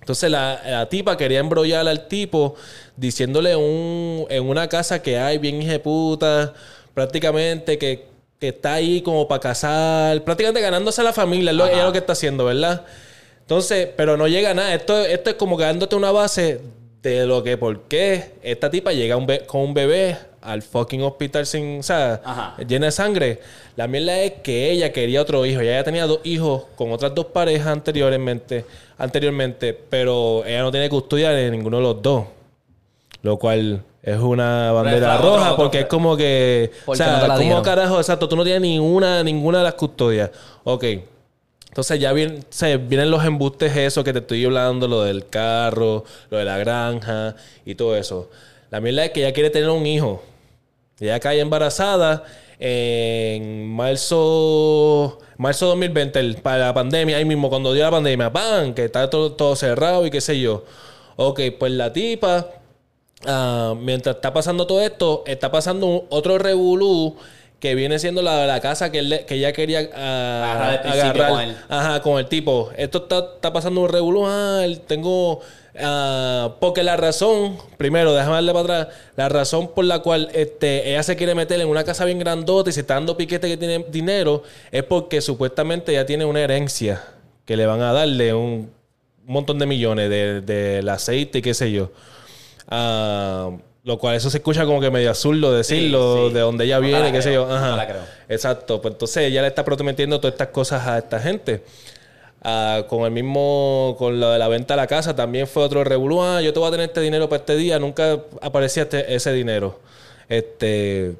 Entonces la, la tipa quería embrollar al tipo diciéndole un- en una casa que hay bien hijeputa, prácticamente que, que está ahí como para casar, prácticamente ganándose a la familia, es lo, ella es lo que está haciendo, ¿verdad? Entonces, pero no llega a nada. Esto, esto es como que dándote una base de lo que, por qué esta tipa llega un be- con un bebé al fucking hospital sin, o sea, Ajá. llena de sangre. La mierda es que ella quería otro hijo. Ella ya tenía dos hijos con otras dos parejas anteriormente, anteriormente, pero ella no tiene custodia de ninguno de los dos. Lo cual es una bandera flag, otro- roja otro- porque es como que... O Porque sea, no te la ¿cómo dieron. carajo? Exacto, tú no tienes ninguna, ninguna de las custodias. Ok. Entonces ya vienen, o sea, vienen los embustes esos que te estoy hablando, lo del carro, lo de la granja y todo eso. La mierda es que ella quiere tener un hijo. Ella cae embarazada en marzo, marzo 2020, el- para la pandemia, ahí mismo, cuando dio la pandemia, ¡pam! Que está todo, todo cerrado y qué sé yo. Ok, pues la tipa, ah, mientras está pasando todo esto, está pasando un- otro revolú que viene siendo la, la casa que, él le- que ella quería ah, Agarrar al principio con él. Ajá, con el tipo. Esto está, está pasando un revolú. Ah, el- tengo. ah, porque la razón, primero, déjame darle para atrás. La razón por la cual este, ella se quiere meter en una casa bien grandota y se está dando piquete que tiene dinero es porque supuestamente ya tiene una herencia que le van a darle un montón de millones de- del aceite y qué sé yo. Ah, lo cual eso se escucha como que medio absurdo decirlo, Sí, sí. de donde ella No te la viene, qué sé creo, yo. no te Ajá. la creo. Exacto, pues entonces ella le está prometiendo todas estas cosas a esta gente. Ah, con el mismo, con lo de la venta de la casa, también fue otro revolú. Ah, yo te voy a tener este dinero para este día. Nunca aparecía este- ese dinero. Este.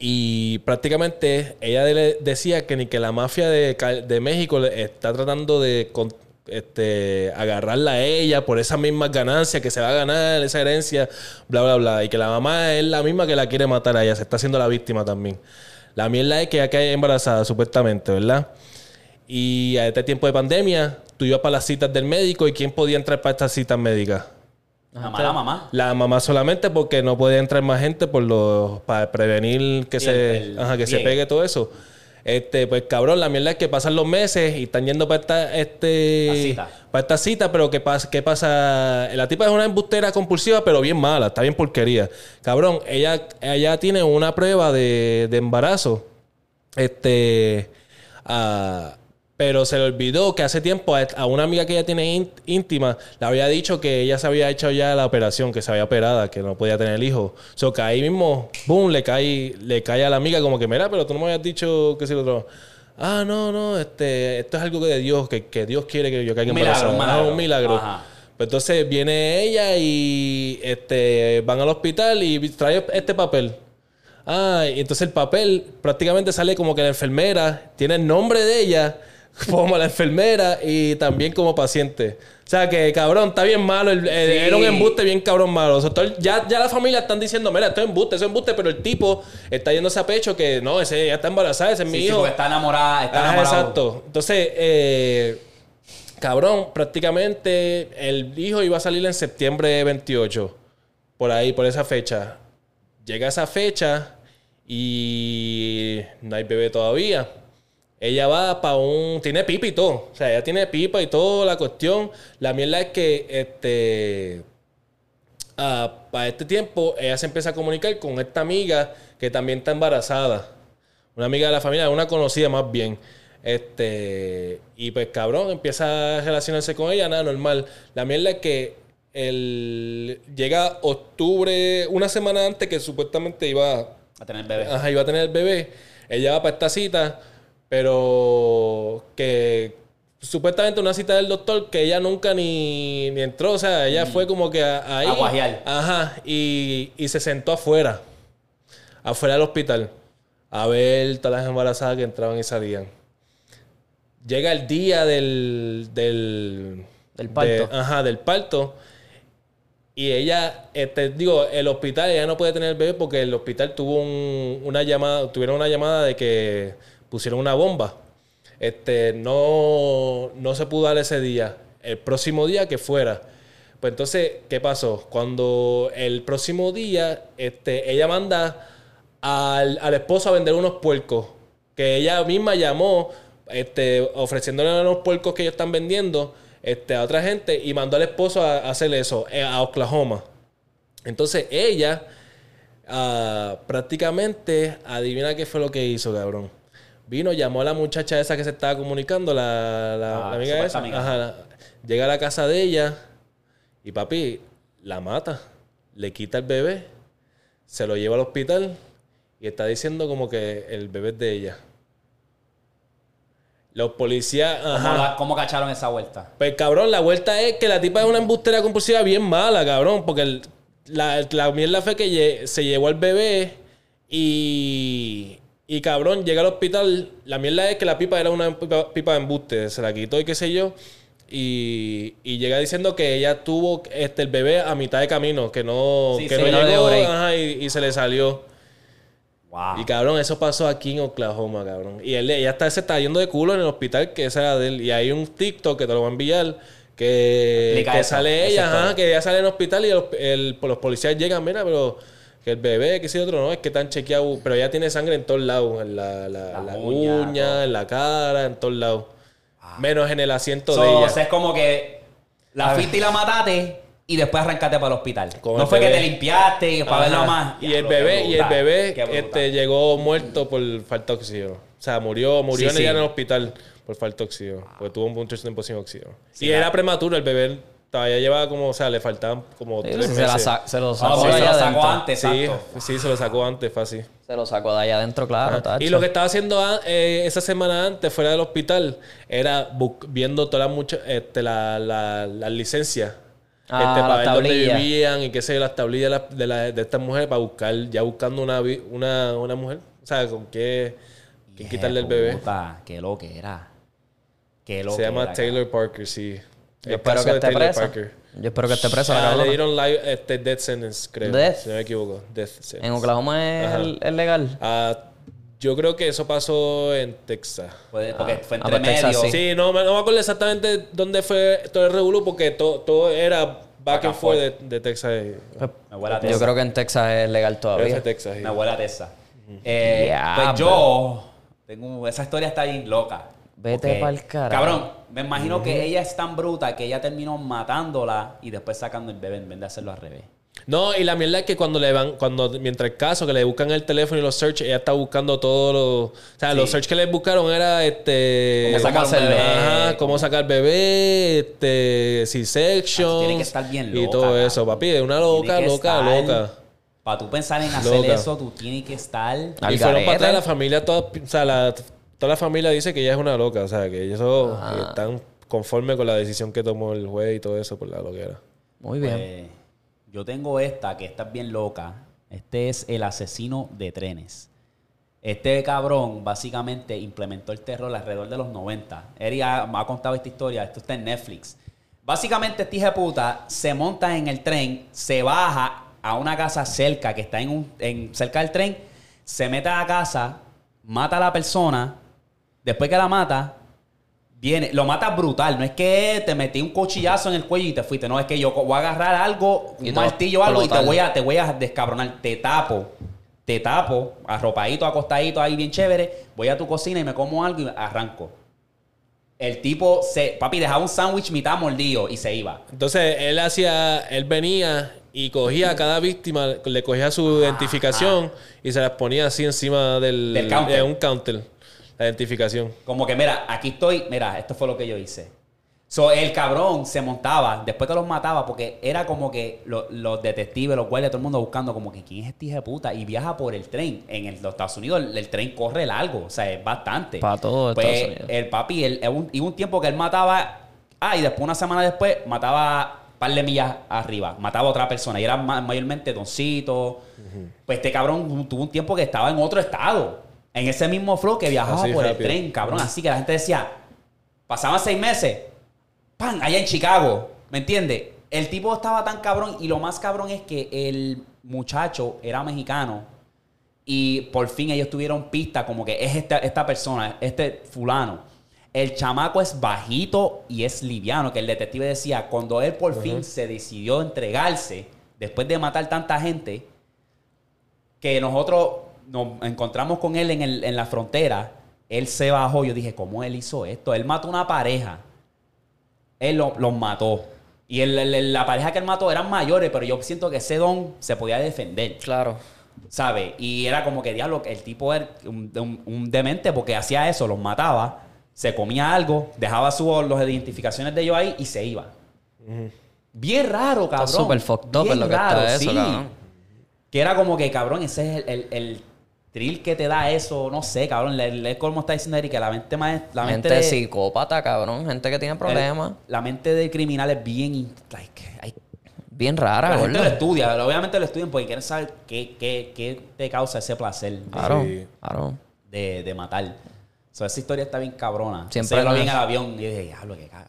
Y prácticamente ella de- decía que ni que la mafia de, Cal- de México le- está tratando de con- este, agarrarla a ella por esas mismas ganancias que se va a ganar, esa herencia, bla, bla, bla. Y que la mamá es la misma que la quiere matar a ella, se está haciendo la víctima también. La mierda es que ya cae embarazada, supuestamente, ¿verdad? Y a este tiempo de pandemia, tú ibas para las citas del médico y ¿quién podía entrar para estas citas médicas? La mala mamá. La mamá solamente porque no podía entrar más gente por los, para prevenir que, Sí, se, el- el ajá, que se pliegue. pegue todo eso. Este, pues cabrón, la mierda es que pasan los meses y están yendo para esta, este, La cita. para esta cita, pero ¿qué pasa? ¿Qué pasa? La tipa es una embustera compulsiva, pero bien mala, está bien porquería. Cabrón, ella, ella tiene una prueba de, de embarazo. Este. ah, pero se le olvidó que hace tiempo a, a una amiga que ella tiene ín- íntima le había dicho que ella se había hecho ya la operación, que se había operada, que no podía tener hijos. O so, que ahí mismo, boom, le cae, le cae a la amiga como que, mira, pero tú no me habías dicho que si lo otro. Ah, no, no, este, esto es algo que de Dios, que, que Dios quiere que yo caiga Un en milagro, un un milagro. Ajá. Pues entonces viene ella y este, van al hospital y trae este papel. Ah, y entonces el papel prácticamente sale como que la enfermera tiene el nombre de ella como la enfermera y también como paciente. O sea que cabrón, está bien malo. el- Sí. el- Era un embuste bien cabrón malo. O sea, todo el- ya, ya la familia están diciendo, mira, esto es embuste, eso es embuste, pero el tipo está yéndose a pecho que no, ese ya está embarazada, ese es mi Sí, sí, hijo. porque está enamorada, está Ajá, enamorado. Ah, exacto. Entonces, eh, cabrón, prácticamente el hijo iba a salir en septiembre 28. Por ahí, por esa fecha. Llega esa fecha y no hay bebé todavía. Ella va para un... Tiene pipa y todo. O sea, ella tiene pipa y todo, la cuestión. La mierda es que este para este tiempo, ella se empieza a comunicar con esta amiga que también está embarazada. Una amiga de la familia, una conocida más bien. Este, y pues cabrón, empieza a relacionarse con ella, nada normal. La mierda es que el, llega octubre, una semana antes que supuestamente iba a A tener bebé. Ajá, iba a tener el bebé. Ella va para esta cita, pero que supuestamente una cita del doctor que ella nunca ni, ni entró. O sea, ella fue como que a- ahí. A guajear. Ajá, y, y se sentó afuera, afuera del hospital, a ver todas las embarazadas que entraban y salían. Llega el día del. del Del parto. de- ajá, del parto. Y ella, este, digo, el hospital, ella no puede tener el bebé porque el hospital tuvo un- una llamada, tuvieron una llamada de que pusieron una bomba. Este, no, no se pudo dar ese día. El próximo día que fuera. Pues entonces, ¿qué pasó? Cuando el próximo día, este, ella manda al, al esposo a vender unos puercos. Que ella misma llamó, este, ofreciéndole unos puercos que ellos están vendiendo este, a otra gente y mandó al esposo a, a hacer eso, eh, a Oklahoma. Entonces ella ah, prácticamente, adivina qué fue lo que hizo, cabrón. Vino, llamó a la muchacha esa que se estaba comunicando, la, la- Ah, la amiga supuesta esa. amiga. Ajá, la- llega a la casa de ella y papi la mata, le quita el bebé, se lo lleva al hospital y está diciendo como que el bebé es de ella. Los policías... ¿Cómo, ajá. la- cómo cacharon esa vuelta? Pues cabrón, la vuelta es que la tipa es una embustera compulsiva bien mala, cabrón. Porque el- la, la mierda fue que lle- se llevó al bebé y. Y cabrón, llega al hospital. La mierda es que la pipa era una pipa, pipa de embuste. Se la quitó y qué sé yo. Y, y llega diciendo que ella tuvo este, el bebé a mitad de camino, que no, Sí, que sí, no no le llegó dio break. ajá, y, y se le salió. Wow. Y cabrón, eso pasó aquí en Oklahoma, cabrón. Y él, ella está, se está yendo de culo en el hospital, que esa era de él. Y hay un TikTok que te lo va a enviar, que, Explica que eso, sale esa ella, historia. ajá, que ella sale en el hospital y el- el- los policías llegan, mira, pero que el bebé, que si otro, no, es que están chequeados. Pero ella tiene sangre en todos lados, en la, la, La la uña, uña, todo. Ah. en la cara, en todos lados. Menos en el asiento So, de o ella. Ah. sea, es como que la fuiste y la mataste y después arrancaste para el hospital. Con no el fue que te bebé. limpiaste y para Ajá. verlo más. Y Ya, el lo- bebé, qué y el brutal, bebé qué brutal. este, llegó muerto por falta de oxígeno. O sea, murió, murió Sí, en, ella sí. en el hospital por falta de oxígeno. Porque tuvo mucho tiempo sin oxígeno. Sí, y claro. era prematuro, el bebé todavía llevaba como, o sea, le faltaban como Sí, tres se, meses. la sa- se lo Ah, sacó porque de se allá lo sacó adentro. antes, sí, exacto. sí, se lo sacó antes, fácil. Se lo sacó de allá adentro, claro. tacho. Y lo que estaba haciendo a- eh, esa semana antes, fuera del hospital, era bu- viendo todas las mucha- este, la, la- las licencias. Ah, este, para las ver dónde tablillas. vivían y qué sé yo, las tablillas de, la- de, la- de estas mujeres para buscar, ya buscando una, vi- una, una mujer. O sea, con qué, qué Qué quitarle el bebé. puta, Qué lo que era. Qué lo Se que llama era, Taylor Parker, sí. Yo El espero caso que de esté Taylor presa. Parker. Yo espero que esté Ah, presa. la le cabrona. dieron live, este, death sentence, creo. Death. Si no me equivoco. Death sentence. En Oklahoma es, Ajá. es legal. Ah, Yo creo que eso pasó en Texas. Puede- porque fue Ah, entre pues Texas medio. sí. Sí, no, me- no me acuerdo exactamente dónde fue todo el revolú porque to- todo era back, Back and and forth de, de Texas. y- Me huele a Yo Texas. creo que en Texas es legal de todavía. Texas. y- Me huele a Texas. Eh, Ya, pues yo tengo esa historia está bien loca. Vete Porque, pa'l carajo. Cabrón, me imagino que ella es tan bruta que ella terminó matándola y después sacando el bebé en vez de hacerlo al revés. No, y la mierda es que cuando le van, cuando mientras el caso que le buscan el teléfono y los search, ella está buscando todos los. O sea, los search que le buscaron era este. ¿Cómo sacar cómo- un bebé? Ajá, cómo sacar bebé, este. C-section. Ah, tiene que estar bien Y loca, todo cabrón. eso, papi. Es una loca, loca, loca. Para tú pensar en hacer Loca. eso, tú tienes que estar. Al y fueron garete. para atrás la familia, toda, o sea, la- toda la familia dice que ella es una loca. O sea, que ellos son- están conformes con la decisión que tomó el juez y todo eso por la loquera. Muy bien. Eh, yo tengo esta que está bien loca. Este es el asesino de trenes. Este cabrón básicamente implementó el terror alrededor de los 90. Eri ha- me ha contado esta historia. Esto está en Netflix. Básicamente, este hijo de puta se monta en el tren, se baja a una casa cerca que está en un, en- cerca del tren, se mete a la casa, mata a la persona. Después que la mata, Viene, lo matas brutal. No es que te metí un cuchillazo en el cuello y te fuiste. No, es que yo co- voy a agarrar algo, Y un te va a martillo o algo, y te explotar. voy, a, te voy a descabronar. Te tapo. Te tapo, arropadito, acostadito ahí, bien chévere. Voy a tu cocina y me como algo y arranco. El tipo se. Papi, dejaba un sándwich mitad mordido y se iba. Entonces él hacía, él venía y cogía a cada víctima, le cogía su identificación y se las ponía así encima del, Del counter. de un counter, la identificación. Como que, mira, aquí estoy, mira, esto fue lo que yo hice. So, el cabrón se montaba después que los mataba porque era como que lo- los detectives, los guardias, todo el mundo buscando como que quién es este hijo de puta y viaja por el tren. En el- los Estados Unidos el, el tren corre largo, o sea, es bastante. Pa' todo pues, Estados Unidos. El papi, él- él un- y un tiempo que él mataba, ah, y después una semana después mataba un par de millas arriba, mataba a otra persona y era ma- mayormente doncitos. Pues este cabrón tuvo un tiempo que estaba en otro estado, en ese mismo flow que viajaba Así, por el rápido. tren, cabrón. Así que la gente decía, Pasaban seis meses. ¡Pam! Allá en Chicago. ¿Me entiendes? El tipo estaba tan cabrón. Y lo más cabrón es que el muchacho era mexicano. Y por fin ellos tuvieron pista como que es esta, esta persona, este fulano. El chamaco es bajito y es liviano, que el detective decía, cuando él por fin se decidió entregarse, después de matar tanta gente, que nosotros nos encontramos con él en, el- en la frontera, él se bajó, yo dije, ¿cómo él hizo esto? Él mató una pareja, él lo- los mató. Y el- el- el- la pareja que él mató eran mayores, pero yo siento que ese don se podía defender. Claro. ¿sabes? Y era como que, diablo, el tipo era un, un- un demente porque hacía eso, los mataba, se comía algo, dejaba sus las identificaciones de ellos ahí y se iba. Bien raro, cabrón. súper fucked up Bien en lo que está eso, cabrón. Que era como que, cabrón, ese es el, el, el thrill que te da eso, no sé, cabrón. Le, le- como está diciendo Eric, que la mente más... La mente, Gente de- psicópata, cabrón. Gente que tiene problemas. La mente del criminal es bien... in- like, hay- Bien rara, la gente lo gordo. estudia, obviamente lo estudian porque quieren saber qué, qué, qué te causa ese placer. Claro, Sí. claro. de, de matar. So, esa historia está bien cabrona. Siempre Siempre lo lo vi en es. el avión y dije, diablo, que caga.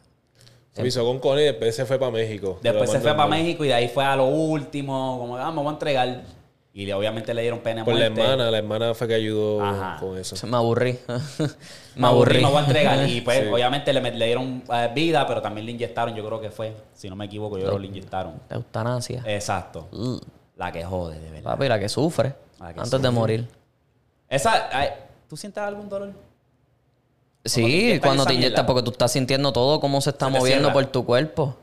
Lo hizo con Connie y después se fue para México. Después Lo se fue mandan para por- México y de ahí fue a lo último, como, ah, me voy a entregar. Y le- obviamente le dieron pena de Por la muerte. hermana, la hermana fue que ayudó Ajá. con eso. Me aburrí. Me aburrí, me voy a entregar. Y pues, Sí. obviamente le, met- le dieron eh, vida, pero también le inyectaron, yo creo que fue, si no me equivoco, yo creo que le inyectaron. La eutanasia. Exacto. Mm. La que jode, de verdad. Papi, la que sufre Eh. La que antes sufre. de morir. Esa, ay, ¿tú sientes algún dolor? Sí, te inyectan cuando esa te mierda. inyectas, porque tú estás sintiendo todo cómo se está Se te moviendo cierra. por tu cuerpo.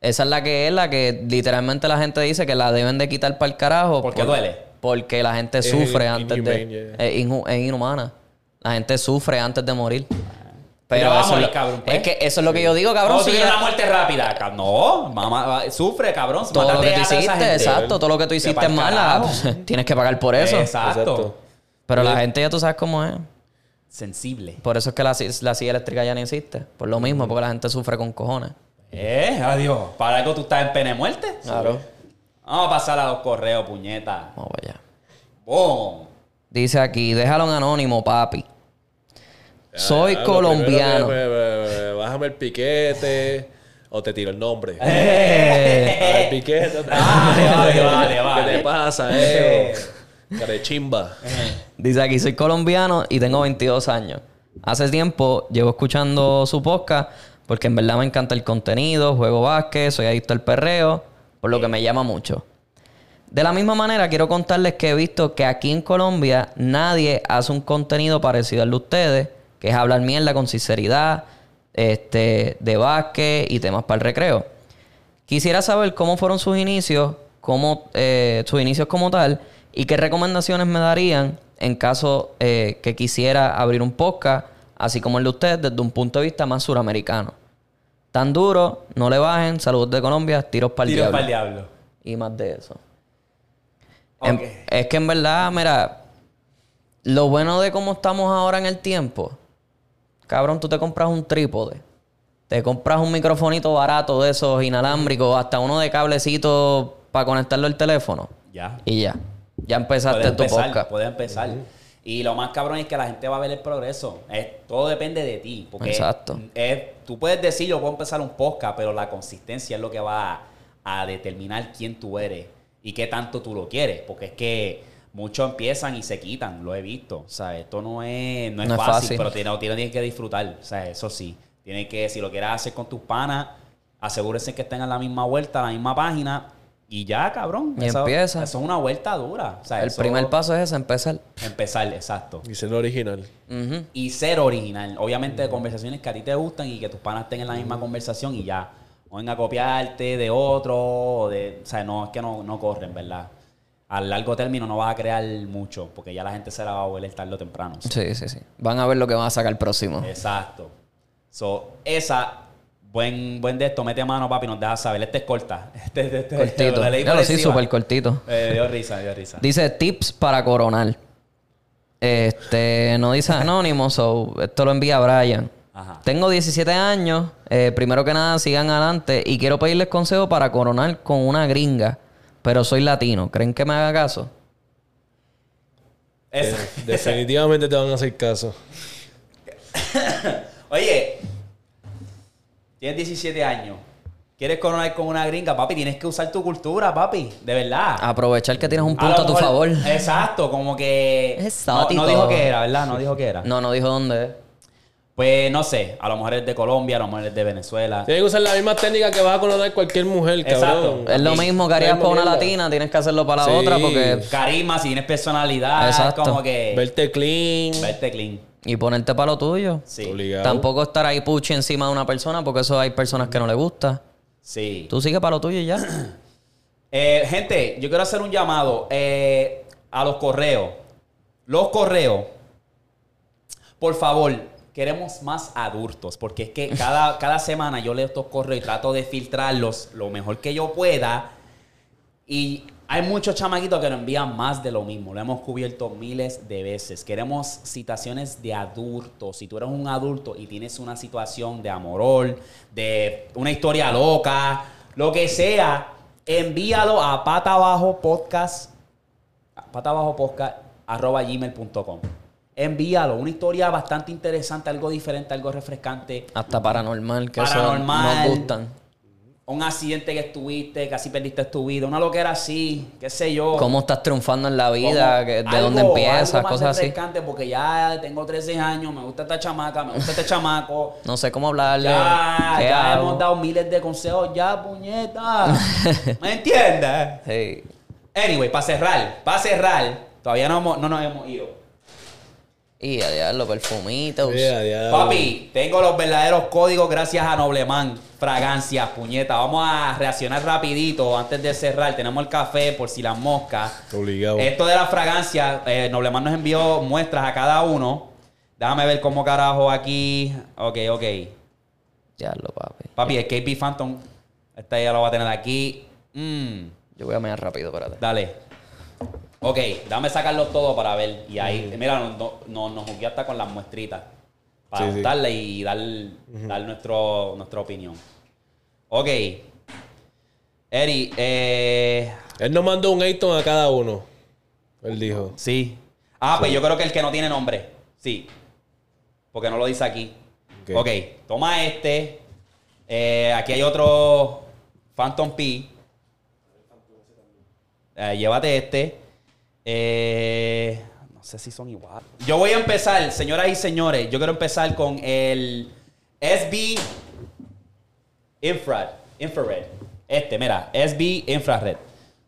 Esa es la que es la que literalmente la gente dice que la deben de quitar para el carajo. ¿Por qué duele? Porque la gente Es sufre in- antes inhumane, de... yeah. Es, inhu- es inhumana. La gente sufre antes de morir. Pero va a eso, es morir, lo- cabrón, pues. es que eso es lo que yo digo, cabrón. No, si Oh, tú quieres ya- una muerte rápida. cab- No, mamá, sufre, cabrón. todo lo Mátate que tú a esa hiciste, gente. exacto. Todo lo que tú Te hiciste pa'l es mala. pues, carajo. Tienes que pagar por eso. Exacto. Exacto. Pero la gente ya tú sabes cómo es. Sensible. Por eso es que la, si- la silla eléctrica ya no existe. Por lo mismo, porque la gente sufre con cojones. Eh, adiós. Para algo tú estás en pena de muerte. Claro. Vamos a pasar a los correos, puñeta. Vamos para allá. Boom. Dice aquí, déjalo en anónimo, papi. Soy Ah, lo colombiano. primero que me- me- me- bájame el piquete o te tiro el nombre. Eh. Ah, Bájame el piquete. Vale, Eh. vale, vale, ¿Qué vale. te pasa, eh? Carechimba. Dice aquí, soy colombiano y tengo 22 años. Hace tiempo llevo escuchando su podcast porque en verdad me encanta el contenido, juego básquet, soy adicto al perreo, por lo que me llama mucho. De la misma manera, quiero contarles que he visto que aquí en Colombia nadie hace un contenido parecido al de ustedes, que es hablar mierda con sinceridad, este, de básquet y temas para el recreo. Quisiera saber cómo fueron sus inicios, cómo, eh, sus inicios como tal, y qué recomendaciones me darían en caso eh, que quisiera abrir un podcast, así como el de usted, desde un punto de vista más suramericano. Tan duro, no le bajen, saludos de Colombia, tiros para el Tiro diablo. para el diablo. Y más de eso. Ok. En- es que en verdad, mira, lo bueno de cómo estamos ahora en el tiempo, cabrón, tú te compras un trípode, te compras un microfonito barato de esos inalámbricos, hasta uno de cablecito para conectarlo al teléfono Ya. y ya. Ya Puedes empezaste tu empezar, podcast. puedes empezar. Y lo más cabrón es que la gente va a ver el progreso. Es- todo depende de ti. Porque Exacto. es- tú puedes decir, yo voy a empezar un podcast, pero la consistencia es lo que va a, a determinar quién tú eres y qué tanto tú lo quieres. Porque es que muchos empiezan y se quitan, lo he visto. O sea, esto no es, no es No es fácil, fácil. pero tiene- no, tiene- tienes que disfrutar. O sea, eso sí. Tienes que, si lo quieres hacer con tus panas, asegúrense que estén en la misma vuelta, en la misma página. Y ya, cabrón. Y Eso- empieza. Eso es una vuelta dura. O sea, El eso- primer paso es ese, empezar. Empezar, exacto. Y ser lo original. Ujú. Y ser original. Obviamente, conversaciones que a ti te gustan y que tus panas estén en la misma conversación y ya. O venga a copiarte de otro. O, de, o sea, no, es que no, no corren, ¿verdad? A largo término no vas a crear mucho porque ya la gente se la va a volver tarde o temprano. Sí, sí, sí. Van a ver lo que van a sacar el próximo. Exacto. So, esa, buen, buen de esto, mete mano, papi, nos deja saber. Este es corta. Este, este- este- Cortito. la leí por Claro, sí, encima. súper cortito. Eh, dio risa, dio risa. Dice tips para coronar. Este, no dice anónimo, so, esto lo envía Brian. Ajá. Tengo 17 años. eh, primero que nada, sigan adelante. Y quiero pedirles consejo para coronar con una gringa. Pero soy latino. ¿Creen que me haga caso? Esa. Eh, Definitivamente te van a hacer caso. Oye, tienes 17 años. ¿Quieres coronar con una gringa, papi? Tienes que usar tu cultura, papi. De verdad. Aprovechar que tienes Ah, un lo punto a, tu mejor- favor. Exacto, como que. Es no, exótico. no dijo que era, ¿verdad? No dijo que era. No, no dijo dónde. es. Pues no sé, a lo mejor es de Colombia, a lo mejor es de Venezuela. Tienes que usar la misma técnica que vas a colonar cualquier mujer, cabrón. Exacto. Es lo Aquí, mismo que harías mismo para una mierda. latina. Tienes que hacerlo para la Sí. otra porque... Carisma, si tienes personalidad. Exacto. Como que. Verte clean. Verte clean. Y ponerte para lo tuyo. Sí. Obligado. Tampoco estar ahí puchi encima de una persona porque eso hay personas que no le gusta. Sí. Tú sigue para lo tuyo y ya. Eh, gente, yo quiero hacer un llamado eh, a los correos. Los correos, por favor, queremos más adultos, porque es que cada, cada semana yo leo estos correos y trato de filtrarlos lo mejor que yo pueda. Y hay muchos chamaquitos que nos envían más de lo mismo. Lo hemos cubierto miles de veces. Queremos citaciones de adultos. Si tú eres un adulto y tienes una situación de amorol, de una historia loca, lo que sea, envíalo a pata abajo podcast gmail.com Envíalo, una historia bastante interesante, algo diferente, algo refrescante. Hasta paranormal, que eso Paranormal. nos gustan. Un accidente que tuviste, casi perdiste tu vida, una loquera así, qué sé yo. ¿Cómo estás triunfando en la vida? Como que- ¿De algo- dónde algo empiezas? más Cosas así. refrescante, Porque ya tengo 13 años, me gusta esta chamaca, me gusta este chamaco. No sé cómo hablarle. Ya, ¿Qué ya hago? hemos dado miles de consejos, ya, puñeta. ¿Me entiendes? Sí. Anyway, para cerrar, para cerrar, todavía no, hemos- no nos hemos ido. Y a diablo, perfumitos. Yeah, yeah. Papi, tengo los verdaderos códigos gracias a Nobleman, fragancias, puñeta. Vamos a reaccionar rapidito antes de cerrar. Tenemos el café por si las moscas. Obligado. Eh. Esto de las fragancias, eh, Nobleman nos envió muestras a cada uno. Déjame ver cómo carajo aquí. Ok, ok. Diablo, papi. Papi, el KP Phantom, esta ya lo va a tener aquí. Mm, Yo voy a mirar rápido, espérate. dale. Ok, dame sacarlos todos para ver. Y ahí, mira, no- no- no- nos jugué hasta con las muestritas. Para Sí, sí. gustarle y dar, dar nuestro, nuestra opinión. Ok. Eri, eh, Él nos mandó un Ayton a cada uno. Él dijo. Sí. Ah, pues yo creo que el que no tiene nombre. Sí. Porque no lo dice aquí. Ok, Ok. toma este. Eh, aquí hay otro Phantom P. Eh, llévate este. Eh, no sé si son igual. Yo voy a empezar, señoras y señores. Yo quiero empezar con el SB Infrared. Infrared. Este, mira, SB Infrared.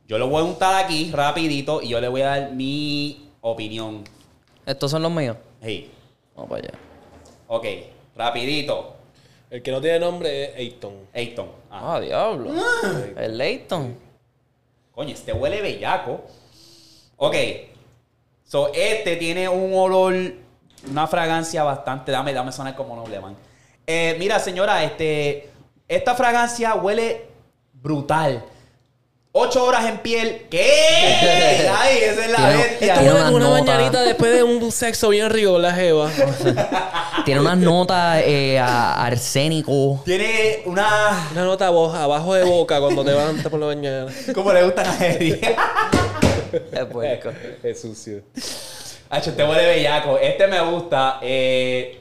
Yo lo voy a untar aquí rapidito y yo le voy a dar mi opinión. Estos son los míos. Hey, Vamos para allá. ok, rapidito. El que no tiene nombre es Ayton. Ayton. Ajá. Ah, diablo. El Leighton. Coño, este huele bellaco. Ok. So, este tiene un olor, una fragancia bastante. Dame, dame sonar como Nobleman. Eh, mira, señora, este, esta fragancia huele brutal. Ocho horas en piel. ¿Qué? Ay, esa es la Tiene- bestia. Tiene unas una notas. bañadita después de un sexo bien rico, la jeva. Tiene unas notas eh, a arsénico. Tiene una. Una nota a voz- abajo de boca cuando te levantas por la mañana. Como le gustan a Eddie. Es puerco. Es sucio. Hacho, este huele bellaco. Este me gusta. Eh,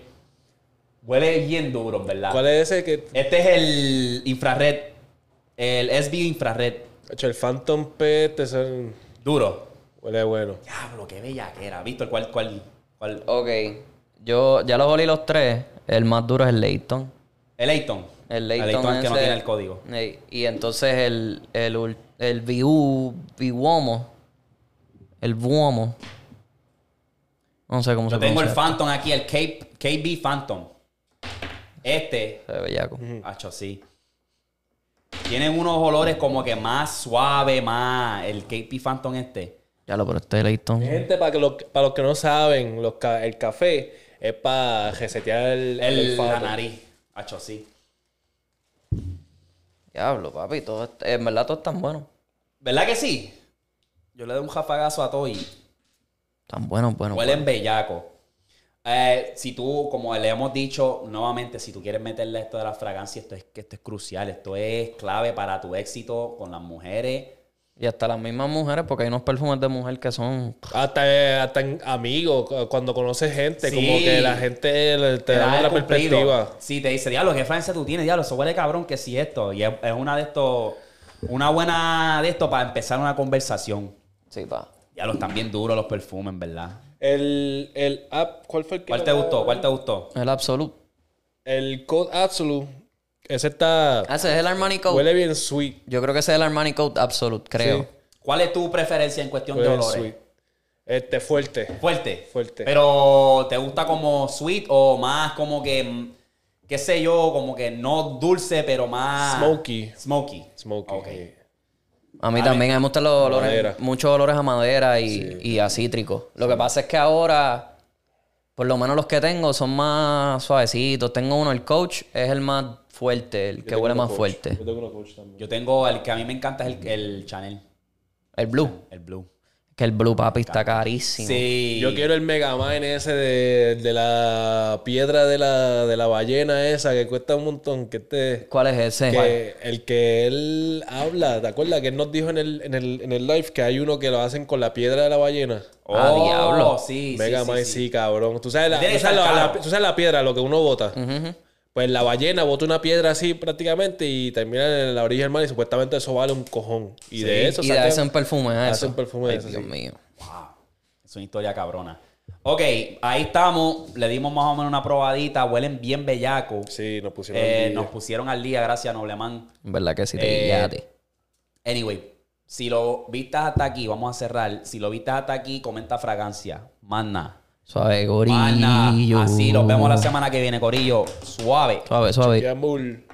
huele bien duro, en ¿verdad? ¿Cuál es ese que... Este es el infrared. El SB infrared. Hecho, el Phantom P, este es el- Duro. Huele bueno. Diablo, qué bellaquera. Víctor, ¿cuál, cuál, cuál? Ok. Yo ya los olí los tres. El más duro es el Leighton. El Ayton. El Leighton, es que no ese- tiene el código. Ey, Y entonces el, el, ul- el Viu, Viuomo. El Buomo. No sé cómo Yo se tengo el pronuncia. Phantom aquí, el K- KB Phantom. Este, Se ve bellaco. hacho, sí. Tienen unos olores como que más suave, más. El KP Phantom este. Ya lo, pero este Leighton. Gente, para, que los, para los que no saben, los ca- el café es para resetear el, El, la olfato. nariz. Hacho, sí. Diablo, papi. Todo este- en verdad todos están buenos. ¿Verdad que sí? Yo le doy un jafagazo a todo y. Están buenos, buenos. Huelen bellaco. Eh, si tú, como le hemos dicho nuevamente, si tú quieres meterle esto de la fragancia, esto es que esto es crucial, esto es clave para tu éxito con las mujeres. Y hasta las mismas mujeres, porque hay unos perfumes de mujer que son... Hasta, hasta en amigos, cu- cuando conoces gente, Sí. como que la gente le- te da da el otra cumplido. perspectiva. Sí, te dice, diablo, qué fragancia tú tienes, diablo, eso huele cabrón que si esto. Y es, es una de estos, una buena de esto para empezar una conversación. Sí, pa. Ya los están bien duros los perfumes, ¿verdad? El, el app, ¿cuál fue el que ¿Cuál te lo- gustó? ¿Cuál te gustó? El Absolute. El Code Absolute. Ese está. Ah, Ese es el Armani Code. Huele bien sweet. Yo creo que ese es el Armani Code Absolute, creo. Sí. ¿Cuál es tu preferencia en cuestión de Huele olores? Pues, sweet. Este, fuerte. Fuerte. Fuerte. Pero ¿te gusta como sweet o más como que, mm, qué sé yo, como que no dulce, pero más... Smoky. Smoky. Smoky. Ok. A mí también me gustan los olores, Madera. muchos olores a madera y, y a cítrico. Lo que pasa es que ahora, por lo menos los que tengo son más suavecitos. Tengo uno, el coach es el más fuerte, el que huele más fuerte. Yo tengo uno coach también. Yo tengo el que a mí me encanta es el, el Chanel, El blue, el blue. que el blue papi está carísimo. Sí. Yo quiero el Megamind ese de, de la piedra de la, de la ballena esa que cuesta un montón. Que este. ¿Cuál es ese? que el que él habla, ¿te acuerdas? Que él nos dijo en el, en, el, en el live que hay uno que lo hacen con la piedra de la ballena. Oh, Ah, diablo. Sí, sí, Mega sí, Mind, sí. sí, cabrón. Tú sabes, la, Debe tú sabes estar la- caro. la- tú sabes la piedra, lo que uno bota. Pues la ballena bota una piedra así prácticamente y termina en la orilla del mar y supuestamente eso vale un cojón. Y de eso y sacan- de ese un perfume, a eso. hacen perfume de Ay, ese, Dios sí. mío. Es una historia cabrona. Ok, ahí estamos. Le dimos más o menos una probadita. Huelen bien bellaco. Sí, nos pusieron Eh, el nos día. pusieron al día, gracias, Nobleman. En verdad que sí, Eh, te guillate. Anyway, si lo viste hasta aquí, vamos a cerrar. Si lo viste hasta aquí, comenta fragancia. Manda. Suave, Manda. gorillo. Así, nos vemos la semana que viene, Corillo. Suave. Suave, suave. Yamul.